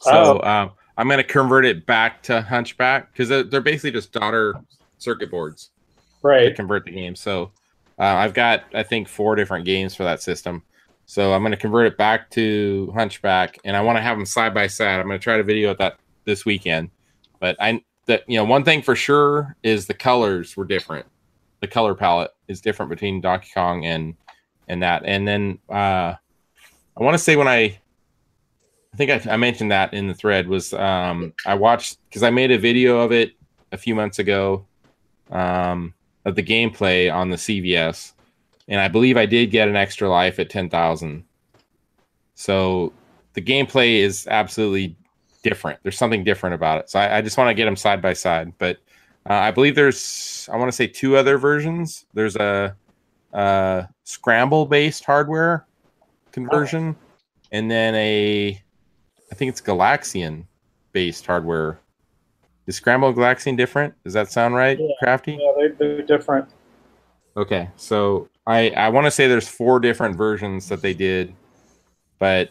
Speaker 5: So um, I'm going to convert it back to Hunchback because they're, they're basically just daughter circuit boards to
Speaker 7: Right.
Speaker 5: convert the game. So uh, I've got, I think, four different games for that system. So I'm going to convert it back to Hunchback, and I want to have them side by side. I'm going to try to video that this weekend. But I, that you know, one thing for sure is the colors were different. The color palette is different between Donkey Kong and and that. And then uh, I want to say when I I think I, I mentioned that in the thread was um, I watched because I made a video of it a few months ago um, of the gameplay on the CVS, and I believe I did get an extra life at ten thousand. So the gameplay is absolutely different. There's something different about it. So I, I just want to get them side by side. But uh, I believe there's I want to say two other versions. There's a, uh scramble based hardware conversion, and then a I think it's Galaxian based hardware. Is Scramble and Galaxian different? Does that sound right, Crafty?
Speaker 7: Yeah, they're, they're different.
Speaker 5: Okay, so I I want to say there's four different versions that they did, but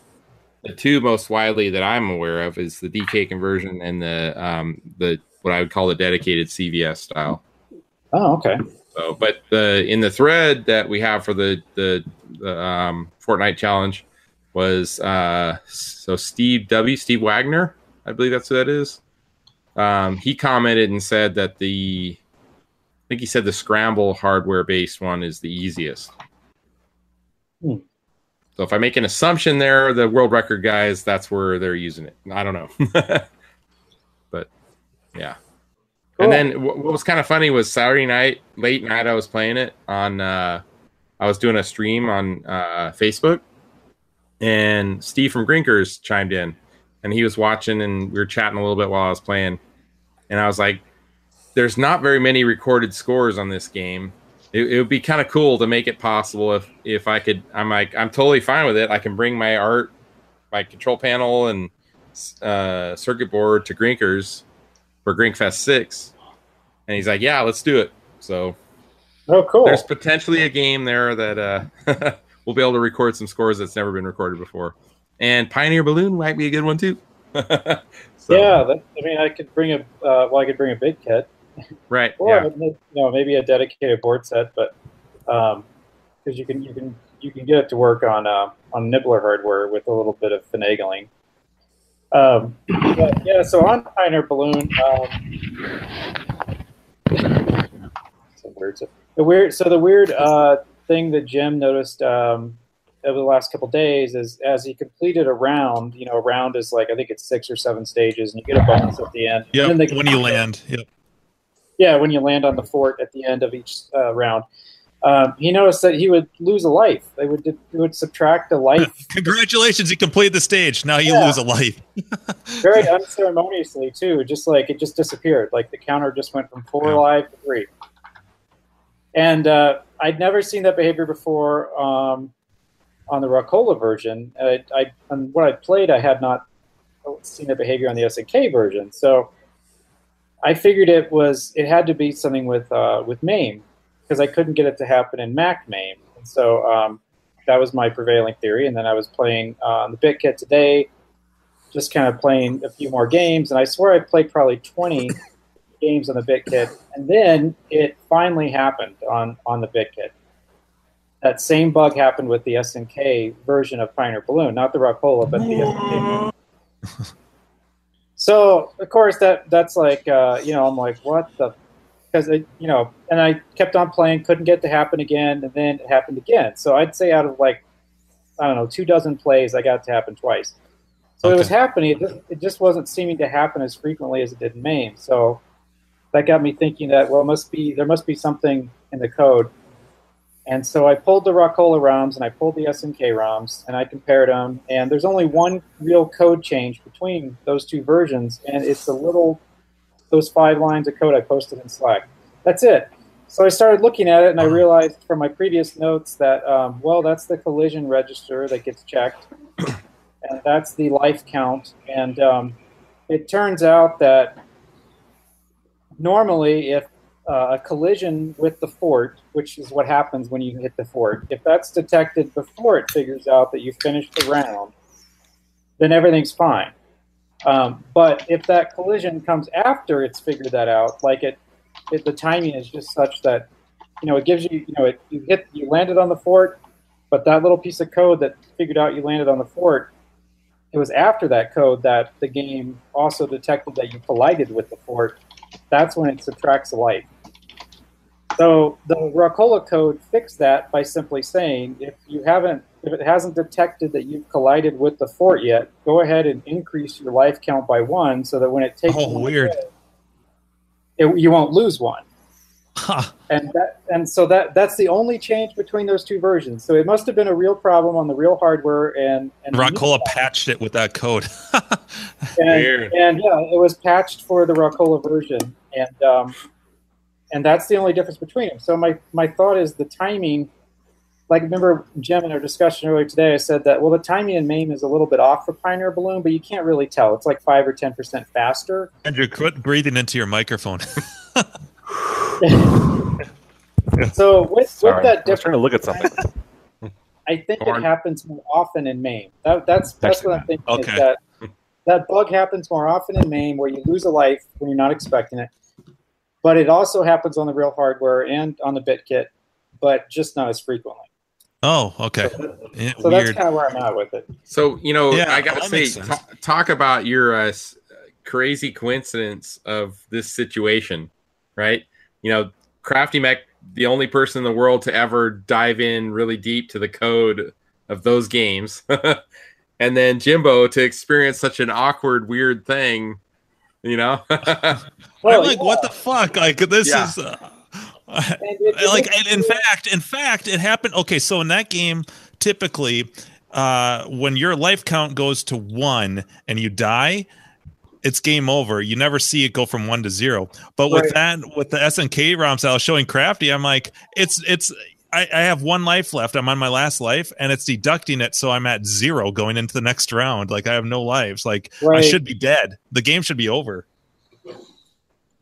Speaker 5: the two most widely that I'm aware of is the DK conversion and the um the what I would call the dedicated CVS style.
Speaker 7: Oh, okay.
Speaker 5: So, but the in the thread that we have for the the, the um, Fortnite challenge was uh, so Steve W. Steve Wagner, I believe that's who that is. Um, he commented and said that the I think he said the scramble hardware based one is the easiest.
Speaker 7: Hmm.
Speaker 5: So if I make an assumption there, the world record guys, that's where they're using it. I don't know. but yeah. And then wh- what was kind of funny was Saturday night, late night, I was playing it on. Uh, I was doing a stream on uh, Facebook, and Steve from Grinkers chimed in, and he was watching, and we were chatting a little bit while I was playing, and I was like, "There's not very many recorded scores on this game. It, it would be kind of cool to make it possible if if I could. I'm like, I'm totally fine with it. I can bring my art, my control panel, and uh, circuit board to Grinkers." for Grinkfest six, and he's like, "Yeah, let's do it." So
Speaker 7: Oh, cool.
Speaker 5: there's potentially a game there that uh, we'll be able to record some scores that's never been recorded before, and Pioneer Balloon might be a good one too. so,
Speaker 7: yeah, that, I mean, I could bring a uh, well, I could bring a big kit,
Speaker 5: right.
Speaker 7: or
Speaker 5: Yeah,
Speaker 7: you know maybe a dedicated board set, but because you can you can you can get it to work on uh, on nibbler hardware with a little bit of finagling. Um, but, yeah, so on Pioneer Balloon, um, some weird stuff. The weird, so the weird uh, thing that Jim noticed um, over the last couple days is as he completed a round. You know, a round is like I think it's six or seven stages, and you get a bonus at the end. and
Speaker 6: yeah.
Speaker 7: then they-
Speaker 6: When you land, yep.
Speaker 7: yeah, when you land on the fort at the end of each uh, round. Um, he noticed that he would lose a life. They would it would subtract a life
Speaker 6: Congratulations, you completed the stage. Now you
Speaker 7: Yeah.
Speaker 6: lose a life.
Speaker 7: very unceremoniously too. Just like it just disappeared. Like the counter just went from four
Speaker 6: Yeah.
Speaker 7: live to three. And uh, I'd never seen that behavior before um, on the Rockola version. I, I on what I played, I had not seen that behavior on the SNK version. So I figured it was it had to be something with uh, with MAME because I couldn't get it to happen in Mac MAME. And so um, that was my prevailing theory. And then I was playing uh, on the BitKit today, just kind of playing a few more games. And I swear I played probably 20 games on the BitKit. And then it finally happened on, on the BitKit. That same bug happened with the SNK version of Pioneer Balloon, not the Rockola, but the SNK. So of course that that's like uh, you know I'm like what the because you know and I kept on playing couldn't get it to happen again and then it happened again so I'd say out of like I don't know two dozen plays I got it to happen twice so it was happening it just, it just wasn't seeming to happen as frequently as it did in Maine so that got me thinking that well it must be there must be something in the code and so I pulled the Rockola ROMs and I pulled the SNK ROMs and I compared them. And there's only one real code change between those two versions, and it's the little those five lines of code I posted in Slack. That's it. So I started looking at it and I realized from my previous notes that um, well, that's the collision register that gets checked, and that's the life count. And um, it turns out that normally if uh, a collision with the fort, which is what happens when you hit the fort, if that's detected before it figures out that you finished the round, then everything's fine. Um, but if that collision comes after it's figured that out, like it, it, the timing is just such that, you know, it gives you, you know, it, you hit, you landed on the fort, but that little piece of code that figured out you landed on the fort, it was after that code that the game also detected that you collided with the fort. That's when it subtracts the life. So the Racola code fixed that by simply saying if you haven't if it hasn't detected that you've collided with the fort yet, go ahead and increase your life count by one so that when it takes
Speaker 6: Oh,
Speaker 7: one
Speaker 6: weird.
Speaker 7: it, you won't lose one.
Speaker 6: Huh.
Speaker 7: And that and so that that's the only change between those two versions. So it must have been a real problem on the real hardware and and
Speaker 6: Rockola patched it with that code.
Speaker 7: and, and yeah, it was patched for the Rockola version, and um, and that's the only difference between them. So my my thought is the timing. Like remember Jim in our discussion earlier today, I said that well the timing in MAME is a little bit off for Pioneer Balloon, but you can't really tell. It's like five or ten percent faster.
Speaker 6: Andrew, quit breathing into your microphone.
Speaker 7: So with, with
Speaker 2: Sorry.
Speaker 7: that
Speaker 2: I was trying
Speaker 7: difference,
Speaker 2: to look at something.
Speaker 7: I think
Speaker 5: Or-
Speaker 7: it happens more often in Maine. That, that's that's
Speaker 2: Actually
Speaker 7: what I'm thinking.
Speaker 6: Okay.
Speaker 7: Is that that bug happens more often in Maine, where you lose a life when you're not expecting it. But it also happens on the real hardware and on the BitKit, but just not as frequently.
Speaker 6: Oh, okay. Yeah,
Speaker 7: So that's
Speaker 6: weird.
Speaker 7: kind of where I'm at with it.
Speaker 5: So you know,
Speaker 6: Yeah,
Speaker 5: I gotta
Speaker 6: well, that
Speaker 5: say,
Speaker 6: makes
Speaker 5: t-
Speaker 6: sense.
Speaker 5: talk about your uh, s- crazy coincidence of this situation, right? You know, Crafty Mech, the only person in the world to ever dive in really deep to the code of those games, and then Jimbo to experience such an awkward, weird thing. You know,
Speaker 6: I'm like, what the fuck? Like this
Speaker 5: Yeah.
Speaker 6: is. Uh,
Speaker 7: And it- it
Speaker 6: like
Speaker 7: is-
Speaker 6: and in fact in fact it happened okay so in that game typically uh when your life count goes to one and you die it's game over you never see it go from one to zero but with that with the snk roms i was showing crafty i'm like it's it's I, I have one life left i'm on my last life and it's deducting it so i'm at zero going into the next round like i have no lives like i
Speaker 7: Right.
Speaker 6: should be dead the game should be over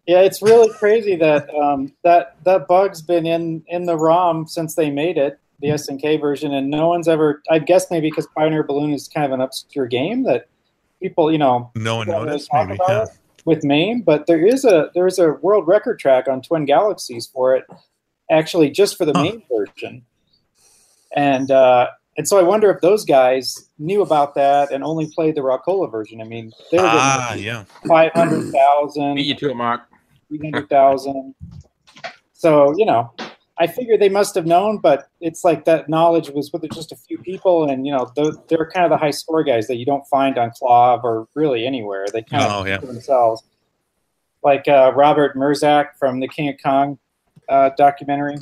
Speaker 7: Yeah, it's really crazy that um, that that bug's been in in the ROM since they made it, the SNK version, and no one's ever. I guess maybe because Pioneer Balloon is kind of an obscure game that people, you know,
Speaker 6: no one
Speaker 7: people don't really
Speaker 6: noticed
Speaker 7: talk
Speaker 6: maybe
Speaker 7: about
Speaker 6: yeah.
Speaker 7: it with Maine, but there is a there is a world record track on Twin Galaxies for it, actually just for the
Speaker 6: Huh.
Speaker 7: Maine version. And uh, and so I wonder if those guys knew about that and only played the Rockola version. I mean, they were getting
Speaker 6: ah yeah
Speaker 7: five hundred thousand
Speaker 5: beat you to it, Mark.
Speaker 7: three hundred thousand. So you know, I figure they must have known, but it's like that knowledge was with just a few people, and you know, they're, they're kind of the high score guys that you don't find on Clav or really anywhere. They kind
Speaker 6: Oh,
Speaker 7: of keep
Speaker 6: yeah.
Speaker 7: to themselves, like uh, Robert Murzak from the King of Kong uh, documentary,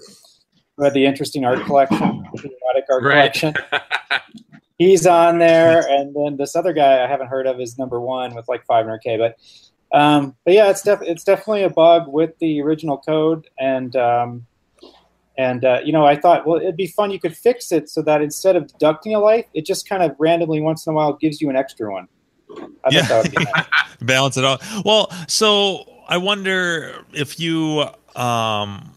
Speaker 7: who had the interesting art collection, the erotic art
Speaker 5: Right.
Speaker 7: collection he's on there, and then this other guy I haven't heard of is number one with like 500k. But um, but yeah, it's def- it's definitely a bug with the original code, and um, and uh, you know I thought well it'd be fun you could fix it so that instead of deducting a life, it just kind of randomly once in a while gives you an extra one. I
Speaker 6: Yeah.
Speaker 7: thought that would be nice.
Speaker 6: balance it out. Well, so I wonder if you um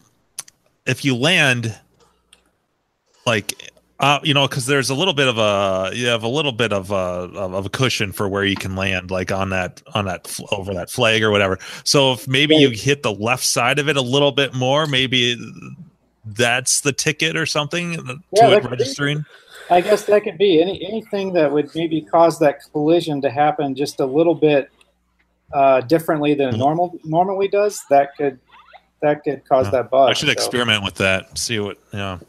Speaker 6: if you land like uh you know cuz there's a little bit of a you have a little bit of a of of a cushion for where you can land like on that on that fl- over that flag or whatever. So if maybe you hit the left side of it a little bit more, maybe that's the ticket or something uh, to
Speaker 7: Yeah, that
Speaker 6: it
Speaker 7: could be.
Speaker 6: registering.
Speaker 7: I guess that could be any anything that would maybe cause that collision to happen just a little bit uh, differently than it normal normally does, that could that could cause that bug.
Speaker 6: I should
Speaker 7: so.
Speaker 6: experiment with that. See what. Yeah.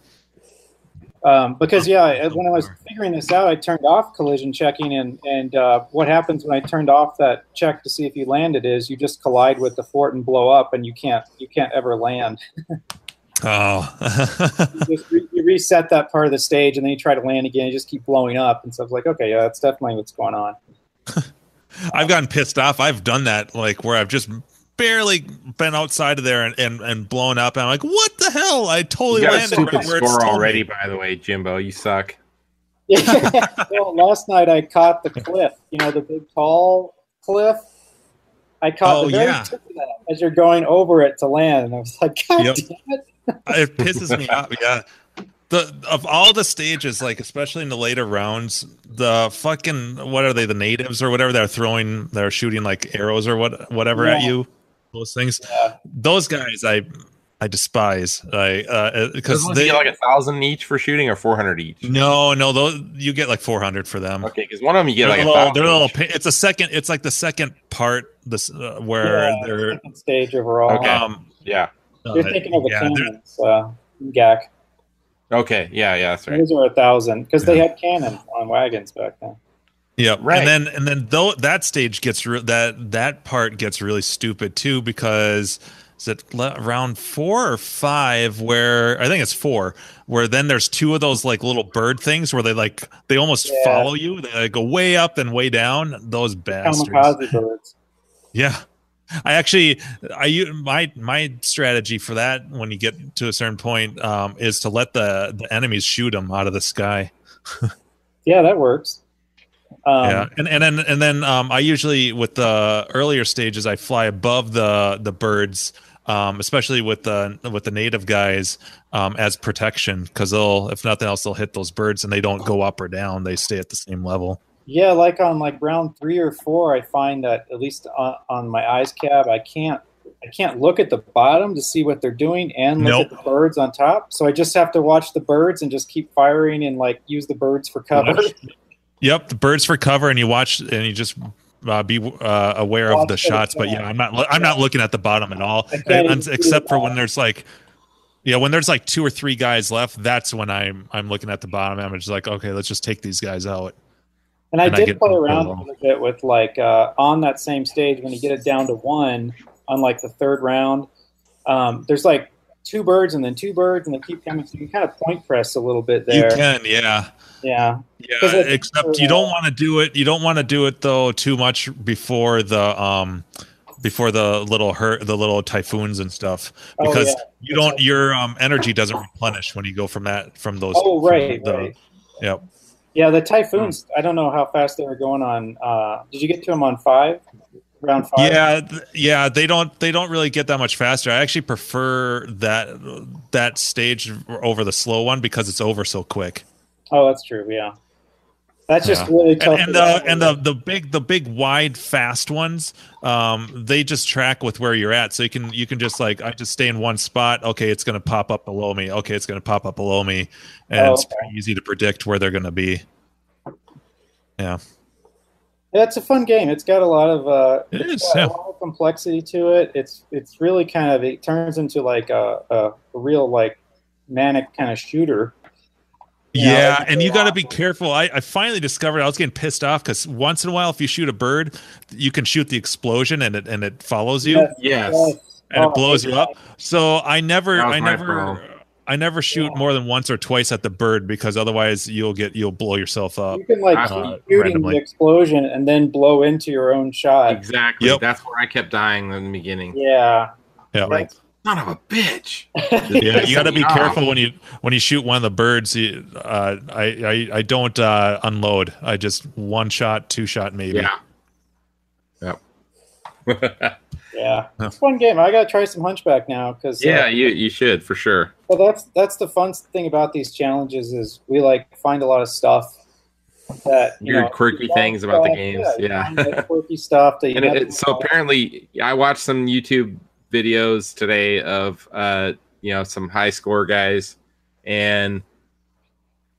Speaker 7: Um, because yeah, I- when I was figuring this out, I turned off collision checking, and and uh, what happens when I turned off that check to see if you landed is you just collide with the fort and blow up, and you can't you can't ever land.
Speaker 6: Oh.
Speaker 7: You just re- you reset that part of the stage, and then you try to land again. You just keep blowing up, and so I was like, okay, yeah, that's definitely what's going on.
Speaker 6: I've gotten pissed off. I've done that, like where I've just barely been outside of there and and, and blown up. And I'm like, what the hell? I
Speaker 5: You
Speaker 6: totally
Speaker 5: got a
Speaker 6: landed
Speaker 5: stupid
Speaker 6: right where it's
Speaker 5: score already, by the way, Jimbo. You suck.
Speaker 7: well, last night I caught the cliff, you know, the big tall cliff. I caught
Speaker 6: Oh,
Speaker 7: the very
Speaker 6: yeah.
Speaker 7: tip of that as you're going over it to land, and I was like, God
Speaker 6: Yep.
Speaker 7: damn it!
Speaker 6: It pisses me off. Yeah. The of all the stages, like especially in the later rounds, the fucking what are they? The natives or whatever they're throwing, they're shooting like arrows or what, whatever at
Speaker 7: Yeah.
Speaker 6: you. Those things.
Speaker 7: Yeah.
Speaker 6: Those guys, I I despise. I uh, because
Speaker 5: Doesn't it
Speaker 6: they
Speaker 5: get like a thousand each for shooting or four hundred each?
Speaker 6: no no those you get like four hundred for them.
Speaker 5: Okay, because one of them you get
Speaker 6: they're
Speaker 5: like a
Speaker 6: little,
Speaker 5: thousand.
Speaker 6: they're little.
Speaker 5: each.
Speaker 6: pa- It's a second. It's like the second part. This uh, where
Speaker 7: Yeah,
Speaker 6: they're
Speaker 7: second stage overall.
Speaker 5: Okay.
Speaker 6: um.
Speaker 5: Yeah.
Speaker 7: You're
Speaker 6: uh,
Speaker 7: thinking of a
Speaker 6: yeah, they're-
Speaker 7: cannon, so gack.
Speaker 5: Okay. Yeah. Yeah. That's right.
Speaker 7: Those are a thousand because they had cannons on wagons back then.
Speaker 6: Yep.
Speaker 5: Right.
Speaker 6: And then and then though that stage gets re- that that part gets really stupid too because is it le- round four or five where I think it's four where then there's two of those like little bird things where they like they almost
Speaker 7: Yeah.
Speaker 6: follow you they like, go way up and way down those bastards.
Speaker 7: Kamikaze birds.
Speaker 6: Yeah. I actually, I u- my my strategy for that when you get to a certain point um, is to let the the enemies shoot them out of the sky.
Speaker 7: Yeah, that works. Um,
Speaker 6: yeah, and and then and then um, I usually with the earlier stages I fly above the the birds, um, especially with the with the native guys um, as protection because they'll if nothing else they'll hit those birds and they don't go up or down they stay at the same level.
Speaker 7: Yeah, like on like round three or four, I find that at least on, on my eyes cab, I can't I can't look at the bottom to see what they're doing and look
Speaker 6: Nope.
Speaker 7: at the birds on top. So I just have to watch the birds and just keep firing and like use the birds for cover.
Speaker 6: Yep, the birds for cover and you watch and you just. Uh, be uh, aware of
Speaker 7: Watch
Speaker 6: the
Speaker 7: it,
Speaker 6: shots, but yeah,
Speaker 7: yeah.
Speaker 6: I'm not. lo- I'm not looking at the bottom at all,
Speaker 7: I can't
Speaker 6: and-
Speaker 7: even see
Speaker 6: except
Speaker 7: the
Speaker 6: for when
Speaker 7: bottom.
Speaker 6: there's like, yeah, when there's like two or three guys left. That's when I'm. I'm looking at the bottom. and I'm just like, okay, let's just take these guys out.
Speaker 7: And I
Speaker 6: And I
Speaker 7: did
Speaker 6: get
Speaker 7: play
Speaker 6: them
Speaker 7: around a
Speaker 6: overall.
Speaker 7: little bit with like uh, on that same stage when you get it down to one on like the third round. Um, there's like two birds and then two birds and they keep coming. So you can kind of point press a little bit there.
Speaker 6: You can, yeah,
Speaker 7: Yeah.
Speaker 6: yeah.
Speaker 7: 'Cause it's-
Speaker 6: Except you don't want to do it. You don't want to do it though too much before the um before the little hurt the little typhoons and stuff
Speaker 7: Oh,
Speaker 6: because
Speaker 7: yeah.
Speaker 6: you don't your um energy doesn't replenish when you go from that from those.
Speaker 7: Oh,
Speaker 6: from
Speaker 7: right,
Speaker 6: the-
Speaker 7: right.
Speaker 6: Yep.
Speaker 7: Yeah, the typhoons.
Speaker 6: Hmm.
Speaker 7: I don't know how fast they were going on. Uh, did you get to them on five? Round five.
Speaker 6: Yeah, th- yeah, they don't they don't really get that much faster. I actually prefer that that stage over the slow one because it's over so quick.
Speaker 7: Oh, that's true. Yeah. That's just
Speaker 6: Yeah.
Speaker 7: really
Speaker 6: And,
Speaker 7: tough.
Speaker 6: and the and the the big the big wide fast ones, um, they just track with where you're at. So you can you can just like I just stay in one spot. Okay, it's gonna pop up below me. Okay, it's gonna pop up below me, and
Speaker 7: Oh,
Speaker 6: it's
Speaker 7: okay.
Speaker 6: pretty easy to predict where they're gonna be.
Speaker 7: Yeah, it's a fun game. It's got a lot of uh,
Speaker 6: It
Speaker 7: it's
Speaker 6: is,
Speaker 7: got a
Speaker 6: yeah.
Speaker 7: lot of complexity to it. It's it's really kind of it turns into like a, a real like manic kind of shooter. you know,
Speaker 6: Yeah,
Speaker 7: like-
Speaker 6: and you got to be careful. I, I finally discovered I was getting pissed off because once in a while, if you shoot a bird, you can shoot the explosion and it and it follows you
Speaker 7: Yes.
Speaker 5: Yes.
Speaker 6: and
Speaker 7: Oh,
Speaker 6: it blows you up. So I never,
Speaker 5: That was
Speaker 6: I
Speaker 5: my
Speaker 6: never,
Speaker 5: problem.
Speaker 6: I never shoot
Speaker 7: Yeah.
Speaker 6: more than once or twice at the bird because otherwise you'll get you'll blow yourself up.
Speaker 7: You can like
Speaker 5: Uh,
Speaker 7: keep shooting
Speaker 6: randomly.
Speaker 7: the explosion and then blow into your own shot.
Speaker 5: Exactly.
Speaker 6: Yep.
Speaker 5: That's where I kept dying in the beginning.
Speaker 7: Yeah.
Speaker 6: Yeah,
Speaker 5: Like, son of a bitch.
Speaker 6: yeah. You got to be
Speaker 5: Yeah.
Speaker 6: careful when you when you shoot one of the birds. You, uh, I, I I don't uh, unload. I just one shot, two shot, maybe.
Speaker 5: Yeah. Yep.
Speaker 7: Yeah,
Speaker 6: Yeah.
Speaker 7: it's a fun game. I gotta try some Hunchback now because
Speaker 5: yeah, you you should for sure.
Speaker 7: well, that's that's the fun thing about these challenges is we like find a lot of stuff that you
Speaker 5: Weird,
Speaker 7: know,
Speaker 5: quirky
Speaker 7: fun
Speaker 5: things about the
Speaker 7: stuff,
Speaker 5: games.
Speaker 7: you
Speaker 5: Yeah.
Speaker 7: find, like, quirky stuff that you
Speaker 5: And it,
Speaker 7: never
Speaker 5: it- so
Speaker 7: thought of.
Speaker 5: apparently, I watched some YouTube videos today of uh, you know some high score guys, and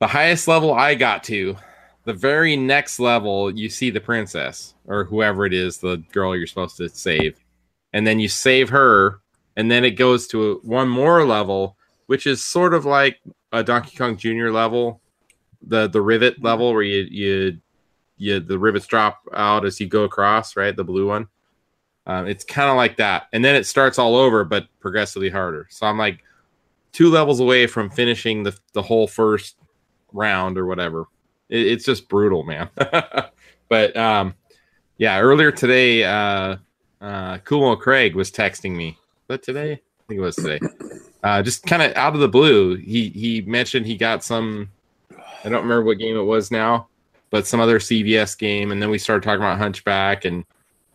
Speaker 5: the highest level I got to The very next level, you see the princess or whoever it is, the girl you're supposed to save, and then you save her, and then it goes to one more level, which is sort of like a Donkey Kong Jr. level, the the rivet level where you you you the rivets drop out as you go across, right? The blue one. Um, it's kind of like that, and then it starts all over, but progressively harder. So I'm like two levels away from finishing the the whole first round or whatever. It, it's just brutal, man. but um, yeah, earlier today, uh, uh, Kumo Craig was texting me. But today, I think it was today. Uh, just kind of out of the blue, he he mentioned he got some. I don't remember what game it was now, but some other CVS game, and then we started talking about Hunchback, and,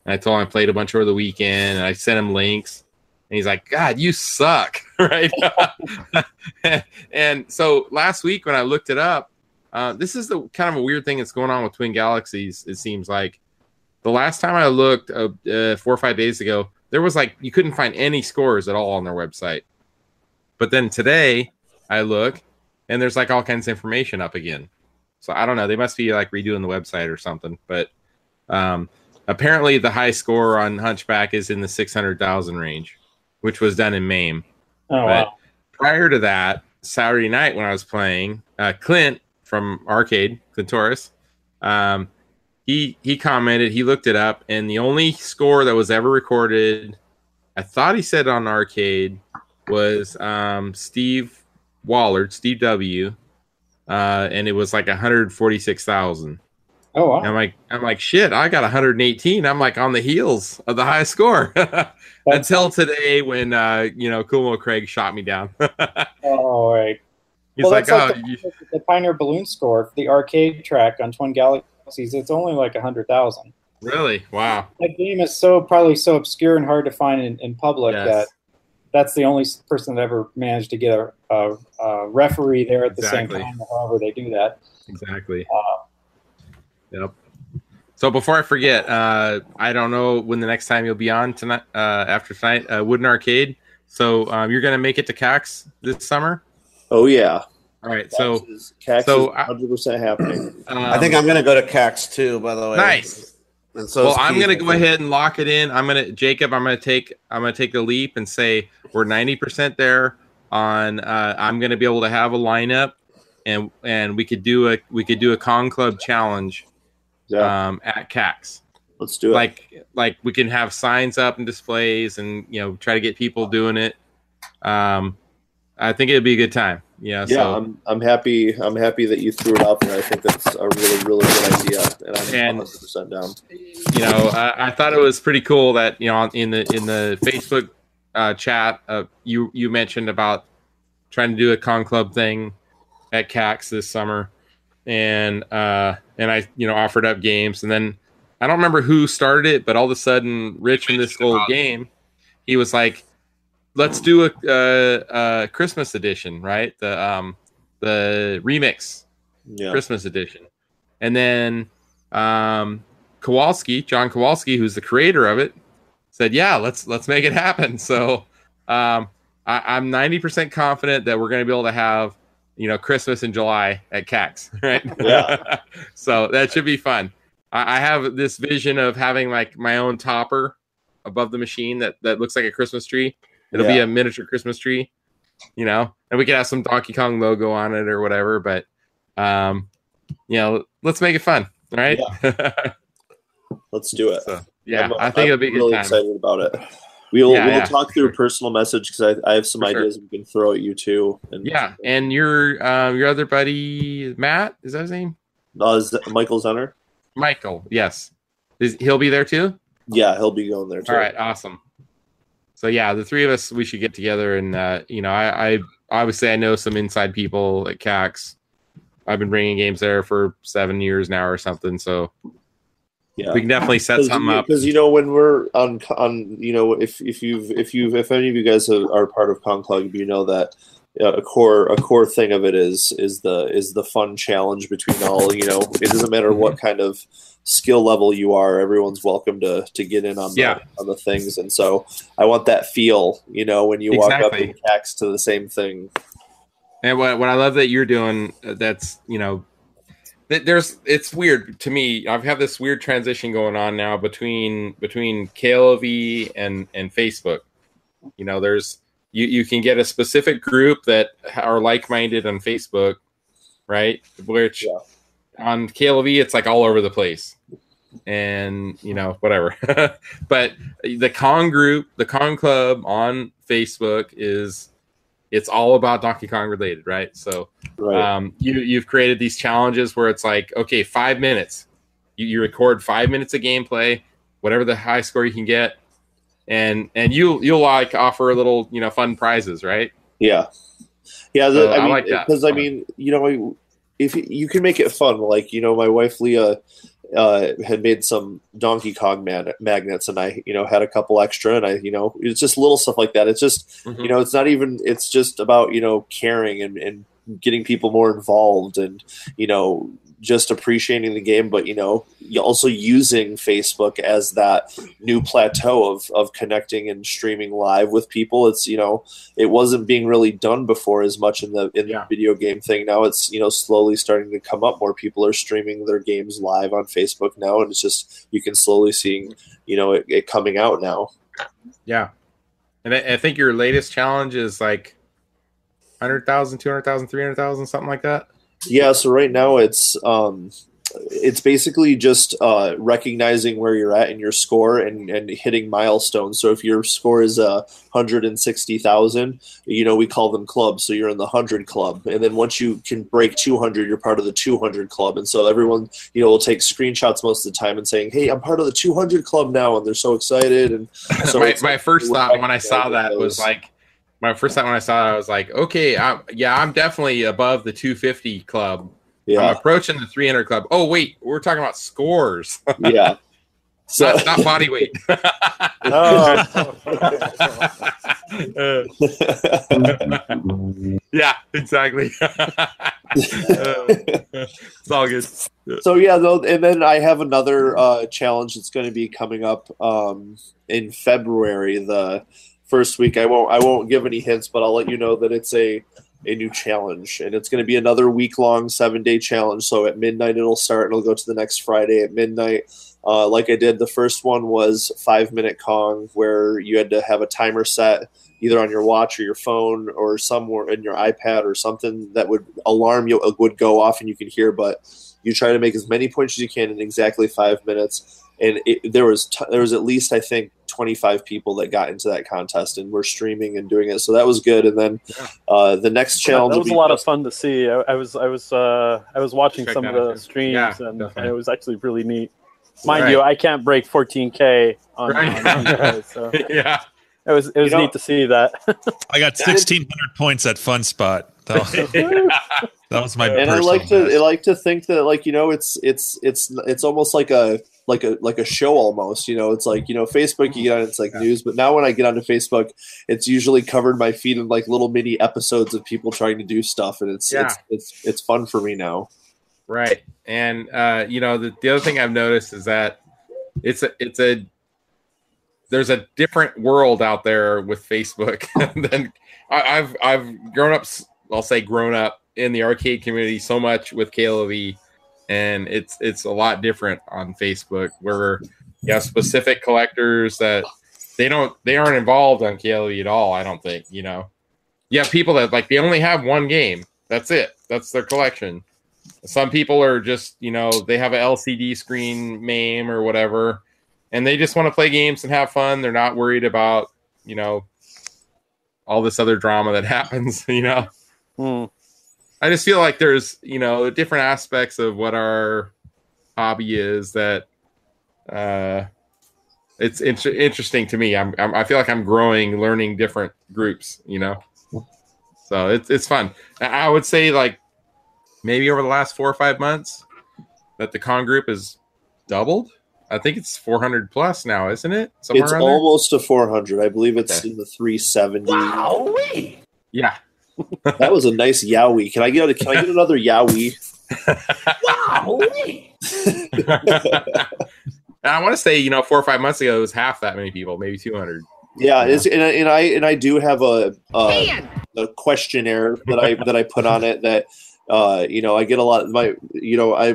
Speaker 5: and I told him I played a bunch over the weekend, and I sent him links, and he's like, "God, you suck!" right? and so last week when I looked it up, uh, this is the kind of a weird thing that's going on with Twin Galaxies. It seems like the last time I looked, uh, uh, four or five days ago, there was like you couldn't find any scores at all on their website. But then today I look, and there's like all kinds of information up again. So I don't know. They must be like redoing the website or something. But um, apparently, the high score on Hunchback is in the six hundred thousand range, which was done in MAME.
Speaker 7: Oh,
Speaker 5: But
Speaker 7: wow.
Speaker 5: prior to that, Saturday night when I was playing, uh, Clint from Arcade, Clint Torres, um, he he commented, he looked it up, and the only score that was ever recorded, I thought he said on Arcade, was um, Steve Wallard, Steve W, uh, and it was like 146,000.
Speaker 7: Oh, wow.
Speaker 5: I'm like, I'm like, shit, I got 118. I'm like on the heels of the high score until today when, uh, you know, Kumo Craig shot me down.
Speaker 7: All right.
Speaker 5: He's
Speaker 7: Well,
Speaker 5: like,
Speaker 7: that's
Speaker 5: oh,
Speaker 7: like
Speaker 5: you-
Speaker 7: The Pioneer Balloon score for the arcade track on Twin Galaxies, it's only like a hundred thousand.
Speaker 5: really? Wow.
Speaker 7: That game is so probably so obscure and hard to find in, in public
Speaker 5: Yes.
Speaker 7: that that's the only s- person that ever managed to get a, a, a referee there at the
Speaker 5: Exactly.
Speaker 7: same time, however they do that. Uh,
Speaker 5: Exactly. Yep. So before I forget, uh, I don't know when the next time you'll be on tonight. Uh, after tonight, uh, Wooden Arcade. So um, you're gonna make it to CAX this summer.
Speaker 9: Oh yeah,
Speaker 5: All right. So
Speaker 9: Cax
Speaker 5: So
Speaker 9: is
Speaker 5: I- Um,
Speaker 9: 100 percent happening.
Speaker 1: I think I'm going to go to CAX too, by the way.
Speaker 5: nice.
Speaker 1: And so
Speaker 5: well,
Speaker 1: is
Speaker 5: I'm
Speaker 1: Keith,
Speaker 5: gonna
Speaker 1: I
Speaker 5: go
Speaker 1: think.
Speaker 5: ahead and lock it in. I'm gonna Jacob. I'm gonna take. I'm gonna take the leap and say we're 90 percent there. On uh, I'm gonna be able to have a lineup, and and we could do a we could do a con club challenge
Speaker 9: Yeah,
Speaker 5: um, at CAX.
Speaker 9: let's do it.
Speaker 5: like like we can have signs up and displays and you know try to get people doing it um i think it'd be a good time yeah,
Speaker 9: yeah,
Speaker 5: so
Speaker 9: I'm, I'm happy. I'm happy that you threw it out there. I think that's a really, really good idea, and I'm
Speaker 5: And-
Speaker 9: 100 percent down.
Speaker 5: you know I, I thought it was pretty cool that you know in the in the facebook uh chat uh you you mentioned about trying to do a con club thing at cax this summer and uh and i you know offered up games and then i don't remember who started it but all of a sudden rich from this old game he was like let's do a uh, uh christmas edition right the um the remix
Speaker 9: Yeah,
Speaker 5: Christmas edition. And then um, Kowalski, John Kowalski, who's the creator of it, said, "Yeah, let's let's make it happen." So um, I, I'm 90% confident that we're going to be able to have you know Christmas in July at CAX, right?
Speaker 9: Yeah.
Speaker 5: so that should be fun. I, I have this vision of having like my own topper above the machine that that looks like a Christmas tree. It'll be
Speaker 9: Yeah.
Speaker 5: a miniature Christmas tree, you know, and we could have some Donkey Kong logo on it or whatever. But um, you know, let's make it fun, right? Yeah,
Speaker 9: let's do it.
Speaker 5: so, yeah
Speaker 9: I'm, uh,
Speaker 5: I think
Speaker 9: I'm
Speaker 5: it'll be a
Speaker 9: really
Speaker 5: good time.
Speaker 9: excited about it. We'll
Speaker 5: Yeah,
Speaker 9: we'll
Speaker 5: yeah,
Speaker 9: talk through
Speaker 5: sure.
Speaker 9: personal message because I, I have some
Speaker 5: For sure.
Speaker 9: ideas we can throw at you too. And,
Speaker 5: Yeah, and your um, your other buddy Matt is that his name?
Speaker 9: uh, is that Michael Zenner.
Speaker 5: Michael. Yes, is, he'll be there too.
Speaker 9: Yeah, he'll be going there too.
Speaker 5: All right, awesome. So yeah, the three of us we should get together, and uh, you know, I, I obviously I know some inside people at CAX. I've been bringing games there for seven years now or something, so
Speaker 9: Yeah.
Speaker 5: we can definitely set something up.
Speaker 9: because you know when we're on on you know if if you've if you've if any of you guys have, are part of Conclave, you know that uh, a core a core thing of it is is the is the fun challenge between all you know it doesn't matter what
Speaker 5: Mm-hmm.
Speaker 9: kind of skill level you are everyone's welcome to to get in on the,
Speaker 5: Yeah.
Speaker 9: on the things and so I want that feel you know when you walk up
Speaker 5: Exactly.
Speaker 9: and tax to the same thing
Speaker 5: And what what I love that you're doing uh, that's you know th- there's it's weird to me. I've had this weird transition going on now between between KLOV and and Facebook. You know, there's you you can get a specific group that are like minded on Facebook, right? Which on KLOV it's like all over the place, and you know whatever. but the Kong group, the Kong Club on Facebook is it's all about Donkey Kong related, right? So um, you you've created these challenges where it's like, okay, five minutes. You, you record five minutes of gameplay, whatever the high score you can get, and and you you'll like offer little you know fun prizes, right?
Speaker 9: Yeah, yeah.
Speaker 5: So
Speaker 9: the, I
Speaker 5: I
Speaker 9: mean,
Speaker 5: like that.
Speaker 9: because I mean, you know, if you can make it fun, like you know, my wife Leah uh, had made some Donkey Kong man- magnets, and I, you know, had a couple extra, and I, you know, it's just little stuff like that. It's just,
Speaker 5: Mm-hmm.
Speaker 9: you know, it's not even. It's just about you know caring and and getting people more involved, and you know, just appreciating the game, but you know, you also using Facebook as that new plateau of of connecting and streaming live with people. It's you know, it wasn't being really done before as much in the in the video game thing. Now it's you know slowly starting to come up. More people are streaming their games live on Facebook now, and it's just you can slowly seeing you know it, it coming out now.
Speaker 5: Yeah, and I, I think your latest challenge is like 100,000, 200,000, 300,000, something like that.
Speaker 9: Yeah, so right now it's um it's basically just uh recognizing where you're at in your score and and hitting milestones. So if your score is uh 160,000, you know, we call them clubs, so you're in the 100 club. And then once you can break 200, you're part of the 200 club. And so everyone, you know, will take screenshots most of the time and saying, "Hey, I'm part of the 200 club now." And they're so excited and so
Speaker 5: my,
Speaker 9: it's-
Speaker 5: my first thought when I saw
Speaker 9: recognizing
Speaker 5: that was
Speaker 9: those.
Speaker 5: like, my first thought when I saw that, I was like, okay, i yeah, I'm definitely above the 250 club.
Speaker 9: Yeah.
Speaker 5: I'm approaching the 300 club. Oh, wait, we're talking about scores.
Speaker 9: yeah. So-
Speaker 5: not, not body weight.
Speaker 11: Oh,
Speaker 5: Oh. yeah, exactly. it's all good.
Speaker 9: so yeah though and then i have another uh, challenge that's going to be coming up um, in february the first week i won't i won't give any hints but i'll let you know that it's a a new challenge and it's going to be another week long seven day challenge so at midnight it'll start and it'll go to the next friday at midnight uh, like i did the first one was five minute kong where you had to have a timer set either on your watch or your phone or somewhere in your ipad or something that would alarm you uh, would go off and you can hear but you try to make as many points as you can in exactly five minutes. And it, there was t- there was at least I think 25 people that got into that contest and were streaming and doing it. So that was good. And then uh, the next challenge
Speaker 11: that
Speaker 9: will
Speaker 11: was
Speaker 9: be
Speaker 11: a lot of fun to see. I, I was I was uh, I was watching
Speaker 9: Check
Speaker 11: some of
Speaker 9: that out,
Speaker 11: the
Speaker 9: too.
Speaker 11: streams
Speaker 9: Yeah,
Speaker 11: and,
Speaker 9: definitely.
Speaker 11: and it was actually really neat. Mind
Speaker 9: Right.
Speaker 11: you, I can't break 14k on,
Speaker 6: Right.
Speaker 11: on Tuesday, so
Speaker 5: yeah.
Speaker 11: It was it was
Speaker 6: You know-
Speaker 11: neat to see that.
Speaker 6: I got sixteen hundred points at Fun Spot. That was, that was my
Speaker 9: and I
Speaker 6: personal.
Speaker 9: like to I like to think that like you know it's it's it's it's almost like a like a like a show almost you know it's like you know Facebook you get on it's like news but now when I get onto Facebook it's usually covered my feed in like little mini episodes of people trying to do stuff and it's it's, it's it's fun for me now.
Speaker 5: Right. And uh, you know, the, the other thing I've noticed is that it's a it's a there's a different world out there with Facebook than I, I've I've grown up s- I'll say grown up in the arcade community so much with KLOV and it's it's a lot different on Facebook where you have specific collectors that they don't they aren't involved on KLOV at all, I don't think, you know. You have people that like they only have one game. That's it. That's their collection some people are just you know they have a lcd screen mame or whatever and they just want to play games and have fun they're not worried about you know all this other drama that happens you know i just feel like there's you know different aspects of what our hobby is that uh it's inter- interesting to me I'm, I'm i feel like i'm growing learning different groups you know so it's it's fun i I would say like maybe over the last four or five months that the con group has doubled. I think it's 400 plus now, isn't it? Somewhere
Speaker 9: it's
Speaker 5: around there?
Speaker 9: almost a 400. I believe it's in the 370. Wow,
Speaker 5: yeah.
Speaker 9: that was a nice yowie. Can I get a, can I get another yowie?
Speaker 5: And I want to say, you know, four or five months ago, it was half that many people, maybe 200.
Speaker 9: Yeah, It's, and, I- and I and I do have a, a a questionnaire that I that I put on it that Uh, you know, I get a lot. My, you know, I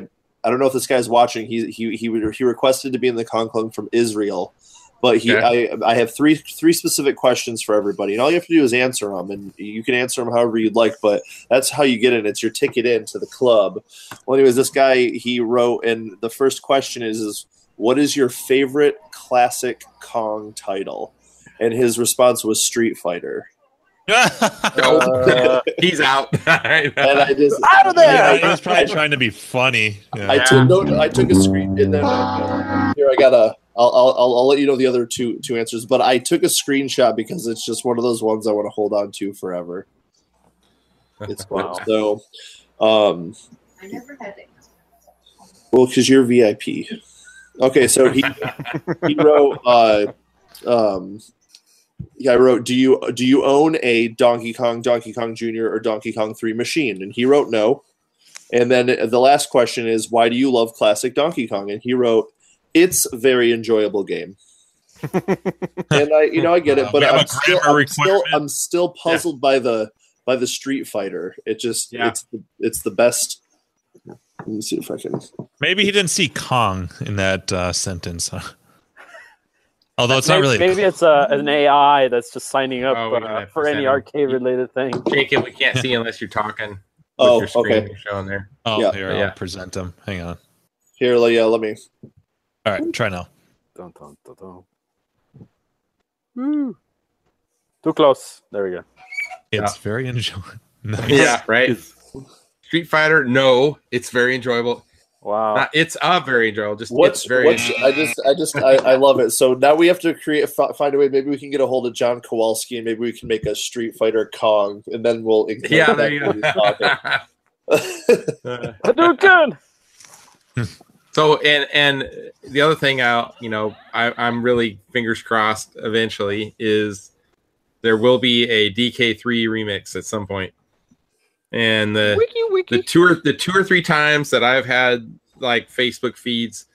Speaker 9: I don't know if this guy's watching. He he he would- he requested to be in the conclave from Israel, but he
Speaker 10: Okay.
Speaker 9: I I have three three specific questions for everybody, and all you have to do is answer them, and you can answer them however you'd like. But that's how you get in. It's your ticket into the club. Well, anyways, this guy he wrote, and the first question is is what is your favorite classic Kong title? And his response was Street Fighter.
Speaker 5: Uh, He's out. and
Speaker 9: I just
Speaker 6: out
Speaker 9: of there!
Speaker 6: he was probably trying to be funny.
Speaker 9: I took no, I took a screen and then here I got a. I'll, I'll I'll I'll let you know the other two two answers, but I took a screenshot because it's just one of those ones I want to hold on to forever. It's fun.
Speaker 10: Wow.
Speaker 9: So, um, well, because you're VIP. Okay, so he he wrote. Uh, um, yeah, I wrote, "Do you do you own a Donkey Kong, Donkey Kong Jr. or Donkey Kong 3 machine?" And he wrote, "No." And then the last question is, "Why do you love classic Donkey Kong?" And he wrote, "It's a very enjoyable game." and I, you know, I get it,
Speaker 6: Wow,
Speaker 9: but
Speaker 6: we have
Speaker 9: I'm
Speaker 6: a
Speaker 9: still,
Speaker 6: grammar
Speaker 9: I'm still I'm still puzzled by the by the Street Fighter. It just
Speaker 6: Yeah.
Speaker 9: it's the, it's the best. Let me see if I can.
Speaker 6: Maybe he didn't see Kong in that uh, sentence. huh? Although it's not
Speaker 11: maybe,
Speaker 6: really.
Speaker 11: Maybe it's uh, an AI that's just signing up
Speaker 5: Oh, we
Speaker 11: uh,
Speaker 5: gotta
Speaker 11: for any
Speaker 5: present 'em.
Speaker 11: arcade related thing.
Speaker 5: Jacob, we can't see unless you're talking. With
Speaker 9: Oh,
Speaker 5: your screen
Speaker 9: okay.
Speaker 5: showing there.
Speaker 6: Oh,
Speaker 9: Yeah.
Speaker 6: here,
Speaker 5: Yeah.
Speaker 6: I'll present him. Hang on.
Speaker 9: Here, le- yeah, let me.
Speaker 6: All right, try now.
Speaker 11: Dun, dun, dun, dun. Woo. Too close. There we go.
Speaker 6: It's very enjoyable. Nice.
Speaker 5: Yeah, right. Street Fighter, no, it's very enjoyable.
Speaker 11: Wow,
Speaker 5: Not- it's uh very enjoyable. Just
Speaker 9: What's
Speaker 5: it's very.
Speaker 9: what's I just I just I, I love it. So now we have to create fi- find a way. Maybe we can get a hold of John Kowalski and maybe we can make a Street Fighter Kong, and then we'll
Speaker 5: yeah, there you
Speaker 9: exactly what he's talking.
Speaker 5: go.
Speaker 11: Hadouken!
Speaker 5: so and and the other thing I you know I, I'm really fingers crossed eventually is there will be a DK3 remix at some point, and the the two or the two or three times that I've had like Facebook feeds,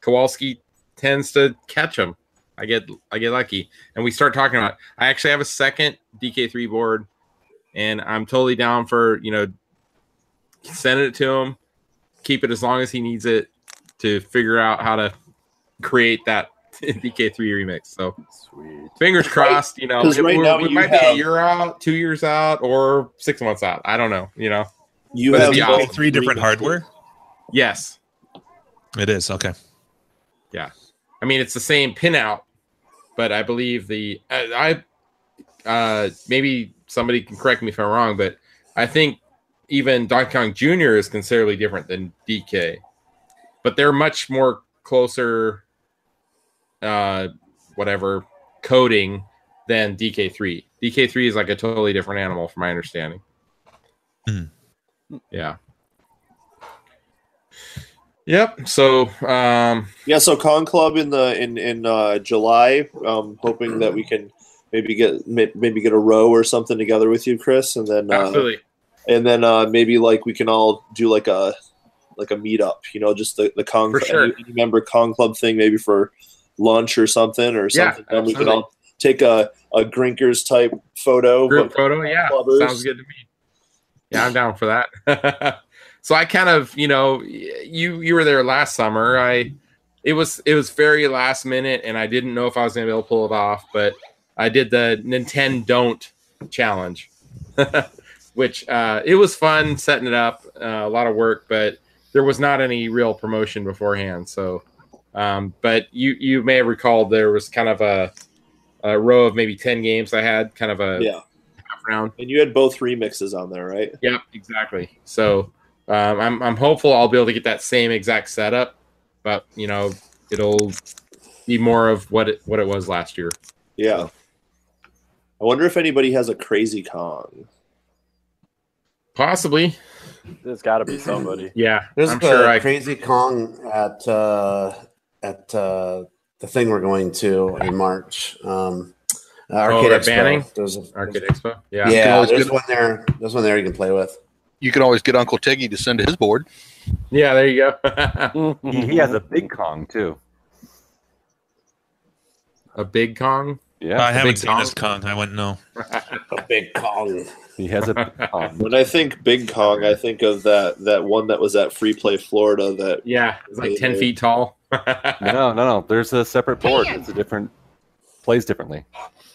Speaker 5: Kowalski tends to catch them. I get I get lucky, and we start talking about. it. I actually have a second DK3 board, and I'm totally down for you know sending it to him, keep it as long as he needs it to figure out how to create that DK3 remix. So
Speaker 11: Sweet.
Speaker 5: fingers crossed, you know,
Speaker 9: 'Cause right
Speaker 5: we're-
Speaker 9: now
Speaker 5: we
Speaker 9: you
Speaker 5: might be a
Speaker 9: have-
Speaker 5: year out, two years out, or six months out. I don't know, you know.
Speaker 9: You
Speaker 5: But
Speaker 9: have
Speaker 5: it'd be
Speaker 9: both
Speaker 5: awesome.
Speaker 6: Three different hardware.
Speaker 5: Yes.
Speaker 6: It is okay.
Speaker 5: Yeah. I mean, it's the same pinout, but I believe the I, I uh maybe somebody can correct me if I'm wrong, but I think even Donkey Kong Jr. is considerably different than DK, but they're much more closer, uh, whatever coding than DK3. DK3 is like a totally different animal, from my understanding.
Speaker 6: Hmm.
Speaker 5: Yeah. Yep. So, um,
Speaker 9: Yeah, so Con Club in the in in uh, July. Um, hoping that we can maybe get may- maybe get a row or something together with you, Chris, and then uh,
Speaker 5: absolutely.
Speaker 9: and then uh, maybe like we can all do like a like a meetup. You know, just the the Con
Speaker 5: For
Speaker 9: Club-
Speaker 5: sure.
Speaker 9: any, any member Con Club thing, maybe for lunch or something or
Speaker 5: Yeah,
Speaker 9: something. Then we can
Speaker 5: absolutely.
Speaker 9: all take a a grinkers type photo.
Speaker 5: group
Speaker 9: but-
Speaker 5: photo. Yeah,
Speaker 9: Clubbers.
Speaker 5: sounds good to me. Yeah, I'm down for that. so I kind of, you know, y- you you were there last summer. I it was it was very last minute, and I didn't know if I was gonna be able to pull it off, but I did the Nintendo don't challenge, which uh, it was fun setting it up. Uh, a lot of work, but there was not any real promotion beforehand. So, um, but you you may have recalled there was kind of a a row of maybe ten games I had, kind of a
Speaker 9: Yeah,
Speaker 5: half round.
Speaker 9: and you had both remixes on there, right?
Speaker 5: Yep, exactly. So um, I'm I'm hopeful I'll be able to get that same exact setup, but you know it'll be more of what it what it was last year.
Speaker 9: Yeah. I wonder if anybody has a crazy Kong.
Speaker 5: Possibly,
Speaker 11: There's got to be somebody.
Speaker 5: yeah.
Speaker 1: There's
Speaker 5: I'm
Speaker 1: the
Speaker 5: sure I
Speaker 1: Crazy Kong at uh, at uh, the thing we're going to in March. Um, uh, Arcade
Speaker 5: at
Speaker 1: Expo.
Speaker 5: Oh, Banning?
Speaker 1: There's a,
Speaker 5: Arcade Expo. Yeah,
Speaker 1: yeah,
Speaker 10: You can always
Speaker 1: there's
Speaker 10: get-
Speaker 1: one there. There's one there you can play with.
Speaker 10: You can always get Uncle Tiggy to send his board.
Speaker 5: yeah. There you go.
Speaker 2: He, he has a big Kong too.
Speaker 5: a big Kong.
Speaker 2: Yeah,
Speaker 6: I haven't
Speaker 5: big
Speaker 6: seen
Speaker 5: Kong?
Speaker 6: this Kong. I wouldn't know.
Speaker 1: A big Kong.
Speaker 2: He has a um,
Speaker 9: When I think Big Kong, I think of that that one that was at Free Play Florida. That
Speaker 5: yeah, it's like ten feet tall.
Speaker 2: no, no, no. There's a separate board. It's a different plays differently.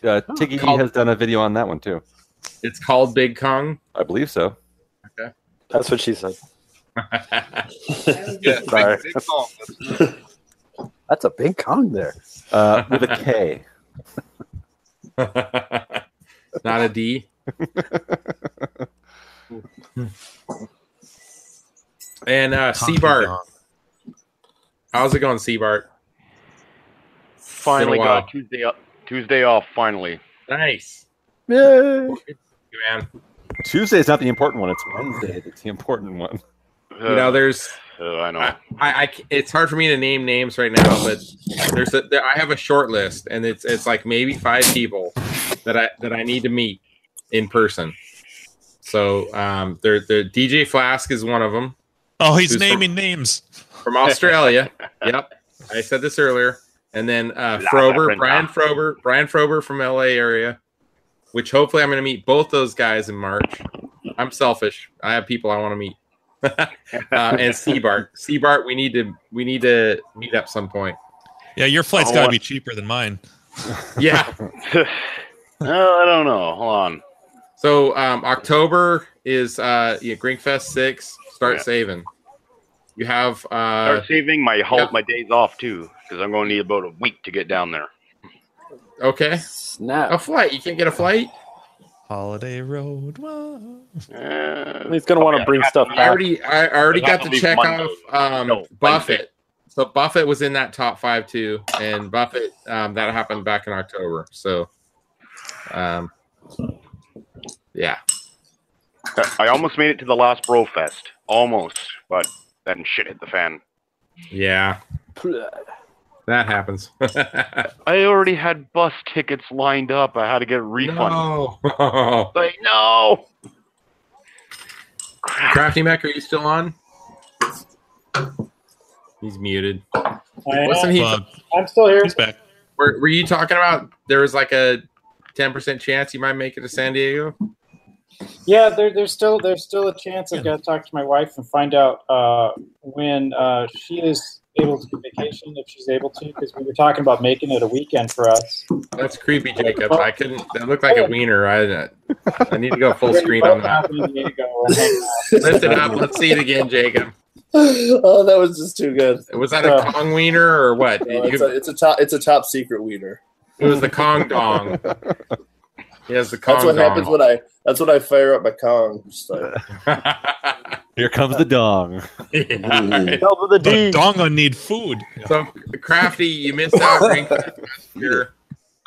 Speaker 2: Uh, Tiggy has done a video on that one too.
Speaker 5: It's called Big Kong.
Speaker 2: I believe so.
Speaker 5: Okay.
Speaker 11: That's what she said.
Speaker 5: Yeah,
Speaker 11: Sorry.
Speaker 5: big- big Kong.
Speaker 11: That's a big Kong there.
Speaker 2: Uh, with a K.
Speaker 5: Not a D. and uh Seabart. How's it going, Seabart?
Speaker 12: Finally
Speaker 5: Been a while.
Speaker 12: got Tuesday up. Tuesday off. Finally.
Speaker 5: Nice.
Speaker 11: Yay.
Speaker 5: Man.
Speaker 2: Tuesday's not the important one. It's Wednesday that's the important one.
Speaker 5: You know, there's
Speaker 12: I know.
Speaker 5: I, I c- it's hard for me to name names right now, but there's a, there, I have a short list, and it's it's like maybe five people that I that I need to meet in person. So um, there, there DJ Flask is one of them.
Speaker 6: Oh, he's
Speaker 5: Who's from-
Speaker 6: naming names.
Speaker 5: from Australia. yep, I said this earlier. And then uh, Frober, Brian Frober, Brian Frober from LA area, which hopefully I'm going to meet both those guys in March. I'm selfish. I have people I want to meet. uh, and Seabart, Seabart, we need to we need to meet up some point.
Speaker 6: Yeah, your flight's
Speaker 12: Oh,
Speaker 6: got to
Speaker 12: what-
Speaker 6: be cheaper than mine.
Speaker 5: Yeah.
Speaker 12: No, I don't know. Hold on.
Speaker 5: So um, October is uh, yeah, Grinkfest six. Start
Speaker 12: Yeah.
Speaker 5: saving. You have
Speaker 12: Start
Speaker 5: uh,
Speaker 12: saving my whole
Speaker 5: yeah.
Speaker 12: my days off too, because I'm going to need about a week to get down there.
Speaker 5: okay
Speaker 11: Snap.
Speaker 5: a flight. You can't get a flight.
Speaker 6: Holiday Road. whoa.
Speaker 12: Uh,
Speaker 11: He's gonna want to
Speaker 12: yeah,
Speaker 11: bring
Speaker 12: I-
Speaker 11: stuff
Speaker 5: I
Speaker 11: back.
Speaker 5: already I already
Speaker 12: It'll have
Speaker 5: got
Speaker 12: to
Speaker 5: to
Speaker 12: leave
Speaker 5: check
Speaker 12: Monday.
Speaker 5: off um,
Speaker 12: No, Wednesday.
Speaker 5: Buffett. So Buffett was in that top five too, and Buffett um, that happened back in October. So, um, yeah,
Speaker 12: I almost made it to the last Bro Fest, almost, but then shit hit the fan.
Speaker 5: yeah, that happens.
Speaker 12: I already had bus tickets lined up. I had to get a refund.
Speaker 5: no,
Speaker 12: Like no.
Speaker 5: Crafty Mac, are you still on? He's muted. Wasn't he?
Speaker 6: Well,
Speaker 7: I'm still here.
Speaker 6: he's back.
Speaker 5: Were, were you talking about there was like a ten percent chance you might make it to San Diego?
Speaker 7: Yeah, there, there's still there's still a chance. I've got to talk to my wife and find out uh, when uh, she is able to get vacation, if she's able to, because we were talking about making it a weekend for us.
Speaker 5: That's creepy, Jacob. I couldn't. That looked like a wiener. I I need to go full screen on that. Lift it up. Let's see it again, Jacob.
Speaker 9: oh, that was just too good.
Speaker 5: Was that a
Speaker 7: Uh,
Speaker 5: Kong wiener or what?
Speaker 9: No, it's,
Speaker 5: You-
Speaker 9: a, it's a top. It's a top secret wiener.
Speaker 5: it was the Kong dong. He has the Kong
Speaker 9: That's what
Speaker 5: dong.
Speaker 9: happens when I. That's when I fire up my Kong. Just like,
Speaker 2: Here comes the dong.
Speaker 5: Yeah, all right.
Speaker 11: Help with the
Speaker 6: The
Speaker 11: D.
Speaker 6: Donga need food.
Speaker 5: So crafty, you missed out. Drink here.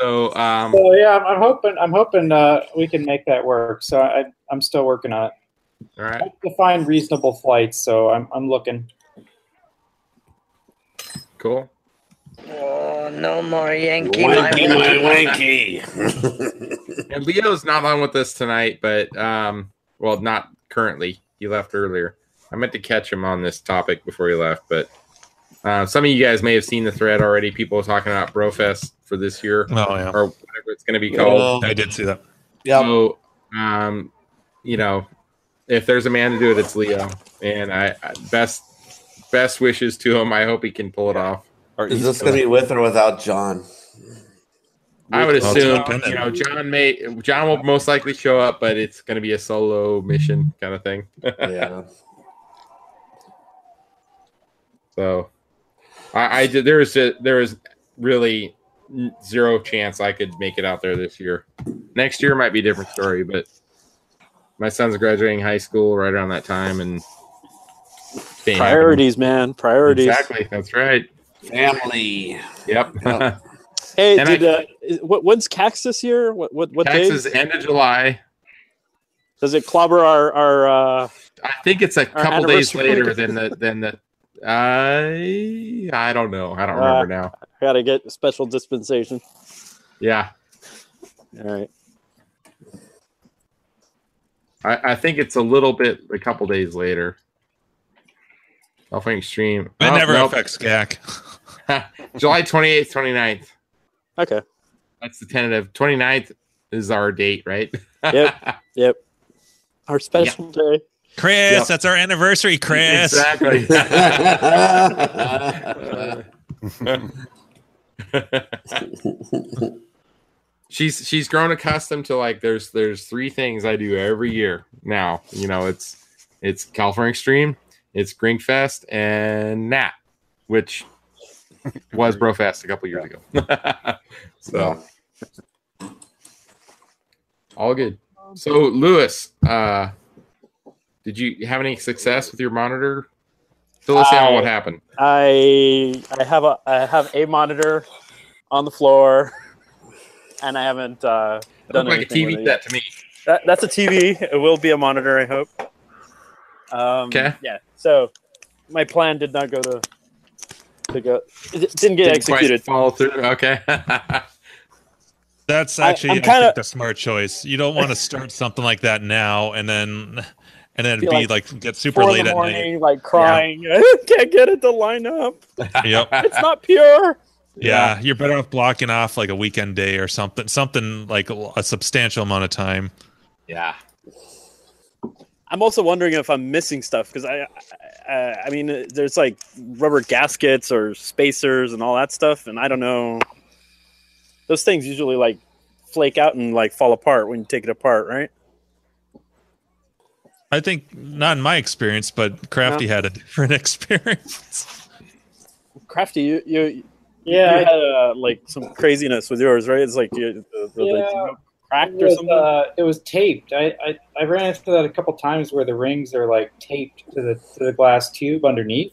Speaker 5: So um,
Speaker 7: So yeah, I'm, I'm hoping I'm hoping uh, we can make that work. So I, I'm still working on it.
Speaker 5: all
Speaker 7: I
Speaker 5: right.
Speaker 7: have to find reasonable flights, so I'm I'm looking.
Speaker 5: Cool.
Speaker 13: Oh, no more Yankee.
Speaker 11: Wanky,
Speaker 13: my
Speaker 11: wanky, wanky.
Speaker 5: And Leo's not on with us tonight, but um, well, not currently. He left earlier. I meant to catch him on this topic before he left, but uh, some of you guys may have seen the thread already. People talking about Brofest for this year
Speaker 6: Oh yeah,
Speaker 5: or whatever it's going to be called.
Speaker 6: I did see that.
Speaker 1: Yeah.
Speaker 5: So, um, you know, if there's a man to do it, it's Leo. And I, I best best wishes to him. I hope he can pull it off.
Speaker 2: Or
Speaker 1: Is this
Speaker 2: East
Speaker 1: gonna be with or without John?
Speaker 5: I would
Speaker 6: Well, it's
Speaker 5: assume
Speaker 6: open.
Speaker 5: you know John may John will most likely show up, but it's going to be a solo mission kind of thing.
Speaker 1: Yeah.
Speaker 5: So, I, I did. There is a, there is really n- zero chance I could make it out there this year. Next year might be a different story, but my son's graduating high school right around that time, and it ain't
Speaker 11: Priorities, man.
Speaker 5: happening.
Speaker 11: Priorities.
Speaker 5: Exactly. That's right.
Speaker 1: Family.
Speaker 5: Yep.
Speaker 1: Yeah.
Speaker 11: Hey,
Speaker 5: And
Speaker 11: did
Speaker 5: I-
Speaker 11: uh, is- what, when's CAX this year? What what what day?
Speaker 5: Taxes end of July.
Speaker 11: Does it clobber our our? Uh,
Speaker 5: I think it's a couple days
Speaker 11: anniversary.
Speaker 5: later than the than the. I I don't know. I don't remember now.
Speaker 11: I gotta get a special dispensation.
Speaker 5: Yeah,
Speaker 11: All right.
Speaker 5: I, I think it's a little bit a couple days later. Alpha Extreme.
Speaker 6: That
Speaker 5: Oh,
Speaker 6: never
Speaker 5: nope.
Speaker 6: affects GAC.
Speaker 5: July 28th, 29th.
Speaker 11: Okay.
Speaker 5: That's the tentative. 29th is our date, right?
Speaker 11: Yep. Yep. Our special day.
Speaker 6: Chris,
Speaker 11: Yep.
Speaker 6: that's our anniversary, Chris.
Speaker 11: Exactly.
Speaker 5: she's she's grown accustomed to like there's there's three things I do every year now. You know, it's it's California Extreme, it's Grink Fest, and Nat, which was Brofest a couple years ago. so all good. So Lewis, uh did you have any success with your monitor? Fill us in on what
Speaker 11: I-
Speaker 5: happened.
Speaker 11: I I have a I have a monitor on the floor, and I haven't uh, done
Speaker 5: like a
Speaker 11: anything
Speaker 5: TV set
Speaker 11: with it yet.
Speaker 5: to me.
Speaker 11: That, that's a TV. It will be a monitor, I hope. Um,
Speaker 5: 'Kay.
Speaker 11: Yeah. So my plan did not go to to go. It
Speaker 5: Didn't
Speaker 11: didn't get
Speaker 5: quite
Speaker 11: executed.
Speaker 5: Follow through. Okay.
Speaker 6: That's
Speaker 11: I-
Speaker 6: actually, I,
Speaker 11: I'm kinda-
Speaker 6: think, the smart choice. You don't want to start something like that now and then, and then it'd
Speaker 11: Feel
Speaker 6: be
Speaker 11: like
Speaker 6: like, get super
Speaker 11: Four in
Speaker 6: late
Speaker 11: the
Speaker 6: at night.
Speaker 11: morning, like crying. I can't get it to line up.
Speaker 6: Yep.
Speaker 11: It's not pure.
Speaker 6: Yeah, you're better off blocking off like a weekend day or something, something like a, a substantial amount of time.
Speaker 5: Yeah.
Speaker 11: I'm also wondering if I'm missing stuff because I, I, I mean, there's like rubber gaskets or spacers and all that stuff, and I don't know. Those things usually like flake out and like fall apart when you take it apart, right?
Speaker 6: I think not in my experience, but Crafty had a different experience.
Speaker 11: Crafty, you, you
Speaker 7: Yeah,
Speaker 11: you had uh, like some craziness with yours, right? It's like you, the, the, the-
Speaker 7: Yeah.
Speaker 11: cracked
Speaker 7: it
Speaker 11: or
Speaker 7: was,
Speaker 11: something.
Speaker 7: uh, it was taped. I, I, I ran into that a couple times where the rings are like taped to the to the glass tube underneath,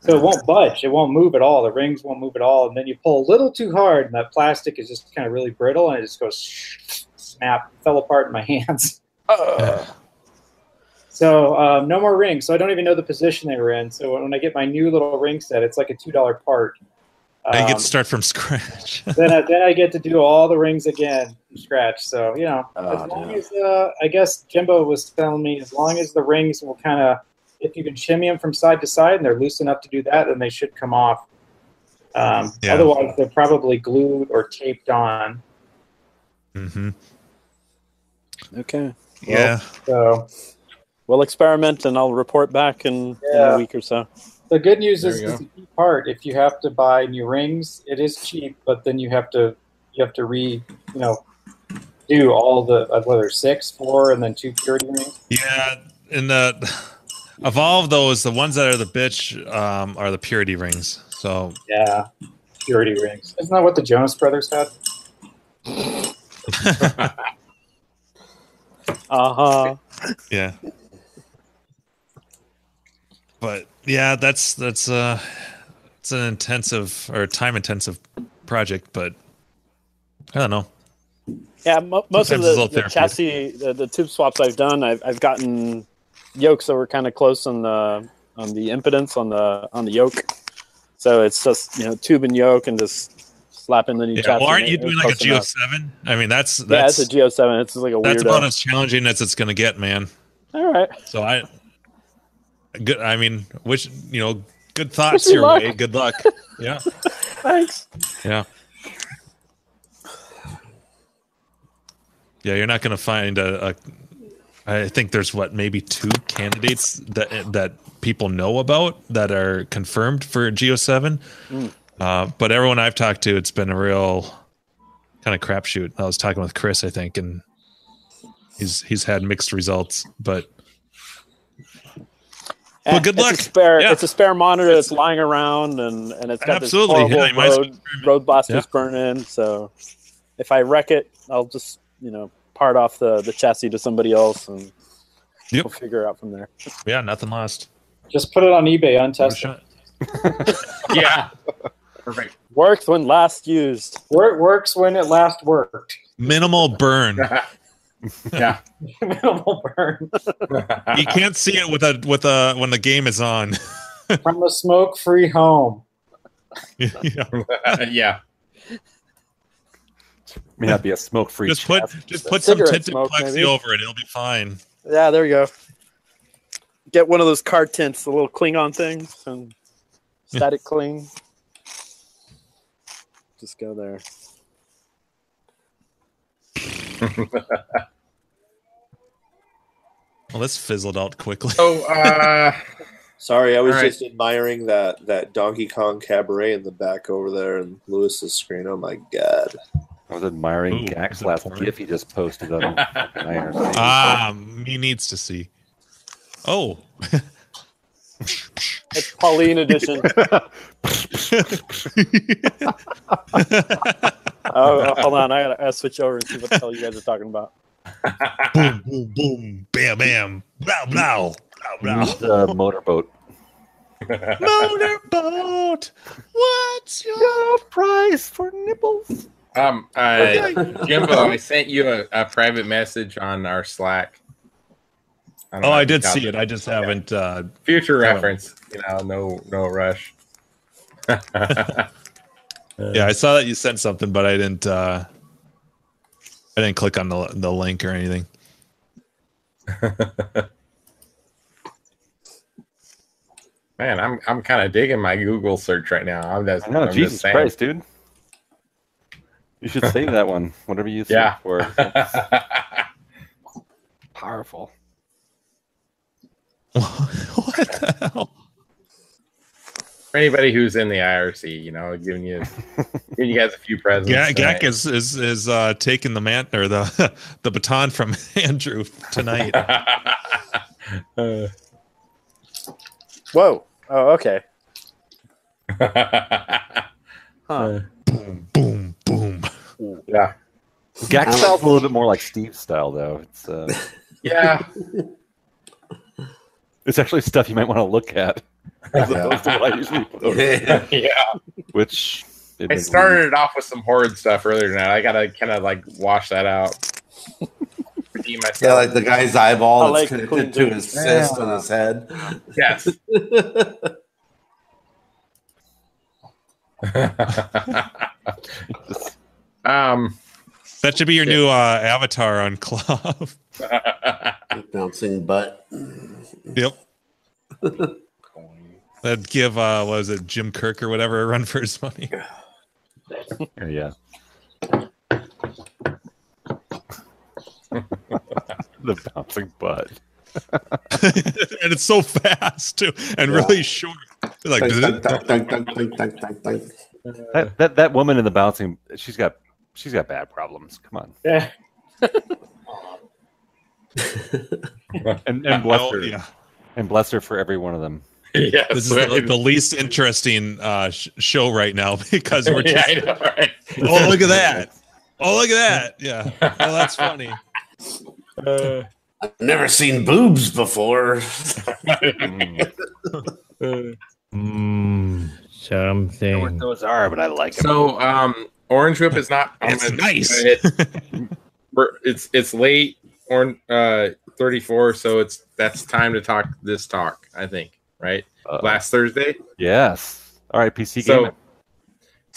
Speaker 7: so it won't budge. It won't move at all. The rings won't move at all. And then you pull a little too hard, and that plastic is just kind of really brittle, and it just goes sh- snap, fell apart in my hands. So um, no more rings. So I don't even know the position they were in. So when I get my new little ring set, it's like a two dollar part.
Speaker 6: I get
Speaker 7: Um,
Speaker 6: to start from scratch.
Speaker 7: then I, then I get to do all the rings again from scratch. So you know, as long as uh, I guess Jimbo was telling me, as long as the rings will kind of, if you can shimmy them from side to side and they're loose enough to do that, then they should come off. Um,
Speaker 6: Yeah.
Speaker 7: Otherwise, they're probably glued or taped on.
Speaker 6: hmm
Speaker 11: Okay.
Speaker 6: Yeah.
Speaker 7: So
Speaker 11: we'll experiment and I'll report back in, in
Speaker 7: Yeah.
Speaker 11: a week or so.
Speaker 7: the good news
Speaker 11: There
Speaker 7: is
Speaker 11: you
Speaker 7: it's
Speaker 11: go.
Speaker 7: the cheap part. If you have to buy new rings, it is cheap, but then you have to you have to re you know do all the uh, whether six, four, and then two purity rings.
Speaker 6: Yeah, and the of all of those, the ones that are the bitch um, are the purity rings. So
Speaker 7: yeah, purity rings. Isn't that what the Jonas Brothers had?
Speaker 11: Uh
Speaker 5: Uh-huh.
Speaker 11: huh.
Speaker 6: yeah, but yeah, that's that's uh, it's an intensive or time intensive project, but I don't know.
Speaker 11: Yeah, mo- most of the,
Speaker 6: Sometimes it's a little
Speaker 11: the
Speaker 6: therapeutic.
Speaker 11: chassis, the, the tube swaps I've done, I've, I've gotten yokes that were kind of close on the on the impedance on the on the yoke. So it's just you know tube and yoke and just slapping the new
Speaker 6: Yeah,
Speaker 11: chassis.
Speaker 6: well, aren't
Speaker 11: and
Speaker 6: you
Speaker 11: it- it
Speaker 6: doing
Speaker 11: was
Speaker 6: like a
Speaker 11: close enough.
Speaker 6: Geo7? I mean, that's
Speaker 11: Yeah,
Speaker 6: that's
Speaker 11: it's a Geo Seven. It's like a weirdo.
Speaker 6: that's about as challenging as it's gonna get, man.
Speaker 11: All right.
Speaker 6: So I, good. I mean, wish you know, good thoughts
Speaker 11: Wish me
Speaker 6: your
Speaker 11: luck.
Speaker 6: way. Good luck. Yeah,
Speaker 11: Thanks.
Speaker 6: yeah, yeah. You're not gonna find a. a I think there's what maybe two candidates that that people know about that are confirmed for Geo Seven,
Speaker 11: Mm.
Speaker 6: uh, but everyone I've talked to, it's been a real kind of crapshoot. I was talking with Chris, I think, and he's he's had mixed results, but
Speaker 11: Well, good luck. Eh, It's a spare, it's a spare monitor that's lying around, and, and it's got
Speaker 6: Absolutely, yeah,
Speaker 11: this
Speaker 6: you might as
Speaker 11: horrible
Speaker 6: well
Speaker 11: road, road blasters
Speaker 6: Yeah.
Speaker 11: burning. So if I wreck it, I'll just you know part off the, the chassis to somebody else, and
Speaker 6: Yep.
Speaker 11: we'll figure it out from there.
Speaker 6: yeah, nothing lost.
Speaker 7: Just put it on eBay untested.
Speaker 5: yeah. Perfect.
Speaker 11: Worked when last used.
Speaker 7: Wor- works when it last worked.
Speaker 6: Minimal burn.
Speaker 5: yeah.
Speaker 7: Minimal burn.
Speaker 6: You can't see it with a with a when the game is on.
Speaker 7: From a smoke free home.
Speaker 6: yeah.
Speaker 5: yeah.
Speaker 2: May not be a smoke free.
Speaker 6: Just put just put some
Speaker 11: Cigarette
Speaker 6: tinted
Speaker 11: smoke,
Speaker 6: plexi
Speaker 11: maybe.
Speaker 6: over it. It'll be fine.
Speaker 11: Yeah, there you go. Get one of those car tints, the little Klingon things, and static cling. Just go there.
Speaker 6: Well, this fizzled out quickly.
Speaker 9: Oh, uh, sorry, I was
Speaker 6: All right.
Speaker 9: just admiring that that Donkey Kong cabaret in the back over there in Lewis's screen. Oh my god!
Speaker 2: I was admiring Gak's last gif he just posted on Iron Man.
Speaker 6: Ah, he needs to see. Oh,
Speaker 11: It's Pauline edition. oh, hold on, I gotta, I gotta switch over and see what the hell you guys are talking about.
Speaker 6: boom, boom, boom, bam, bam, blah, blah, blah,
Speaker 2: Use the motorboat.
Speaker 6: blah. Motorboat. What's your
Speaker 2: price for nipples?
Speaker 5: Um, uh, Jimbo, I sent you a, a private message on our Slack. don't
Speaker 6: Oh,
Speaker 5: know if
Speaker 6: I
Speaker 5: you
Speaker 6: did
Speaker 5: got
Speaker 6: see it. I just haven't. Uh,
Speaker 5: Future
Speaker 6: haven't-
Speaker 5: reference, you know, no, no rush.
Speaker 6: uh, Yeah, I saw that you sent something, but I didn't. Uh, I didn't click on the the link or anything.
Speaker 5: Man, I'm I'm kind of digging my Google search right now. I'm just,
Speaker 2: I know,
Speaker 5: I'm just
Speaker 2: Jesus
Speaker 5: saying.
Speaker 2: Christ, dude. You should save that one, whatever you save
Speaker 5: Yeah.
Speaker 2: for. Powerful.
Speaker 5: For anybody who's in the IRC, you know, giving you giving you guys a few presents.
Speaker 6: Yeah,
Speaker 5: tonight.
Speaker 6: Gak is is is uh, taking the man or the the baton from Andrew tonight.
Speaker 11: Whoa. Oh, okay.
Speaker 6: boom, boom, boom.
Speaker 5: Yeah.
Speaker 2: Gak style's a little bit more like Steve's style, though. It's uh,
Speaker 5: Yeah.
Speaker 2: it's actually stuff you might want to look at. As opposed to what I usually
Speaker 5: yeah.
Speaker 2: post. Which it
Speaker 5: I
Speaker 2: is-
Speaker 5: started it off with some horrid stuff earlier tonight. I gotta kind of like wash that out. Redeem myself.
Speaker 1: Yeah, like the guy's eyeball
Speaker 5: I
Speaker 1: that's
Speaker 5: like
Speaker 1: connected
Speaker 5: clean
Speaker 1: to his
Speaker 5: things.
Speaker 1: cyst
Speaker 5: Yeah.
Speaker 1: on his head.
Speaker 5: Yes. um,
Speaker 6: that should be your new uh, avatar on Club.
Speaker 1: Bouncing butt.
Speaker 6: Yep. That'd give uh, what was it, Jim Kirk or whatever, a run for his money.
Speaker 2: yeah. the bouncing butt.
Speaker 6: and it's so fast too, and
Speaker 2: Yeah.
Speaker 6: really short. Like
Speaker 1: Dunk, dunk, dunk, dunk, dunk, dunk, dunk, dunk.
Speaker 2: That, that that woman in the bouncing, she's got she's got bad problems. Come on.
Speaker 11: Yeah.
Speaker 2: and, and bless
Speaker 6: No,
Speaker 2: her.
Speaker 6: yeah.
Speaker 2: And bless her for every one of them.
Speaker 5: Yes,
Speaker 6: this is the,
Speaker 5: right.
Speaker 6: the least interesting uh, sh- show right now because we're
Speaker 5: Yeah,
Speaker 6: just.
Speaker 5: I know, right?
Speaker 6: Oh, look at that! Oh, look at that! Yeah. Oh, that's funny.
Speaker 11: Uh,
Speaker 1: I've never seen boobs before.
Speaker 5: Mm. Uh,
Speaker 14: Something.
Speaker 2: those are, but I like
Speaker 5: So, um, Orange Whip is not.
Speaker 6: It's nice.
Speaker 5: It, it's it's late. Orange uh, thirty four. So it's that's time to talk this talk. I think right. Last Thursday.
Speaker 2: Yes. All right, PC
Speaker 5: So-
Speaker 2: game.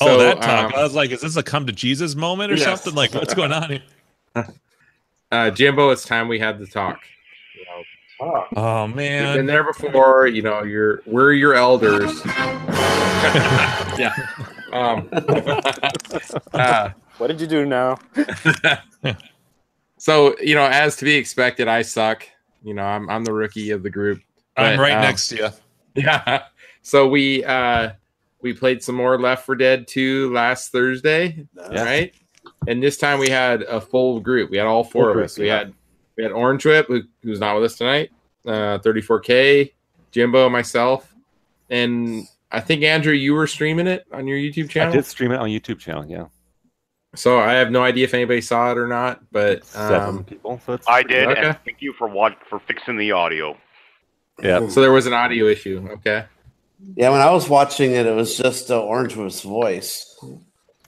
Speaker 6: Oh,
Speaker 5: So,
Speaker 6: that
Speaker 5: um,
Speaker 6: talk! I was like, "Is this a come to Jesus moment or
Speaker 5: Yes.
Speaker 6: something?" Like, what's going on here?
Speaker 5: Uh, Jimbo, it's time we had the talk. You know,
Speaker 6: Oh
Speaker 5: You've been
Speaker 6: man!
Speaker 5: there before. You know, you're we're your elders. yeah. Um, uh,
Speaker 6: Ah.
Speaker 11: what did you do now?
Speaker 5: so you know, as to be expected, I suck. You know, I'm I'm the rookie of the group.
Speaker 6: I'm
Speaker 5: But,
Speaker 6: right
Speaker 5: um,
Speaker 6: next to you.
Speaker 5: Yeah. So we uh we played some more Left for Dead 2 last Thursday,
Speaker 2: Yeah.
Speaker 5: right? And this time we had a full group. We had all four
Speaker 2: Full
Speaker 5: of
Speaker 2: group,
Speaker 5: us. We
Speaker 2: yeah.
Speaker 5: had we had Orange Whip, who, who's not with us tonight, uh 34K, Jimbo, myself, and I think Andrew, you were streaming it on your YouTube
Speaker 2: I
Speaker 5: channel.
Speaker 2: did stream it on YouTube channel, yeah.
Speaker 5: So I have no idea if anybody saw it or not, but
Speaker 2: Seven
Speaker 5: um,
Speaker 2: people. So it's
Speaker 12: I did,
Speaker 5: Okay.
Speaker 12: and thank you for what for fixing the audio.
Speaker 2: yeah.
Speaker 5: So there was an audio issue. Okay.
Speaker 1: Yeah, when I was watching it, it was just uh, Orange was voice.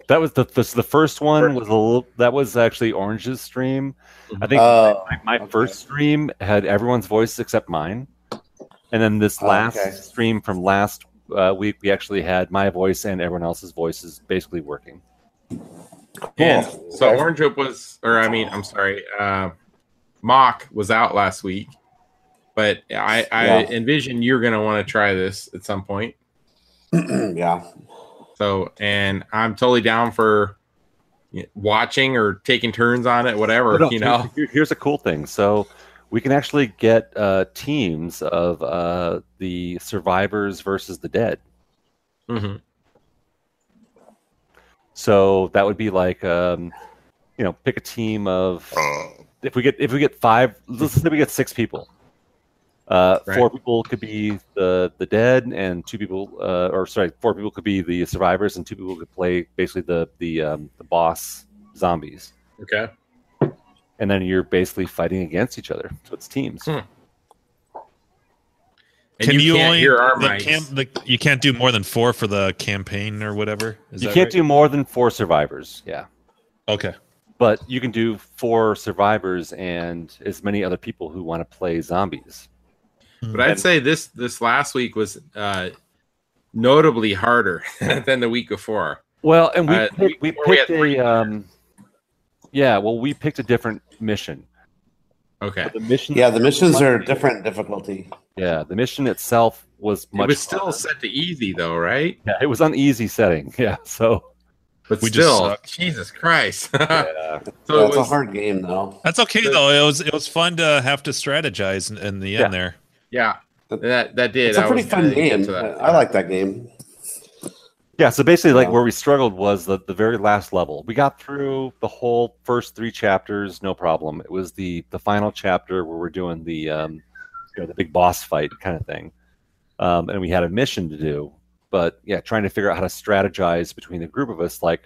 Speaker 2: That was the this, the first one was a little, that was actually Orange's stream. I think
Speaker 1: Oh,
Speaker 2: my, my first stream had everyone's voice except mine, and then this last
Speaker 1: okay.
Speaker 2: stream from last uh, week we actually had my voice and everyone else's voices basically working.
Speaker 5: And so Orange Whip was, or I mean, I'm sorry, uh, Mock was out last week, but I, I
Speaker 1: Yeah.
Speaker 5: envision you're going to want to try this at some point.
Speaker 1: yeah.
Speaker 5: So, and I'm totally down for y- watching or taking turns on it, whatever,
Speaker 2: No,
Speaker 5: you know.
Speaker 2: here- here- here's a cool thing. So we can actually get uh, teams of uh, the survivors versus the dead.
Speaker 5: Mm-hmm.
Speaker 2: So that would be like, um, you know, pick a team of if we get if we get five, let's say we get six people. Uh,
Speaker 5: Right.
Speaker 2: Four people could be the the dead, and two people, uh, or sorry, four people could be the survivors, and two people could play basically the the um, the boss zombies,
Speaker 5: Okay.
Speaker 2: and then you're basically fighting against each other. So it's teams.
Speaker 5: Hmm. And you can't hear our
Speaker 6: the
Speaker 5: mics.
Speaker 6: the, you can't do more than four for the campaign or whatever. Is
Speaker 2: you
Speaker 6: that
Speaker 2: can't
Speaker 6: right?
Speaker 2: do more than four survivors. Yeah.
Speaker 6: Okay.
Speaker 2: But you can do four survivors and as many other people who want to play zombies.
Speaker 5: But I'd
Speaker 2: And-
Speaker 5: say this this last week was uh, notably harder than the week before.
Speaker 2: Well, and we
Speaker 5: Uh,
Speaker 2: picked, we
Speaker 5: before we
Speaker 2: picked a um, yeah. Well, we picked a different mission.
Speaker 5: Okay.
Speaker 2: the mission.
Speaker 1: Yeah, the missions are different difficulty.
Speaker 2: Yeah, the mission itself was much.
Speaker 5: it was still set to easy though, right?
Speaker 2: Yeah, it was on easy setting. Yeah, so.
Speaker 5: But
Speaker 6: We just
Speaker 5: still,
Speaker 6: suck.
Speaker 5: Jesus Christ.
Speaker 2: yeah.
Speaker 5: So it was,
Speaker 1: hard game though.
Speaker 6: That's okay though. It was it was fun to have to strategize in, in the end there.
Speaker 5: yeah. That that did.
Speaker 1: It's a
Speaker 5: I
Speaker 1: pretty
Speaker 5: was
Speaker 1: fun
Speaker 5: gonna get
Speaker 1: game.
Speaker 5: to
Speaker 1: I
Speaker 5: that.
Speaker 1: I like that game.
Speaker 2: Yeah, so basically, like where we struggled was the, the very last level. We got through the whole first three chapters, no problem. It was the the final chapter where we're doing the um, you know, the big boss fight kind of thing, um, and we had a mission to do. But yeah, trying to figure out how to strategize between the group of us, like,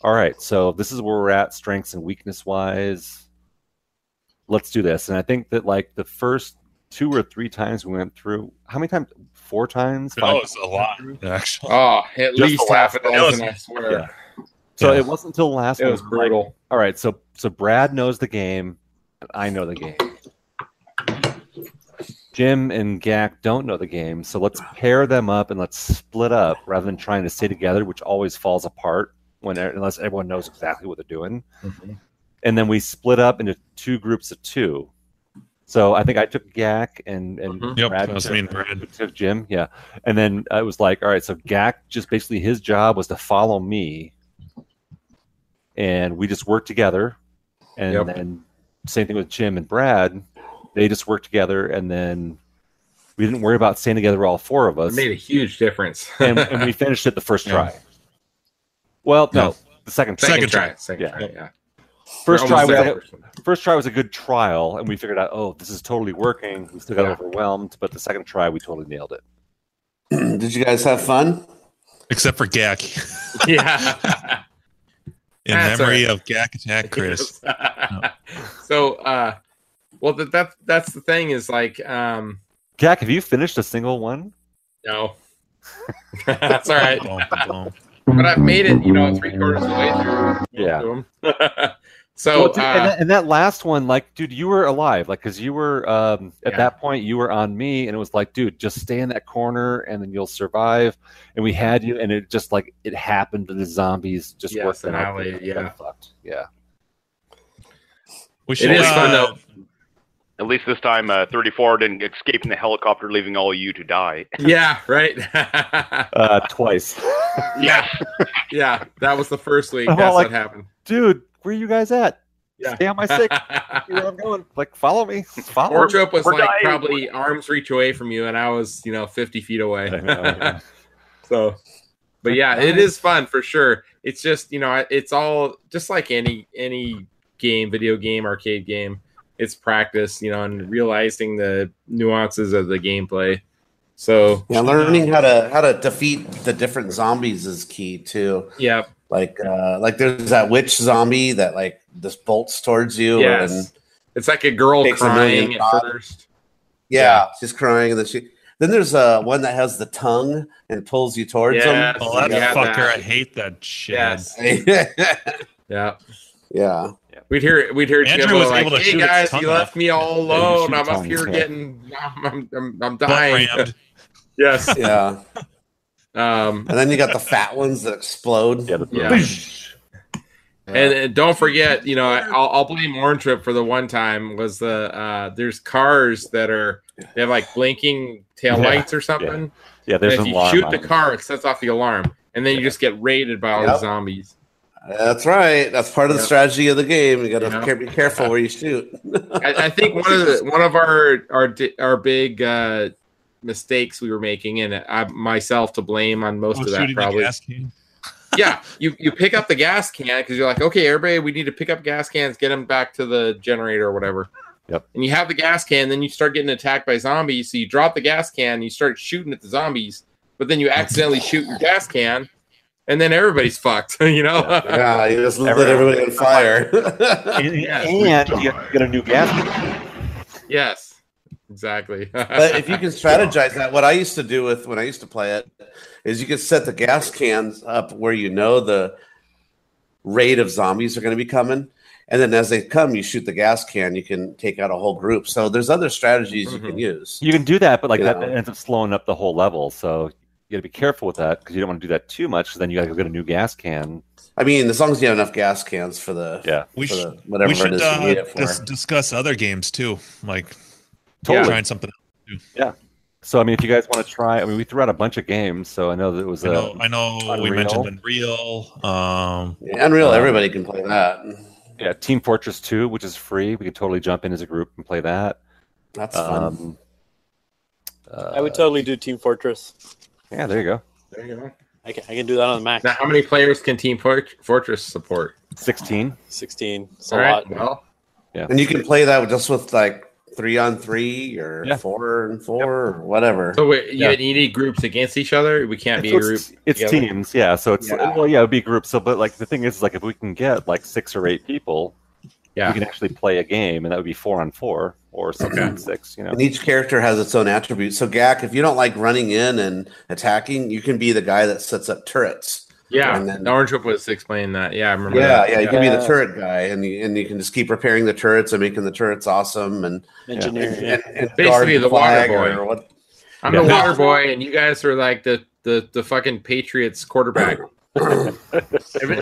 Speaker 2: all right, so this is where we're at, strengths and weakness wise. Let's do this. And I think that like the first two or three times we went through, how many times? Four times?
Speaker 6: Oh,
Speaker 2: Five
Speaker 6: it's a lot actually.
Speaker 5: Oh, at
Speaker 2: Just the
Speaker 5: least half a
Speaker 2: last one.
Speaker 5: dozen,
Speaker 2: That
Speaker 5: I
Speaker 2: was-
Speaker 5: swear.
Speaker 2: yeah. So it wasn't until the last
Speaker 5: It
Speaker 2: one
Speaker 5: was
Speaker 2: we were like,
Speaker 5: brutal.
Speaker 2: All right, so so Brad knows the game, and I know the game. Jim and Gak don't know the game, so let's pair them up and let's split up rather than trying to stay together, which always falls apart when e-, unless everyone knows exactly what they're doing. And then we split up into two groups of two. So I think I took Gak and and
Speaker 6: Mhm. Yep,
Speaker 2: Brad
Speaker 6: that was
Speaker 2: took-
Speaker 6: me and Brad.
Speaker 2: took Jim, yeah. And then I was like, all right, so Gak just basically his job was to follow me, and we just worked together. And
Speaker 5: Yep.
Speaker 2: then same thing with Jim and Brad, they just worked together, and then we didn't worry about staying together all four of
Speaker 5: It
Speaker 2: us,
Speaker 5: made a huge difference.
Speaker 2: and, and we finished it the first try. Well, no,
Speaker 6: Yeah.
Speaker 2: the second try.
Speaker 5: second
Speaker 6: Second
Speaker 5: try.
Speaker 6: try.
Speaker 5: Second try. Yeah.
Speaker 2: First
Speaker 5: We're
Speaker 2: try,
Speaker 5: almost
Speaker 2: was
Speaker 5: there.
Speaker 2: a, first try was a good trial, and we figured out, oh, this is totally working. We still got overwhelmed, but the second try, we totally nailed it.
Speaker 1: Did you guys have fun?
Speaker 6: Except for Gak.
Speaker 5: yeah.
Speaker 6: In
Speaker 5: That's
Speaker 6: memory
Speaker 5: all
Speaker 6: of Gak Attack Chris.
Speaker 5: so, uh, well, that, that that's the thing is like, um,
Speaker 2: Gak, have you finished a single one?
Speaker 5: no, that's all right.
Speaker 6: Boom, boom, boom.
Speaker 5: But I've made it, you know, three quarters of the way through.
Speaker 2: Yeah.
Speaker 5: to 'em. so,
Speaker 2: Well, dude, and,
Speaker 5: uh,
Speaker 2: that, and that last one, like, dude, you were alive, like, because you were um, at
Speaker 5: Yeah.
Speaker 2: that point, you were on me, and it was like, dude, just stay in that corner, and then you'll survive. And we had you, and it just like it happened to the zombies, just
Speaker 5: Yes,
Speaker 2: worked
Speaker 5: and
Speaker 2: out.
Speaker 5: Ali,
Speaker 2: Kinda
Speaker 5: yeah.
Speaker 2: fucked. yeah.
Speaker 6: We should
Speaker 5: it is
Speaker 6: uh,
Speaker 5: fun though.
Speaker 12: At least this time, uh, 34 didn't escape in the helicopter, leaving all of you to die.
Speaker 5: Yeah, right.
Speaker 2: Uh, twice,
Speaker 5: yeah, yeah, that was the first week.
Speaker 2: I'm all
Speaker 5: That's
Speaker 2: like-
Speaker 5: what happened.
Speaker 2: dude. Where you guys at?
Speaker 5: Yeah.
Speaker 2: Stay on my six. See where I'm going. Like, follow me. Follow. me.
Speaker 5: Wardrobe was
Speaker 12: we're
Speaker 5: like
Speaker 12: dying.
Speaker 5: probably arms reach away from you, and I was, you know, 50 feet away.
Speaker 2: I know, yeah.
Speaker 5: so, but yeah, it is fun for sure. It's just, you know, I- it's all just like any any game, video game, arcade game. It's practice, you know, and realizing the nuances of the gameplay. So,
Speaker 1: Yeah, learning how to how to defeat the different zombies is key too.
Speaker 5: yeah,
Speaker 1: Like uh like there's that witch zombie that like just bolts towards you
Speaker 5: Yes.
Speaker 1: and
Speaker 5: it's like a girl
Speaker 1: Takes a million
Speaker 5: crying at
Speaker 1: thoughts.
Speaker 5: first.
Speaker 1: yeah, she's crying and then she then there's uh one that has the tongue and pulls you towards
Speaker 5: Yes.
Speaker 6: Oh, that
Speaker 5: Yeah,
Speaker 6: fucker!
Speaker 5: that-
Speaker 6: I hate that shit.
Speaker 5: Yes.
Speaker 1: them.
Speaker 5: Yeah.
Speaker 1: yeah.
Speaker 5: We'd hear we'd hear
Speaker 6: Andrew
Speaker 5: Jimbo
Speaker 6: was
Speaker 5: like,
Speaker 6: able
Speaker 5: "Hey
Speaker 6: to shoot its
Speaker 5: guys,
Speaker 6: tongue
Speaker 5: you left
Speaker 6: off."
Speaker 5: me all
Speaker 2: Yeah, you
Speaker 5: alone.
Speaker 2: shoot
Speaker 5: I'm up
Speaker 2: tongues,
Speaker 5: here
Speaker 2: yeah.
Speaker 5: getting, I'm, I'm, I'm
Speaker 6: Butt
Speaker 5: dying."
Speaker 6: rammed.
Speaker 5: yes.
Speaker 1: Yeah.
Speaker 5: Um,
Speaker 1: And then you got the fat ones that explode.
Speaker 2: Yeah, the-
Speaker 5: Yeah. And, and don't forget, you know, I'll, I'll blame Orange Trip for the one time was the uh, there's cars that are they have like blinking tail
Speaker 2: Yeah,
Speaker 5: lights or something.
Speaker 2: yeah.
Speaker 5: And
Speaker 2: There's
Speaker 5: if
Speaker 2: an
Speaker 5: you
Speaker 2: alarm
Speaker 5: shoot
Speaker 2: on
Speaker 5: the
Speaker 2: it.
Speaker 5: car, it sets off the alarm, and then you just get raided by all
Speaker 1: Yep.
Speaker 5: the zombies.
Speaker 1: That's right. That's part of the
Speaker 5: Yeah.
Speaker 1: strategy of the game. You got to
Speaker 5: Yeah.
Speaker 1: be careful where you shoot.
Speaker 5: I, I think one of the, one of our our di- our big uh, mistakes we were making, and I, myself to blame on most
Speaker 6: Oh,
Speaker 5: of that
Speaker 6: shooting the
Speaker 5: probably.
Speaker 6: gas can.
Speaker 5: yeah, you you pick up the gas can because you're like, okay, everybody, we need to pick up gas cans, get them back to the generator or whatever.
Speaker 2: Yep.
Speaker 5: And you have the gas can, then you start getting attacked by zombies. So you drop the gas can, you start shooting at the zombies, but then you accidentally shoot your gas can, and then everybody's fucked. You know?
Speaker 1: Yeah, you just lit everybody on fire.
Speaker 2: and you have to get a new gas
Speaker 5: Yes, exactly.
Speaker 1: but if you can strategize that, what I used to do with when I used to play it is you could set the gas cans up where you know the rate of zombies are going to be coming, and then as they come, you shoot the gas can. You can take out a whole group. So there's other strategies you
Speaker 6: Mm-hmm.
Speaker 1: can use.
Speaker 2: You can do that, but like
Speaker 1: Yeah.
Speaker 2: that ends up slowing up the whole level. So you got to be careful with that because you don't want to do that too much. 'cause then you got to go get a new gas can.
Speaker 1: I mean, as long as you have enough gas cans for the
Speaker 2: yeah,
Speaker 6: We
Speaker 1: for the,
Speaker 6: should,
Speaker 1: whatever
Speaker 6: we should
Speaker 1: it is
Speaker 6: uh,
Speaker 1: you need it for.
Speaker 6: dis- discuss other games too. Like
Speaker 2: Totally.
Speaker 6: trying something else too.
Speaker 2: Yeah. So I mean, if you guys want to try, I mean, we threw out a bunch of games. So I know that it was.
Speaker 6: I know,
Speaker 2: uh,
Speaker 6: I know we
Speaker 2: Unreal. Uh,
Speaker 6: mentioned Unreal. Um,
Speaker 1: Yeah, Unreal, everybody can play that.
Speaker 2: Yeah, Team Fortress Two, which is free. We could totally jump in as a group and play that.
Speaker 1: That's
Speaker 11: fun.
Speaker 2: Um, uh,
Speaker 11: I would totally do Team Fortress.
Speaker 2: yeah, there you go.
Speaker 5: There you go.
Speaker 11: I can, I can do that on the Mac.
Speaker 5: Now, how many players can Team Fort- Fortress support?
Speaker 2: Sixteen.
Speaker 11: Sixteen. It's
Speaker 5: All
Speaker 11: a
Speaker 5: right,
Speaker 11: lot.
Speaker 5: well.
Speaker 2: Yeah.
Speaker 1: And you can play that just with like three on three or four and four or whatever.
Speaker 5: So wait, you,
Speaker 1: Yeah.
Speaker 5: you need groups against each other. We can't be
Speaker 2: So
Speaker 5: a group.
Speaker 2: it's, it's
Speaker 5: together?
Speaker 2: teams, yeah. So it's well, yeah, it'd be groups. So, but like the thing is, like if we can get like six or eight people,
Speaker 5: yeah,
Speaker 2: we can actually play a game, and that would be four on four or six on six. You know,
Speaker 1: And each character has its own attribute. So Gak, if you don't like running in and attacking, you can be the guy that sets up turrets.
Speaker 5: Yeah,
Speaker 1: And then-
Speaker 5: Orange Whip was explaining that. Yeah, I remember.
Speaker 1: yeah,
Speaker 5: that.
Speaker 1: yeah, you can be the turret guy, and you, and you can just keep repairing the turrets and making the turrets awesome and
Speaker 11: Engineer,
Speaker 1: and,
Speaker 11: yeah.
Speaker 1: and- and guard
Speaker 5: Basically, the water
Speaker 1: flag
Speaker 5: boy.
Speaker 1: or what-
Speaker 5: I'm the
Speaker 1: Yeah.
Speaker 5: water boy, and you guys are like the the, the fucking Patriots quarterback.
Speaker 1: I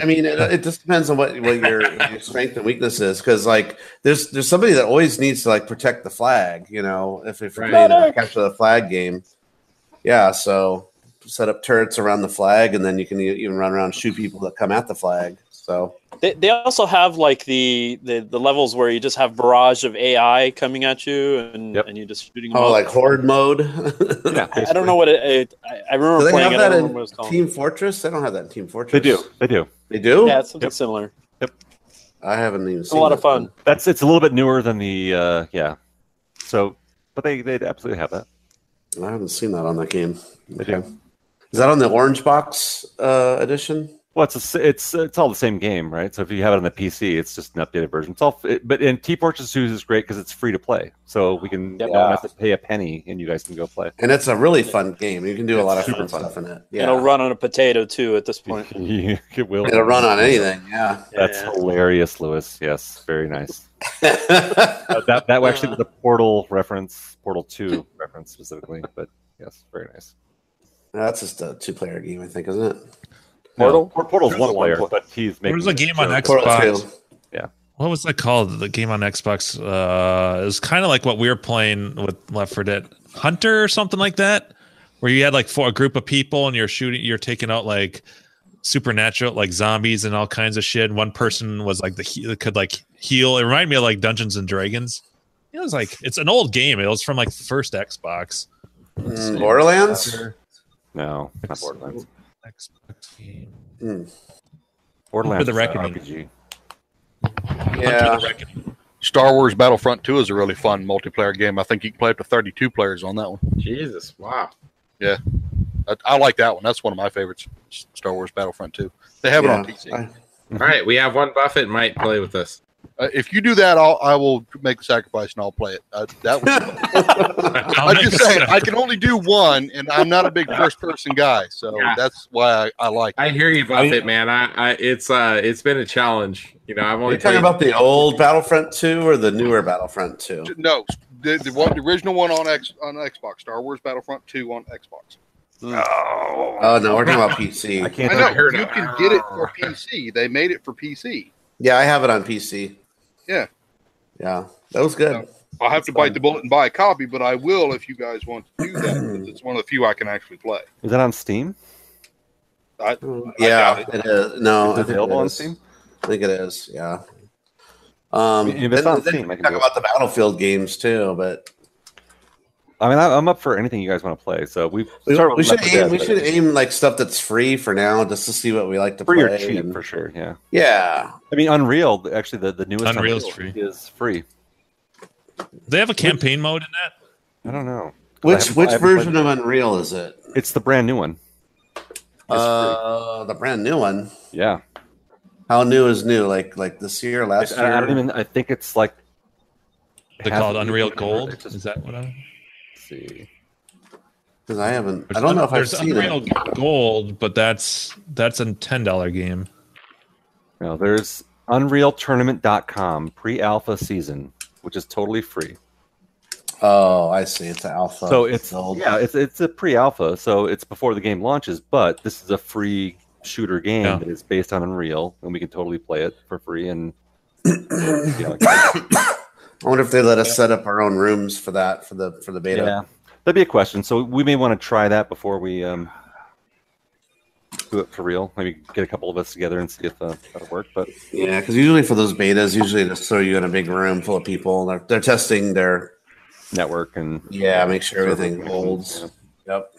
Speaker 1: mean, it, uh, it just depends on what what your, your strength and weakness is. Because like, there's there's somebody that always needs to like protect the flag. You know, if if you're
Speaker 5: Right.
Speaker 1: playing a
Speaker 5: Medic!
Speaker 1: capture the flag game, yeah. So set up turrets around the flag, and then you can e- even run around and shoot people that come at the flag. So
Speaker 11: They, they also have like the, the the levels where you just have barrage of AI coming at you and, and you're just shooting. them
Speaker 1: oh,
Speaker 11: up.
Speaker 1: like horde mode.
Speaker 2: yeah,
Speaker 11: I don't know what it. it I, I remember
Speaker 1: Do they
Speaker 11: playing
Speaker 1: have
Speaker 11: it.
Speaker 1: that
Speaker 11: I don't remember what
Speaker 1: in
Speaker 11: it's called.
Speaker 1: Team Fortress? They don't have that in Team Fortress.
Speaker 2: they do, they do.
Speaker 1: They do.
Speaker 11: Yeah, it's something similar.
Speaker 1: I haven't even.
Speaker 11: It's a lot of fun.
Speaker 2: That's it's a little bit newer than the uh, yeah. So, but they they absolutely have that.
Speaker 1: I haven't seen that on that game.
Speaker 2: do.
Speaker 1: Is that on the orange box uh, edition?
Speaker 2: Well, it's a s it's it's all the same game, right? So if you have it on the PC, it's just an updated version. It's all, it, but in T Fortress 2 is great because it's free to play, so we can no one has to pay a penny, and you guys can go play.
Speaker 1: And it's a really fun game. You can do a lot of
Speaker 2: super
Speaker 1: fun,
Speaker 2: fun.
Speaker 1: stuff in it.
Speaker 11: And It'll
Speaker 1: Yeah.
Speaker 11: run on a potato too at this point.
Speaker 2: it will.
Speaker 1: It'll run on anything. Yeah.
Speaker 2: That's hilarious, Lewis. Yes, very nice. Uh, that that actually was a Portal reference, Portal Two reference specifically, but yes, very nice.
Speaker 1: That's just a two player game, I think, isn't it?
Speaker 2: Portal? Por- Portal's one player, but he's
Speaker 6: There
Speaker 2: making
Speaker 6: was a game on
Speaker 2: Portal
Speaker 6: Xbox.
Speaker 2: 2. Yeah.
Speaker 6: What was that called? The game on Xbox. Uh, it was kind of like what we were playing with Left 4 Dead Hunter or something like that, where you had like four, a group of people and you're shooting, you're taking out like supernatural, like zombies and all kinds of shit. And one person was like the he- could like heal. It reminded me of like Dungeons and Dragons. It was like it's an old game. It was from like the first Xbox.
Speaker 1: Mm, Borderlands?
Speaker 2: No, not Borderlands.
Speaker 6: Xbox game.
Speaker 1: Mm.
Speaker 2: Borderlands
Speaker 6: the
Speaker 2: is a
Speaker 6: Reckoning.
Speaker 2: RPG.
Speaker 1: Yeah.
Speaker 10: Star Wars Battlefront 2 is a really fun multiplayer game. I think you can play up to 32 players on that one.
Speaker 5: Jesus, wow.
Speaker 10: Yeah. I, I like that one. That's one of my favorites, S- Star Wars Battlefront 2. They have it on
Speaker 5: Yeah,
Speaker 10: PC.
Speaker 5: All right, we have one Buffett might play with us.
Speaker 10: Uh, if you do that, I'll, I will make the sacrifice and I'll play it. Uh, that was I'm
Speaker 6: make
Speaker 10: just
Speaker 6: a
Speaker 10: saying, I can only do one, and I'm not a big first person guy, so
Speaker 5: Yeah.
Speaker 10: that's why I, I like it.
Speaker 5: I hear you, Buffett, man. I, I it's uh it's been a challenge. You know, I've
Speaker 1: Are
Speaker 5: only
Speaker 1: you talking
Speaker 5: played-
Speaker 1: about the old Battlefront 2 or the newer Battlefront 2?
Speaker 10: No, the, the, one, the original one on X on Xbox, Star Wars Battlefront 2 on Xbox.
Speaker 1: Oh. Oh, no. We're talking about PC.
Speaker 10: I know you can get it for PC. They made it for PC.
Speaker 1: Yeah, I have it on PC.
Speaker 10: Yeah,
Speaker 1: Yeah. That was good.
Speaker 10: I'll have to bite the bullet and buy a copy, but I will if you guys want to do that. because it's one of the few I can actually play.
Speaker 2: Is that on Steam?
Speaker 14: I,
Speaker 1: Yeah, it is. No,
Speaker 2: Is
Speaker 1: I
Speaker 2: it
Speaker 1: think
Speaker 2: available
Speaker 1: it
Speaker 2: on
Speaker 1: is.
Speaker 2: Steam?
Speaker 1: I think it is. Yeah. Um,
Speaker 2: If it's
Speaker 1: then-
Speaker 2: on
Speaker 1: then
Speaker 2: Steam,
Speaker 1: we
Speaker 2: I can
Speaker 1: talk
Speaker 2: do it.
Speaker 1: about the Battlefield games too, but
Speaker 2: I mean, I, I'm up for anything you guys want to play. So we
Speaker 1: we,
Speaker 2: start with
Speaker 1: we should
Speaker 2: Left 4
Speaker 1: aim.
Speaker 2: Dead,
Speaker 1: We
Speaker 2: but-
Speaker 1: should aim like stuff that's free for now, just to see what we like to
Speaker 2: free
Speaker 1: play.
Speaker 2: or cheap
Speaker 1: and-
Speaker 2: for sure. Yeah.
Speaker 1: Yeah.
Speaker 2: I mean, Unreal. Actually, the, the newest
Speaker 6: Unreal's
Speaker 2: Unreal is free.
Speaker 6: they have a campaign mode in that?
Speaker 2: I don't know. 'Cause I
Speaker 1: Which
Speaker 2: haven't- I
Speaker 1: which
Speaker 2: haven't played
Speaker 1: version
Speaker 2: it.
Speaker 1: of Unreal is it?
Speaker 2: It's the brand new one.
Speaker 1: Uh, the brand new one.
Speaker 2: Yeah.
Speaker 1: How new is new? Like like this year, last
Speaker 2: I,
Speaker 1: year.
Speaker 2: I don't even. I think it's like.
Speaker 6: They
Speaker 2: half
Speaker 6: call it
Speaker 2: of the-
Speaker 6: Unreal Gold. Is that what I'm?
Speaker 2: see.
Speaker 1: Because I haven't. I don't know if I've
Speaker 6: There's
Speaker 1: seen
Speaker 6: Unreal
Speaker 1: it.
Speaker 6: Gold, but that's that's a ten dollar game.
Speaker 2: No, there's unrealtournament.com pre-alpha season, which is totally free.
Speaker 1: Oh, I see. It's an alpha.
Speaker 2: so it's
Speaker 1: old.
Speaker 2: yeah, it's it's a pre-alpha, so it's before the game launches. But this is a free shooter game
Speaker 6: Yeah.
Speaker 2: that is based on Unreal, and we can totally play it for free. And you know,
Speaker 1: I wonder if they let us set up our own rooms for that for the for the beta.
Speaker 2: yeah, that'd be a question. So we may want to try that before we um, do it for real. Maybe get a couple of us together and see if uh, that'll work. But
Speaker 1: Yeah, because usually for those betas, usually they just throw you in a big room full of people. They're, they're testing their
Speaker 2: network and
Speaker 1: yeah, make sure
Speaker 2: Server
Speaker 1: everything
Speaker 2: connections,
Speaker 1: holds.
Speaker 2: yeah.
Speaker 1: Yep.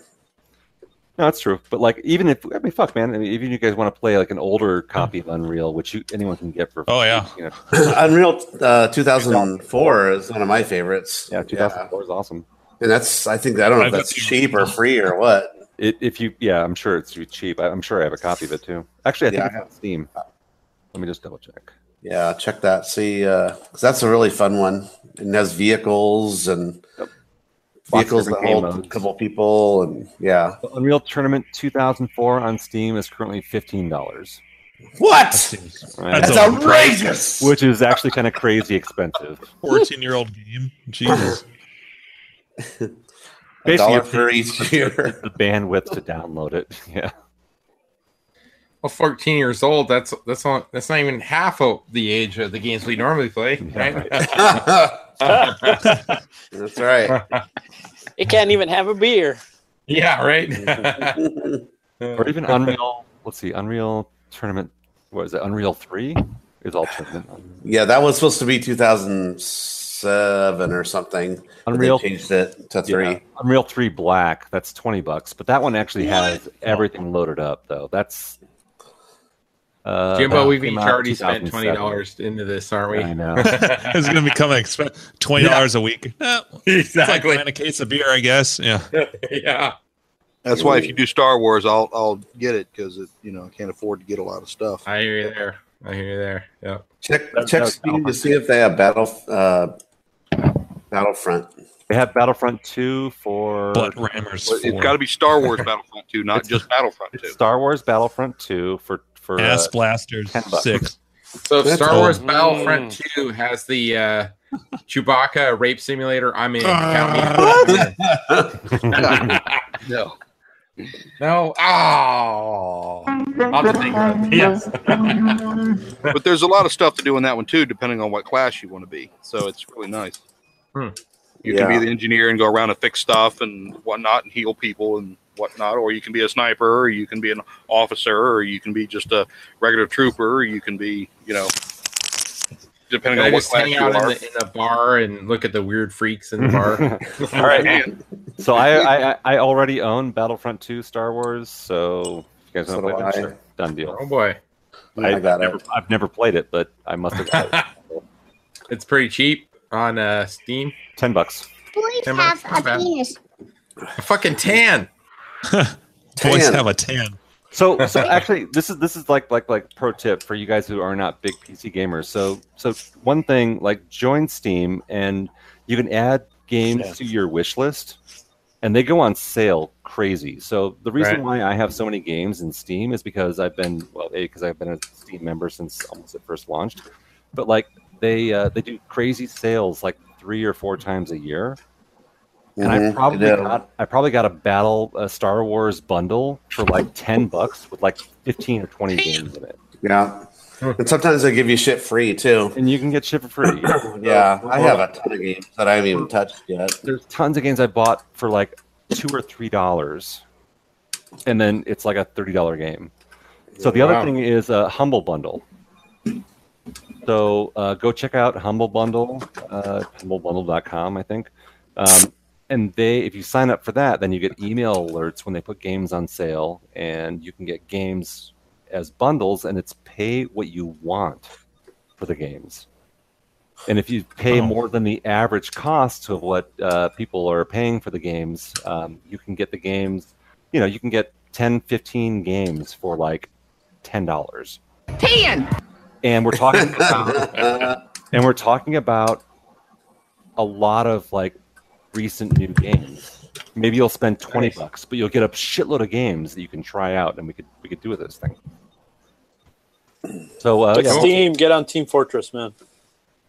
Speaker 2: No, that's true. But like, even if I mean, fuck, man. I mean, even you guys want to play like an older copy of Unreal, which you, anyone can get for
Speaker 6: oh yeah,
Speaker 2: you know,
Speaker 1: Unreal uh, 2004 is one of my favorites. Yeah,
Speaker 2: 2004 is awesome.
Speaker 1: And that's I think I don't know if
Speaker 2: I've got
Speaker 1: that's cheap or free or what.
Speaker 2: It, if you, yeah, I'm sure it's cheap. I, I'm sure I have a copy of it too. Actually, I think
Speaker 1: Yeah, I
Speaker 2: it's on Steam. Let me just double check.
Speaker 1: Yeah, check that. See, uh 'cause that's a really fun one, and it has vehicles and vehicles that
Speaker 2: different game
Speaker 1: hold a
Speaker 2: modes.
Speaker 1: couple people, and yeah.
Speaker 2: The Unreal Tournament 2004 on Steam is currently fifteen dollars.
Speaker 1: What?
Speaker 2: Right.
Speaker 1: That's That's outrageous!
Speaker 2: Which is actually kind of crazy expensive.
Speaker 6: fourteen year old game. Jesus.
Speaker 1: A
Speaker 2: Basically,
Speaker 1: dollar
Speaker 2: you're
Speaker 1: for
Speaker 2: paying
Speaker 1: each year.
Speaker 2: The bandwidth to download it. Yeah.
Speaker 5: Well, 14 years old. That's that's not that's not even half of the age of the games we normally play, right?
Speaker 1: that's right.
Speaker 11: It can't even have a beer.
Speaker 5: Yeah,
Speaker 11: right?
Speaker 2: or even Unreal. Let's see, Unreal Tournament. What is it? Unreal Three is all tournament.
Speaker 1: Yeah, that was supposed to be 2007 or something. but they
Speaker 2: Unreal
Speaker 1: changed it to three.
Speaker 2: Yeah, Unreal Three Black. That's twenty bucks, but that one actually has everything loaded up though. That's uh,
Speaker 5: Jimbo,
Speaker 2: that
Speaker 5: we've
Speaker 2: came
Speaker 5: each
Speaker 2: out in
Speaker 5: already spent
Speaker 2: 2007.
Speaker 5: twenty dollars into this, aren't we?
Speaker 2: I know.
Speaker 6: it's gonna become expensive. Twenty dollars a week. No, It's like
Speaker 5: Exactly.
Speaker 6: buying a case of beer, I guess. Yeah.
Speaker 5: yeah.
Speaker 10: That's why if you do Star Wars, I'll I'll get it because it you know I can't afford to get a lot of stuff.
Speaker 5: I hear you there. I hear you there. Yep.
Speaker 1: Check check Steam to see if they have Battle uh, Battlefront.
Speaker 2: They have Battlefront Two for
Speaker 6: Butt rammers
Speaker 10: But it's got to be Star Wars Battlefront 2, not just Battlefront 2.
Speaker 2: Star Wars Battlefront Two for for uh,
Speaker 6: Ass blasters
Speaker 2: 10 bucks.
Speaker 6: six.
Speaker 5: So if
Speaker 2: That's
Speaker 5: Star
Speaker 2: cool.
Speaker 5: Wars Battlefront Two has the uh, Chewbacca rape simulator. I'm in. Count me in.
Speaker 10: no.
Speaker 5: No. Oh. I'll just take that. Yes.
Speaker 10: but there's a lot of stuff to do in that one too, depending on what class you want to be. So it's really nice.
Speaker 5: Hmm.
Speaker 10: You can
Speaker 1: Yeah.
Speaker 10: be the engineer and go around and fix stuff and whatnot and heal people and whatnot, or you can be a sniper, or you can be an officer, or you can be just a regular trooper, or you can be, you know, depending
Speaker 5: Can I
Speaker 10: on what
Speaker 5: just
Speaker 10: class
Speaker 5: hang
Speaker 10: you
Speaker 5: out in
Speaker 10: are.
Speaker 5: the, in the bar and look at the weird freaks in the bar?
Speaker 2: All right. so I, I I already own Battlefront Two Star Wars. So if you guys
Speaker 1: So
Speaker 2: want to play
Speaker 1: do
Speaker 2: that?
Speaker 1: I.
Speaker 2: Sure. Done deal.
Speaker 5: Oh boy,
Speaker 1: I got
Speaker 2: never,
Speaker 1: it.
Speaker 2: I've never played it, but I must have got it.
Speaker 5: it's pretty cheap on uh, Steam.
Speaker 2: ten bucks.
Speaker 15: Boys
Speaker 5: Tim,
Speaker 15: have
Speaker 5: not
Speaker 15: a
Speaker 5: bad.
Speaker 15: penis.
Speaker 5: A fucking tan.
Speaker 6: Boys
Speaker 2: Tan.
Speaker 6: have a tan.
Speaker 2: So, so actually, this is this is like like like pro tip for you guys who are not big PC gamers. So, so one thing like join Steam and you can add games to your wish list, and they go on sale crazy. So the reason why I have so many games in Steam is because I've been well, a because I've been a Steam member since almost it first launched, but like they uh, they do crazy sales like three or four times a year, and I
Speaker 1: Mhm,
Speaker 2: probably
Speaker 1: they do.
Speaker 2: got I probably got a battle a Star Wars bundle for like ten bucks with like fifteen or twenty games in it,
Speaker 1: Yeah. And sometimes they give you shit free too.
Speaker 2: and you can get shit for free.
Speaker 1: Yeah, I have a ton of games that I haven't even touched yet.
Speaker 2: There's tons of games I bought for like two or three dollars, and then it's like a thirty dollar game. So the
Speaker 14: Wow.
Speaker 2: other thing is uh, Humble Bundle. So uh, go check out Humble Bundle, uh, humblebundle.com, I think. Um, and they, if you sign up for that, then you get email alerts when they put games on sale, and you can get games as bundles, and it's pay what you want for the games. And if you pay
Speaker 6: Oh.
Speaker 2: more than the average cost of what uh, people are paying for the games, um, you can get the games, you know, you can get 10, 15 games for like $10.
Speaker 13: Ten.
Speaker 2: And we're talking about, and we're talking about a lot of like recent new games. Maybe you'll spend 20 bucks, but you'll get a shitload of games that you can try out and we could we could do with this thing. So uh,
Speaker 11: Like
Speaker 2: yeah.
Speaker 11: Steam, get on Team Fortress, man.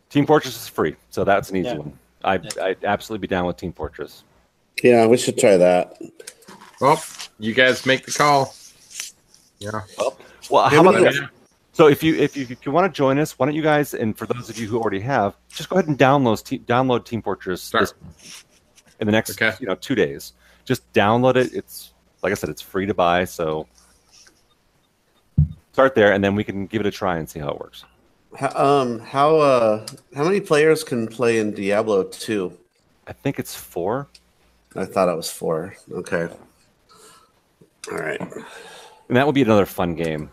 Speaker 2: Team Fortress is free, so that's an easy
Speaker 11: Yeah.
Speaker 2: one. I I absolutely be down with Team Fortress.
Speaker 1: Yeah, we should try that.
Speaker 5: Well, you guys make the call. Yeah.
Speaker 2: Well,
Speaker 5: Yeah,
Speaker 2: how about
Speaker 5: we-
Speaker 2: this? So if you if you, if you want to join us, why don't you guys? And for those of you who already have, just go ahead and download te- download Team Fortress this, in the next you know two days. Just download it. It's like I said, it's free to buy. So start there, and then we can give it a try and see how it works.
Speaker 1: How, um, how uh, how many players can play in Diablo two?
Speaker 2: I think it's four.
Speaker 1: I thought it was four. Okay. All right.
Speaker 2: And that would be another fun game.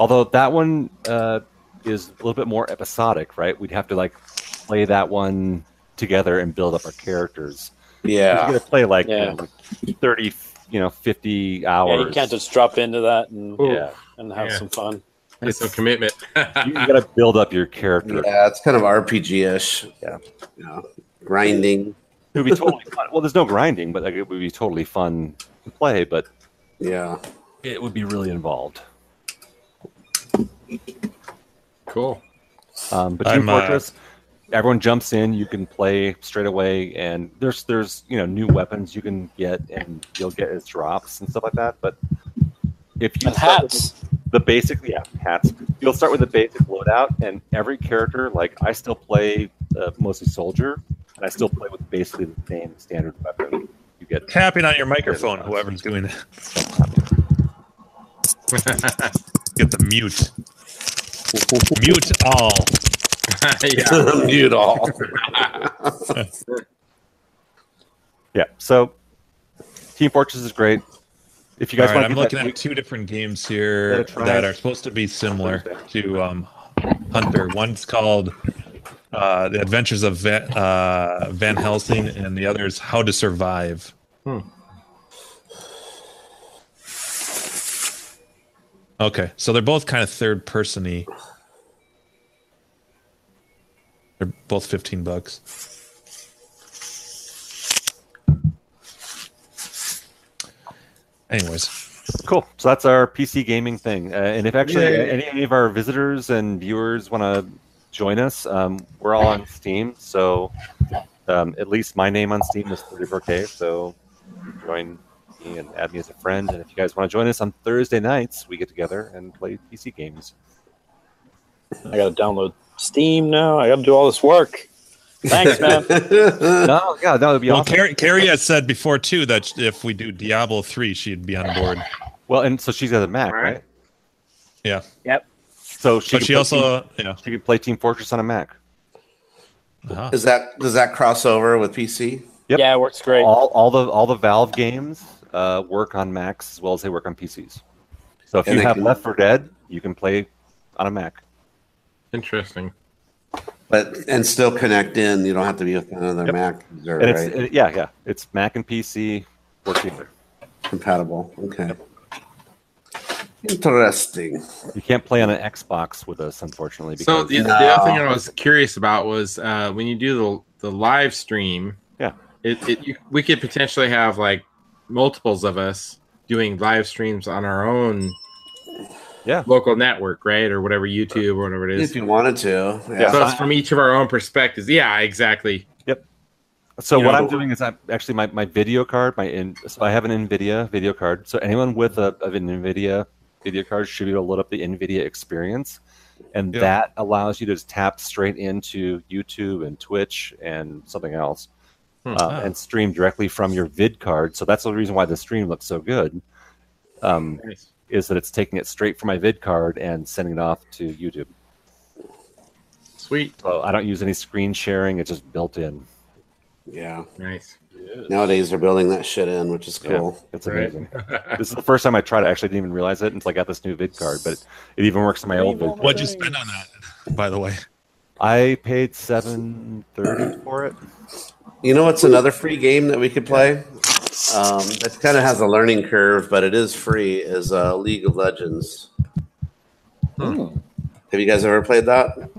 Speaker 2: Although that one uh, is a little bit more episodic, right? We'd have to like play that one together and build up our characters.
Speaker 1: Yeah.
Speaker 2: You're gonna play like, you
Speaker 11: Yeah.
Speaker 2: know, like 30, you know, 50 hours.
Speaker 11: Yeah, you can't just drop into that and
Speaker 2: Yeah.
Speaker 11: and have
Speaker 5: Yeah.
Speaker 11: some fun.
Speaker 5: It's a commitment.
Speaker 2: you gotta build up your character.
Speaker 1: Yeah, it's kind of RPG ish.
Speaker 2: Yeah.
Speaker 1: yeah. Grinding.
Speaker 2: It would be totally fun. Well, there's no grinding, but like, it would be totally fun to play. But
Speaker 1: yeah,
Speaker 2: it would be really involved.
Speaker 5: Cool.
Speaker 2: Um, but Team
Speaker 6: I'm, uh,
Speaker 2: Fortress, everyone jumps in. You can play straight away, and there's there's you know new weapons you can get, and you'll get as drops and stuff like that. But if you start with the basic yeah hats, you'll start with the basic loadout, and every character like I still play uh, mostly soldier, and I still play with basically the same standard weapon. You get
Speaker 6: Tapping on your microphone, whoever's doing that. Get the mute. Mute all.
Speaker 5: Yeah.
Speaker 6: Mute all.
Speaker 2: yeah. So Team Fortress is great. If you guys
Speaker 6: All right,
Speaker 2: want,
Speaker 6: I'm looking at two different games here
Speaker 2: Gotta try
Speaker 6: that
Speaker 2: it.
Speaker 6: are supposed to be similar to um, Hunter. One's called uh, The Adventures of Va- uh, Van Helsing, and the other is How to Survive.
Speaker 5: Hmm,
Speaker 6: Okay, so they're both kind of third person y. They're both 15 bucks. Anyways,
Speaker 2: Cool. So that's our PC gaming thing. Uh, and if actually
Speaker 6: Yay.
Speaker 2: any, any of our visitors and viewers want to join us, um, we're all on Steam. So um, at least my name on Steam is 34K. So join me and add me as a friend. And if you guys want to join us on Thursday nights, we get together and play PC games.
Speaker 11: I gotta download Steam now. I gotta do all this work. Thanks, man.
Speaker 2: no, yeah, that would be
Speaker 6: well,
Speaker 2: awesome.
Speaker 6: Carrie, Carrie has said before too that if we do Diablo three, she'd be on board.
Speaker 2: Well, and so she's got a Mac, right?
Speaker 6: Yeah.
Speaker 11: Yep.
Speaker 2: So she,
Speaker 6: But
Speaker 2: could
Speaker 6: she
Speaker 2: play
Speaker 6: also-
Speaker 2: Team- she could play Team Fortress on a Mac.
Speaker 6: Uh-huh.
Speaker 1: Is that does that cross over with PC?
Speaker 2: Yep.
Speaker 11: Yeah, it works great.
Speaker 2: All, all the all the Valve games uh, work on Macs as well as they work on PCs. So if
Speaker 1: And
Speaker 2: you
Speaker 1: they
Speaker 2: have
Speaker 1: can-
Speaker 2: Left 4 Dead, you can play on a Mac.
Speaker 5: Interesting.
Speaker 1: But and still connect in. You don't have to be with another
Speaker 2: Yep.
Speaker 1: Mac user,
Speaker 2: And it's,
Speaker 1: right?
Speaker 2: it- yeah, yeah, it's Mac and PC work together.
Speaker 1: Compatible. Okay. Interesting.
Speaker 2: You can't play on an Xbox with us, unfortunately.
Speaker 5: So
Speaker 2: Because
Speaker 5: the, the other thing I was curious about was uh, when you do the the live stream.
Speaker 2: Yeah.
Speaker 5: It, it you, we could potentially have like multiples of us doing live streams on our own.
Speaker 2: Yeah.
Speaker 5: Local network, right, or whatever YouTube or whatever it is.
Speaker 1: If you wanted to, yeah.
Speaker 5: So it's from each of our own perspectives. Yeah, exactly.
Speaker 2: Yep. So
Speaker 5: You
Speaker 2: what
Speaker 5: know-
Speaker 2: I'm doing is I'm actually my, my video card, my in, so I have an NVIDIA video card. So anyone with a of an NVIDIA video card should be able to load up the NVIDIA experience. And
Speaker 6: Yeah.
Speaker 2: that allows you to just tap straight into YouTube and Twitch and something else.
Speaker 6: Hmm.
Speaker 2: uh, and stream directly from your vid card. So that's the reason why the stream looks so good. um, is that it's taking it straight from my vid card and sending it off to YouTube.
Speaker 5: Sweet.
Speaker 2: So I don't use any screen sharing; it's just built in.
Speaker 1: Yeah.
Speaker 5: Nice.
Speaker 1: Nowadays they're building that shit in, which is
Speaker 2: Yeah,
Speaker 1: cool.
Speaker 2: it's amazing. this is the first time I tried. it. I actually didn't even realize it until I got this new vid card, but it even works in my old vid.
Speaker 6: What'd you spend on that, by the way?
Speaker 2: I paid seven thirty for it.
Speaker 1: You know what's another free game that we could play? Um, that kind of has a learning curve, but it is free. Is uh, League of Legends.
Speaker 2: Hmm.
Speaker 1: Have you guys ever played that?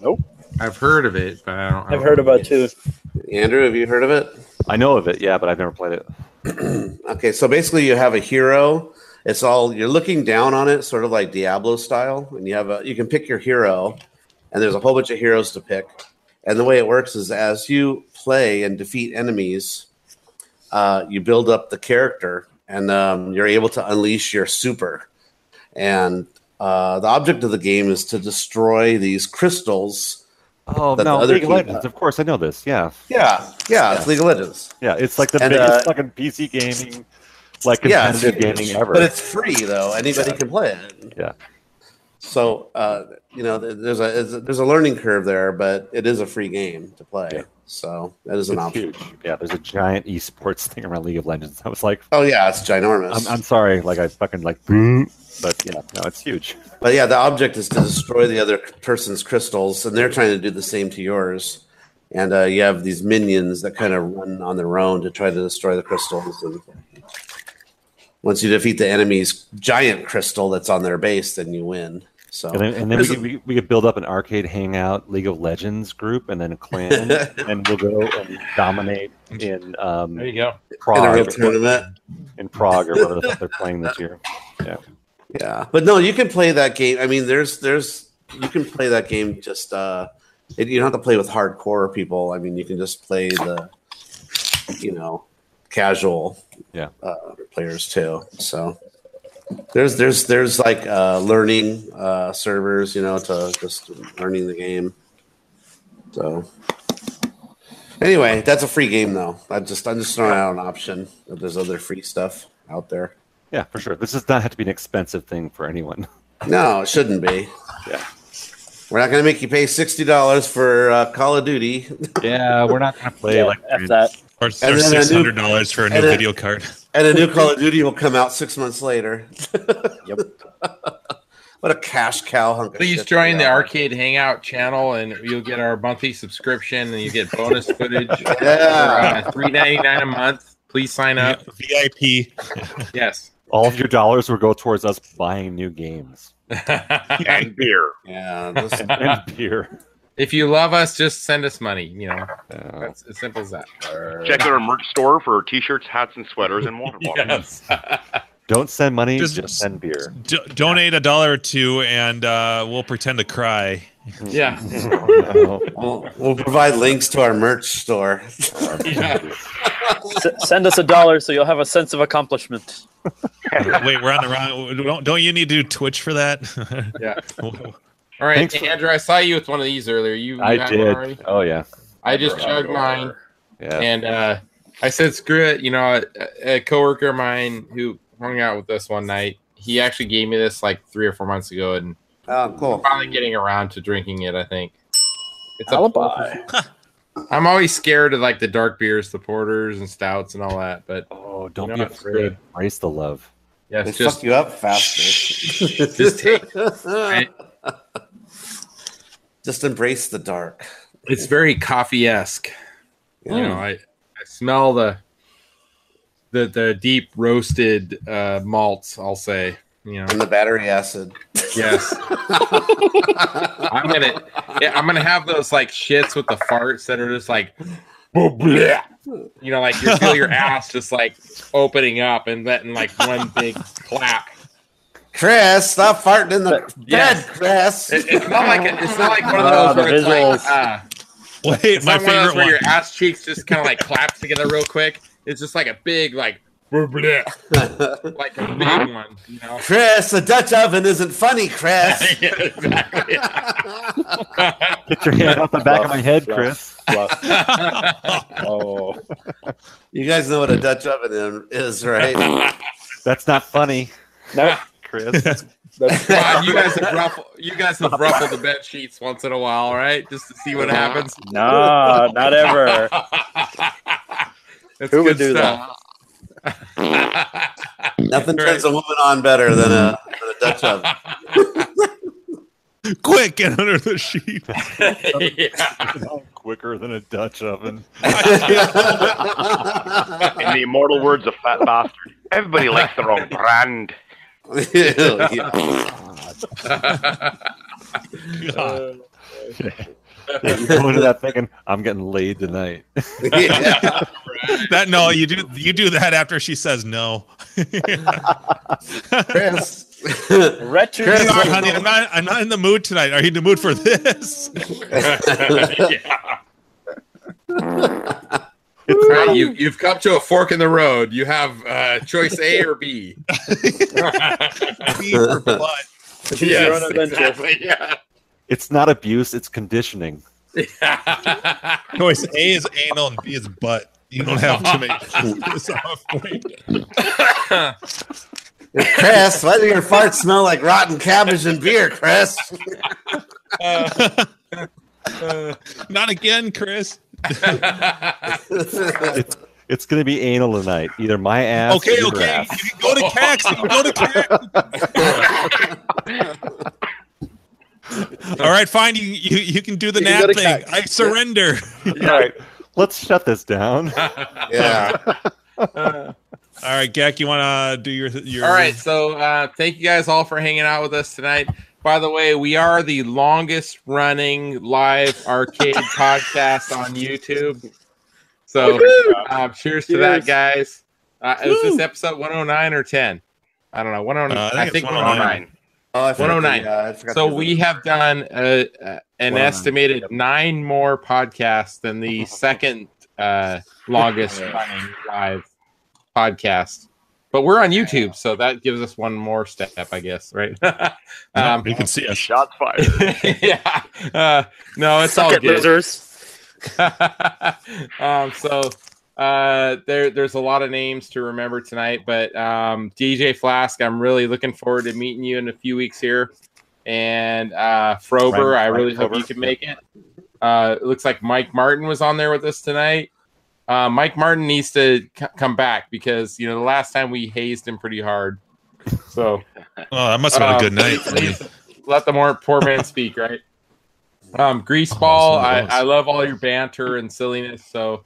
Speaker 11: Nope.
Speaker 5: I've heard of it, but I don't.
Speaker 11: I've heard about it too.
Speaker 1: Andrew, have you heard of it?
Speaker 2: I know of it, yeah, but I've never played it.
Speaker 1: okay, so basically you have a hero. It's all you're looking down on it, sort of like Diablo style, and you have a you can pick your hero, and there's a whole bunch of heroes to pick. And the way it works is as you play and defeat enemies, uh, you build up the character, and um, you're able to unleash your super. And uh, the object of the game is to destroy these crystals.
Speaker 2: Oh
Speaker 1: that the
Speaker 2: no,
Speaker 1: other
Speaker 2: League of
Speaker 1: team-
Speaker 2: Legends. Of course, I know this. Yeah,
Speaker 1: Yeah, yeah, it's League of Legends.
Speaker 2: yeah. It's like the
Speaker 1: And,
Speaker 2: biggest
Speaker 1: uh,
Speaker 2: fucking PC gaming, like
Speaker 1: Yeah, it's
Speaker 2: competitive
Speaker 1: huge.
Speaker 2: gaming ever.
Speaker 1: But it's free though; anybody
Speaker 2: Yeah.
Speaker 1: can play it.
Speaker 2: Yeah.
Speaker 1: So uh, you know, th- there's a is- there's a learning curve there, but it is a free game to play. So that is an
Speaker 2: It's
Speaker 1: option.
Speaker 2: huge. Yeah, there's a giant esports thing around League of Legends. I was like,
Speaker 1: Oh yeah, it's ginormous.
Speaker 2: I'm, I'm sorry, like I fucking like, but yeah, no, it's huge.
Speaker 1: But yeah, the object is to destroy the other person's crystals, and they're trying to do the same to yours. And uh, you have these minions that kind of run on their own to try to destroy the crystals. And once you defeat the enemy's giant crystal that's on their base, then you win. So
Speaker 2: And then, and then we,
Speaker 1: There's a-
Speaker 2: could, we, we could build up an arcade hangout, League of Legends group, and then a clan, and we'll go and dominate in. Um, there
Speaker 5: you go.
Speaker 2: Prague
Speaker 1: In a real
Speaker 2: or-
Speaker 1: tournament.
Speaker 2: In Prague or whatever the fuck they're playing this year. Yeah.
Speaker 1: Yeah, but no, you can play that game. I mean, there's there's you can play that game just uh, it, you don't have to play with hardcore people. I mean, you can just play the you know casual
Speaker 2: yeah
Speaker 1: uh, players too. So there's there's there's like uh, learning uh, servers, you know, to just learning the game. So anyway, that's a free game though. I just I'm just throwing out an option. that There's other free stuff out there.
Speaker 2: Yeah, for sure. This does not have to be an expensive thing for anyone.
Speaker 1: No, it shouldn't be.
Speaker 2: Yeah.
Speaker 1: We're not going to make you pay sixty dollars for uh, Call of Duty.
Speaker 2: Yeah, we're not going to
Speaker 6: play Yeah, like- F that. Or- or
Speaker 1: then a new-
Speaker 6: $600 for a new
Speaker 1: and
Speaker 6: video card.
Speaker 1: And a new Call of Duty will come out six months later.
Speaker 2: yep.
Speaker 1: what a cash cow hunk. of
Speaker 5: Please
Speaker 1: shit
Speaker 5: join
Speaker 1: they
Speaker 5: the
Speaker 1: are.
Speaker 5: Arcade Hangout channel, and you'll get our monthly subscription, and you get bonus footage. uh,
Speaker 1: Yeah.
Speaker 5: three ninety nine a month. Please sign up.
Speaker 6: VIP.
Speaker 5: Yes.
Speaker 2: All of your dollars will go towards us buying new games.
Speaker 5: and
Speaker 12: beer.
Speaker 1: Yeah.
Speaker 2: And beer.
Speaker 5: If you love us, just send us money. You know, that's as simple as that.
Speaker 12: Check out our merch store for t-shirts, hats, and sweaters, and water bottles.
Speaker 2: Don't send money,
Speaker 6: Just-
Speaker 2: just, send beer.
Speaker 6: Do- donate a dollar or two, and uh, we'll pretend to cry.
Speaker 5: Yeah.
Speaker 1: We'll, we'll provide links to our merch store.
Speaker 11: S- send us a dollar so you'll have a sense of accomplishment.
Speaker 6: Wait, we're on the wrong. Don't don't you need to do Twitch for that?
Speaker 5: Yeah.
Speaker 6: All
Speaker 5: All right,
Speaker 6: Thanks for-
Speaker 5: Andrew. I saw you with one of these earlier. You, you
Speaker 2: I
Speaker 5: had one
Speaker 2: did.
Speaker 5: already?
Speaker 2: Oh, yeah.
Speaker 5: I just chugged
Speaker 12: Sure.
Speaker 5: mine,
Speaker 2: Yeah.
Speaker 5: and uh, I said, "Screw it." You know, a, a coworker of mine who hung out with us one night, he actually gave me this like three or four months ago, and
Speaker 1: Oh, cool.
Speaker 5: finally getting around to drinking it. I think it's a
Speaker 11: Alibi.
Speaker 5: I'm always scared of like the dark beers, the porters and stouts and all that, but
Speaker 2: oh, don't
Speaker 5: you
Speaker 2: be
Speaker 5: know, it's
Speaker 2: afraid.
Speaker 5: good.
Speaker 2: Embrace the love.
Speaker 5: Yes,
Speaker 1: They
Speaker 5: just
Speaker 1: fuck you up faster.
Speaker 5: Just take
Speaker 1: Just embrace the dark.
Speaker 5: it's very coffee esque. You know, I, I smell the the the deep roasted uh, malts. I'll say, you know,
Speaker 1: And the battery acid.
Speaker 5: yes. I'm gonna yeah, I'm gonna have those like shits with the farts that are just like, bleh. you know, like you feel your ass just like opening up and letting like one big clap.
Speaker 1: Chris, stop farting in the bed, Chris.
Speaker 5: It- it's not like a, it's not like one of
Speaker 1: Ah,
Speaker 5: those
Speaker 1: the
Speaker 5: where it's like,
Speaker 1: visuals.
Speaker 5: uh,
Speaker 6: Wait,
Speaker 5: it's
Speaker 6: my
Speaker 5: not one of
Speaker 6: favorite
Speaker 5: those where
Speaker 6: one.
Speaker 5: your ass cheeks just kind of like claps together real quick. It's just like a big like bleh, bleh, like a big one, you know.
Speaker 1: Chris, the Dutch oven isn't funny, Chris.
Speaker 5: yeah, exactly.
Speaker 2: Get your hand off the back of my head, Chris.
Speaker 1: oh. You guys know what a Dutch oven is, right?
Speaker 2: That's not funny.
Speaker 8: No,
Speaker 5: Chris. Come on, you guys have ruffled, you guys have ruffled the bed sheets once in a while, right? Just to see what happens.
Speaker 11: No, not ever.
Speaker 5: That's
Speaker 11: Who would
Speaker 5: good
Speaker 11: do
Speaker 5: stuff.
Speaker 1: Nothing turns a woman on better than a, than a Dutch oven.
Speaker 6: Quick, get under the sheet.
Speaker 2: Quicker than a Dutch oven.
Speaker 12: In the immortal words of Fat Bastard, everybody likes their own brand.
Speaker 6: God.
Speaker 2: Yeah, you go into that thinking, I'm getting laid tonight.
Speaker 6: that no, you do you do that after she says no.
Speaker 1: Chris,
Speaker 11: Retro-
Speaker 6: Sorry, honey, I'm not I'm not in the mood tonight. Are you in the mood for this?
Speaker 5: Right, you, you've come to a fork in the road. You have uh, choice A or B.
Speaker 6: B for blood.
Speaker 11: Choose your own adventure.
Speaker 5: Yeah.
Speaker 2: It's not abuse, it's conditioning.
Speaker 6: Choice A is anal and B is butt. You don't have to make this off.
Speaker 1: Chris, why do your farts smell like rotten cabbage and beer, Chris?
Speaker 5: Uh,
Speaker 6: Not again, Chris.
Speaker 2: It's it's gonna be anal tonight. Either my ass or
Speaker 6: okay,
Speaker 2: your
Speaker 6: okay.
Speaker 2: ass.
Speaker 6: You can go to CAX. You can go to CAX. All right, fine. You, you you can do the
Speaker 7: You can go
Speaker 6: nap
Speaker 7: to
Speaker 6: thing.
Speaker 7: CAX.
Speaker 6: I surrender.
Speaker 2: All right. Let's shut this down.
Speaker 1: Yeah.
Speaker 6: All right, Gak, you want to do your your?
Speaker 5: All right, so uh, thank you guys all for hanging out with us tonight. By the way, we are the longest running live arcade podcast on YouTube. So, uh, cheers to that,
Speaker 11: Cheers.
Speaker 5: guys. Uh, is this
Speaker 11: Woo.
Speaker 5: episode 1109 or 10? I don't know. 109.
Speaker 6: Uh,
Speaker 5: I think
Speaker 6: it's
Speaker 5: 109.
Speaker 1: Oh, I forgot
Speaker 5: 109.
Speaker 1: the, uh, I forgot
Speaker 5: So
Speaker 1: the- oh
Speaker 5: we have done uh, uh, an
Speaker 2: 109.
Speaker 5: estimated nine more podcasts than the second uh, longest running live podcast. But we're on YouTube, so that gives us one more step, I guess, right? um,
Speaker 6: you can see us.
Speaker 12: Shots fired.
Speaker 5: yeah. Uh, no, it's all
Speaker 11: Suck it,
Speaker 5: good.
Speaker 11: losers.
Speaker 5: um, so uh, there, there's a lot of names to remember tonight, but um, DJ Flask, I'm really looking forward to meeting you in a few weeks here. And uh, Frober,
Speaker 2: Frank-
Speaker 5: I really
Speaker 2: Frank
Speaker 5: hope you
Speaker 2: Frober,
Speaker 5: can
Speaker 2: yeah.
Speaker 5: make it. Uh, it looks like Mike Martin was on there with us tonight. Uh, Mike Martin needs to c- come back because you know the last time we hazed him pretty hard. So
Speaker 6: Oh, that must have been a good
Speaker 5: um,
Speaker 6: night. for you.
Speaker 5: please- please Let the more poor man speak, right? Um, Greaseball,
Speaker 6: Oh, that's one
Speaker 5: I,
Speaker 6: of those.
Speaker 5: I love all your banter and silliness. So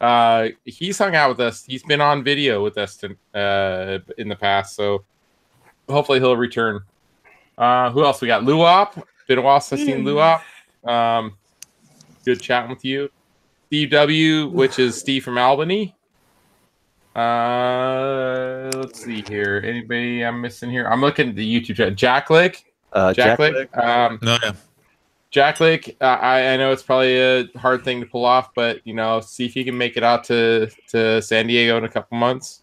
Speaker 5: uh, he's hung out with us. He's been on video with us to, uh, in the past. So hopefully he'll return. Uh, who else we got? Luop. Been a while since seen Luop. Um, good chatting with you. Steve W, which is Steve from Albany. Uh, let's see here. Anybody I'm missing here? I'm looking at the YouTube chat. Jack Lick.
Speaker 2: Uh,
Speaker 5: Jack,
Speaker 2: Jack,
Speaker 5: Lick. Um,
Speaker 6: No, Oh, yeah.
Speaker 5: Jack Lick. Uh, I, I know it's probably a hard thing to pull off, but you know, see if he can make it out to to San Diego in a couple months.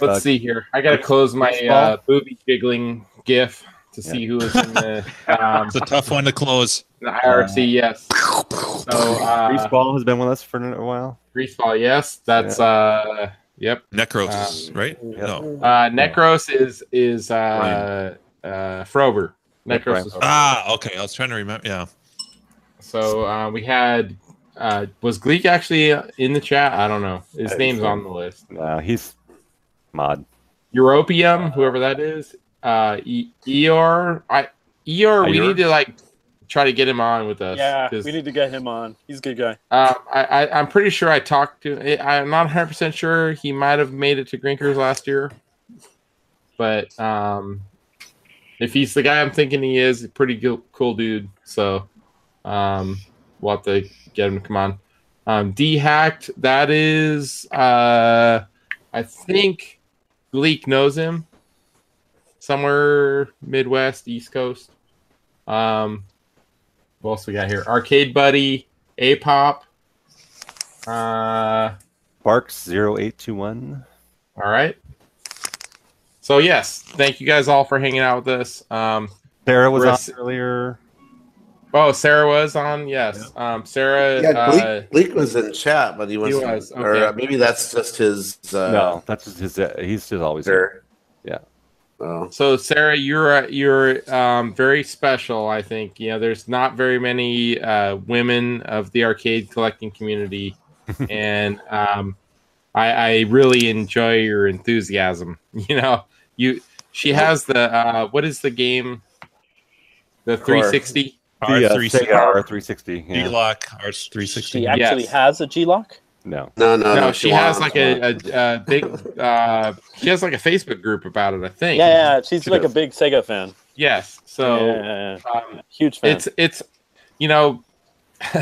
Speaker 5: Let's
Speaker 2: Uh,
Speaker 5: see here. I gotta close my uh, booby jiggling GIF to see who is in the, um,
Speaker 6: It's a tough one to close.
Speaker 5: the IRC. Yes. So uh,
Speaker 2: Greaseball has been with us for a while.
Speaker 5: Greaseball. Yes. That's uh. Yep. Um,
Speaker 6: Necros, right? No.
Speaker 5: Uh, Necros is is uh, uh, Frober.
Speaker 2: Yeah,
Speaker 5: Necros is
Speaker 2: Brian.
Speaker 6: Ah, okay. I was trying to remember. Yeah.
Speaker 5: so uh, we had uh, was Gleek actually in the chat? I don't know. His
Speaker 2: I
Speaker 5: name's
Speaker 2: think-
Speaker 5: on the list.
Speaker 2: Uh, No, he's mod.
Speaker 5: Europium, whoever that is. Uh, e- Eor, I Eor. We
Speaker 2: Eeyore?
Speaker 5: need to like try to get him on with us.
Speaker 11: Yeah,
Speaker 5: 'cause,
Speaker 11: we need to get him on. He's a good guy.
Speaker 5: uh, I, I I'm pretty sure I talked to. I- I'm not 100 percent sure. He might have made it to Grinkers last year, but um, if he's the guy I'm thinking he is, pretty go- cool dude. So, um, we'll have to get him to come on. Um, D hacked. That is, uh, I think Gleek knows him somewhere Midwest, East Coast. Um, what else we got here? Arcade Buddy, A Pop. Uh,
Speaker 2: Barks 0821.
Speaker 5: all right. So yes, thank you guys all for hanging out with us. Um,
Speaker 2: Sarah was
Speaker 5: Chris-
Speaker 2: on earlier.
Speaker 5: oh, Sarah was on. Yes, um, Sarah.
Speaker 1: yeah, Gleek,
Speaker 5: uh,
Speaker 1: Gleek was in chat, but he was,
Speaker 5: was,
Speaker 1: or
Speaker 5: okay.
Speaker 1: uh, maybe that's just his. Uh,
Speaker 2: no, that's just his. Uh, he's just always here.
Speaker 1: Twitter.
Speaker 2: Yeah.
Speaker 5: So Sarah, you're uh, you're um, very special. I think you know there's not very many uh, women of the arcade collecting community, and um, I, I really enjoy your enthusiasm. You know, you she has the uh, what is the game? The 360.
Speaker 2: The, uh, Sega R360.
Speaker 6: G Lock R360.
Speaker 11: She actually
Speaker 5: Yes.
Speaker 11: has a G Lock.
Speaker 2: No.
Speaker 1: No, no,
Speaker 5: No,
Speaker 1: no.
Speaker 5: she has like a, a, a big. Uh, she has like a Facebook group about it. I
Speaker 11: Yeah,
Speaker 5: think.
Speaker 11: yeah, she's
Speaker 5: She
Speaker 11: like
Speaker 5: does.
Speaker 11: a big Sega fan.
Speaker 5: Yes. So
Speaker 11: Yeah, yeah,
Speaker 5: Um,
Speaker 11: huge fan.
Speaker 5: It's it's you know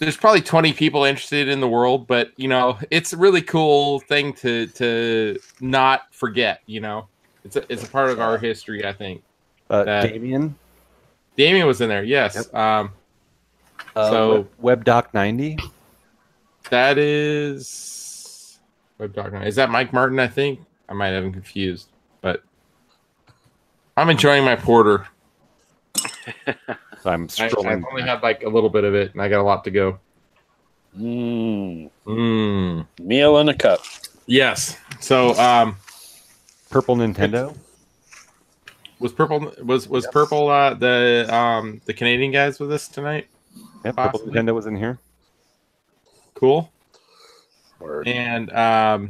Speaker 5: there's probably 20 people interested in the world, but you know it's a really cool thing to to not forget. You know, it's a, it's a part of our history. I think.
Speaker 2: Uh,
Speaker 5: That-
Speaker 2: Damien.
Speaker 5: Damien was in there. Yes. Um,
Speaker 2: Uh,
Speaker 5: so
Speaker 2: Web- WebDoc 90.
Speaker 5: that is web doc. Is that Mike Martin? I think I might have him confused, but I'm enjoying my porter.
Speaker 2: I'm
Speaker 5: I, I've
Speaker 2: strolling.
Speaker 5: only had like a little bit of it, and I got a lot to go.
Speaker 11: Mm,
Speaker 5: Mm.
Speaker 11: meal in a cup.
Speaker 5: Yes. So, um,
Speaker 2: Purple Nintendo.
Speaker 5: was purple was was purple uh, the um the Canadian guys with us tonight?
Speaker 2: Yeah, Purple
Speaker 5: Possibly.
Speaker 2: Nintendo was in here.
Speaker 5: Cool. And um,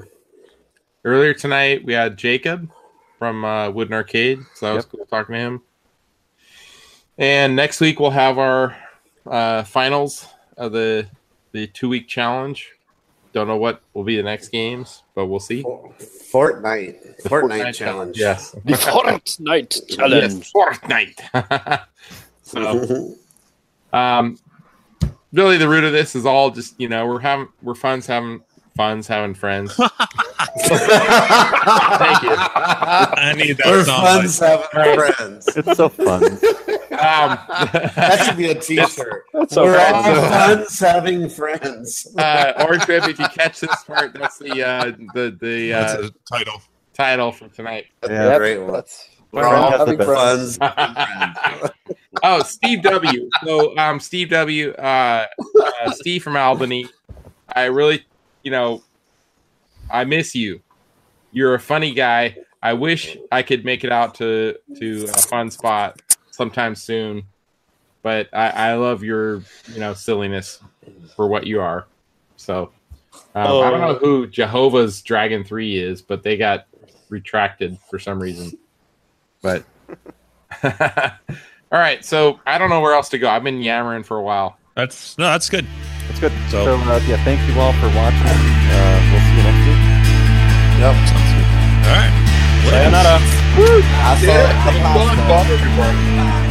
Speaker 5: earlier tonight we had Jacob from uh, Wooden Arcade, so that was cool talking to him. And next week we'll have our uh, finals of the the two week challenge. Don't know what will be the next games, but we'll see.
Speaker 1: Fortnite.
Speaker 5: The
Speaker 1: Fortnite challenge.
Speaker 5: Yes.
Speaker 11: The Fortnite challenge.
Speaker 5: Yes, Fortnite. so, um, really, the root of this is all just you know we're having we're fun's having fun's having friends. Thank you.
Speaker 6: I need that
Speaker 1: We're
Speaker 6: sound
Speaker 1: friends having friends.
Speaker 2: It's so fun.
Speaker 5: Um,
Speaker 1: That should be a T-shirt.
Speaker 11: That's
Speaker 1: We're
Speaker 11: okay.
Speaker 1: all friends having friends.
Speaker 5: uh, Orange Grip, if you catch this part, that's the uh, the the
Speaker 6: That's
Speaker 5: uh,
Speaker 6: a title.
Speaker 5: title for tonight.
Speaker 1: That's
Speaker 2: Yeah.
Speaker 1: a great one.
Speaker 11: That's
Speaker 1: We're all
Speaker 2: Friends having
Speaker 1: having friends.
Speaker 5: oh, Steve W. So, um, Steve W. Uh, uh, Steve from Albany. I really, you know, I miss you. You're a funny guy. I wish I could make it out to to a fun spot sometime soon, but I, I love your you know silliness for what you are. So um, I
Speaker 2: Oh.
Speaker 5: don't know who Jehovah's Dragon Three is, but they got retracted for some reason. But all right, so I don't know where else to go. I've been yammering for a while.
Speaker 6: That's no, that's good.
Speaker 2: That's good.
Speaker 6: So-
Speaker 2: So, uh, yeah, thank you all for watching. Uh, we'll see you next week.
Speaker 6: All right.
Speaker 11: Sayonara.
Speaker 1: I saw it.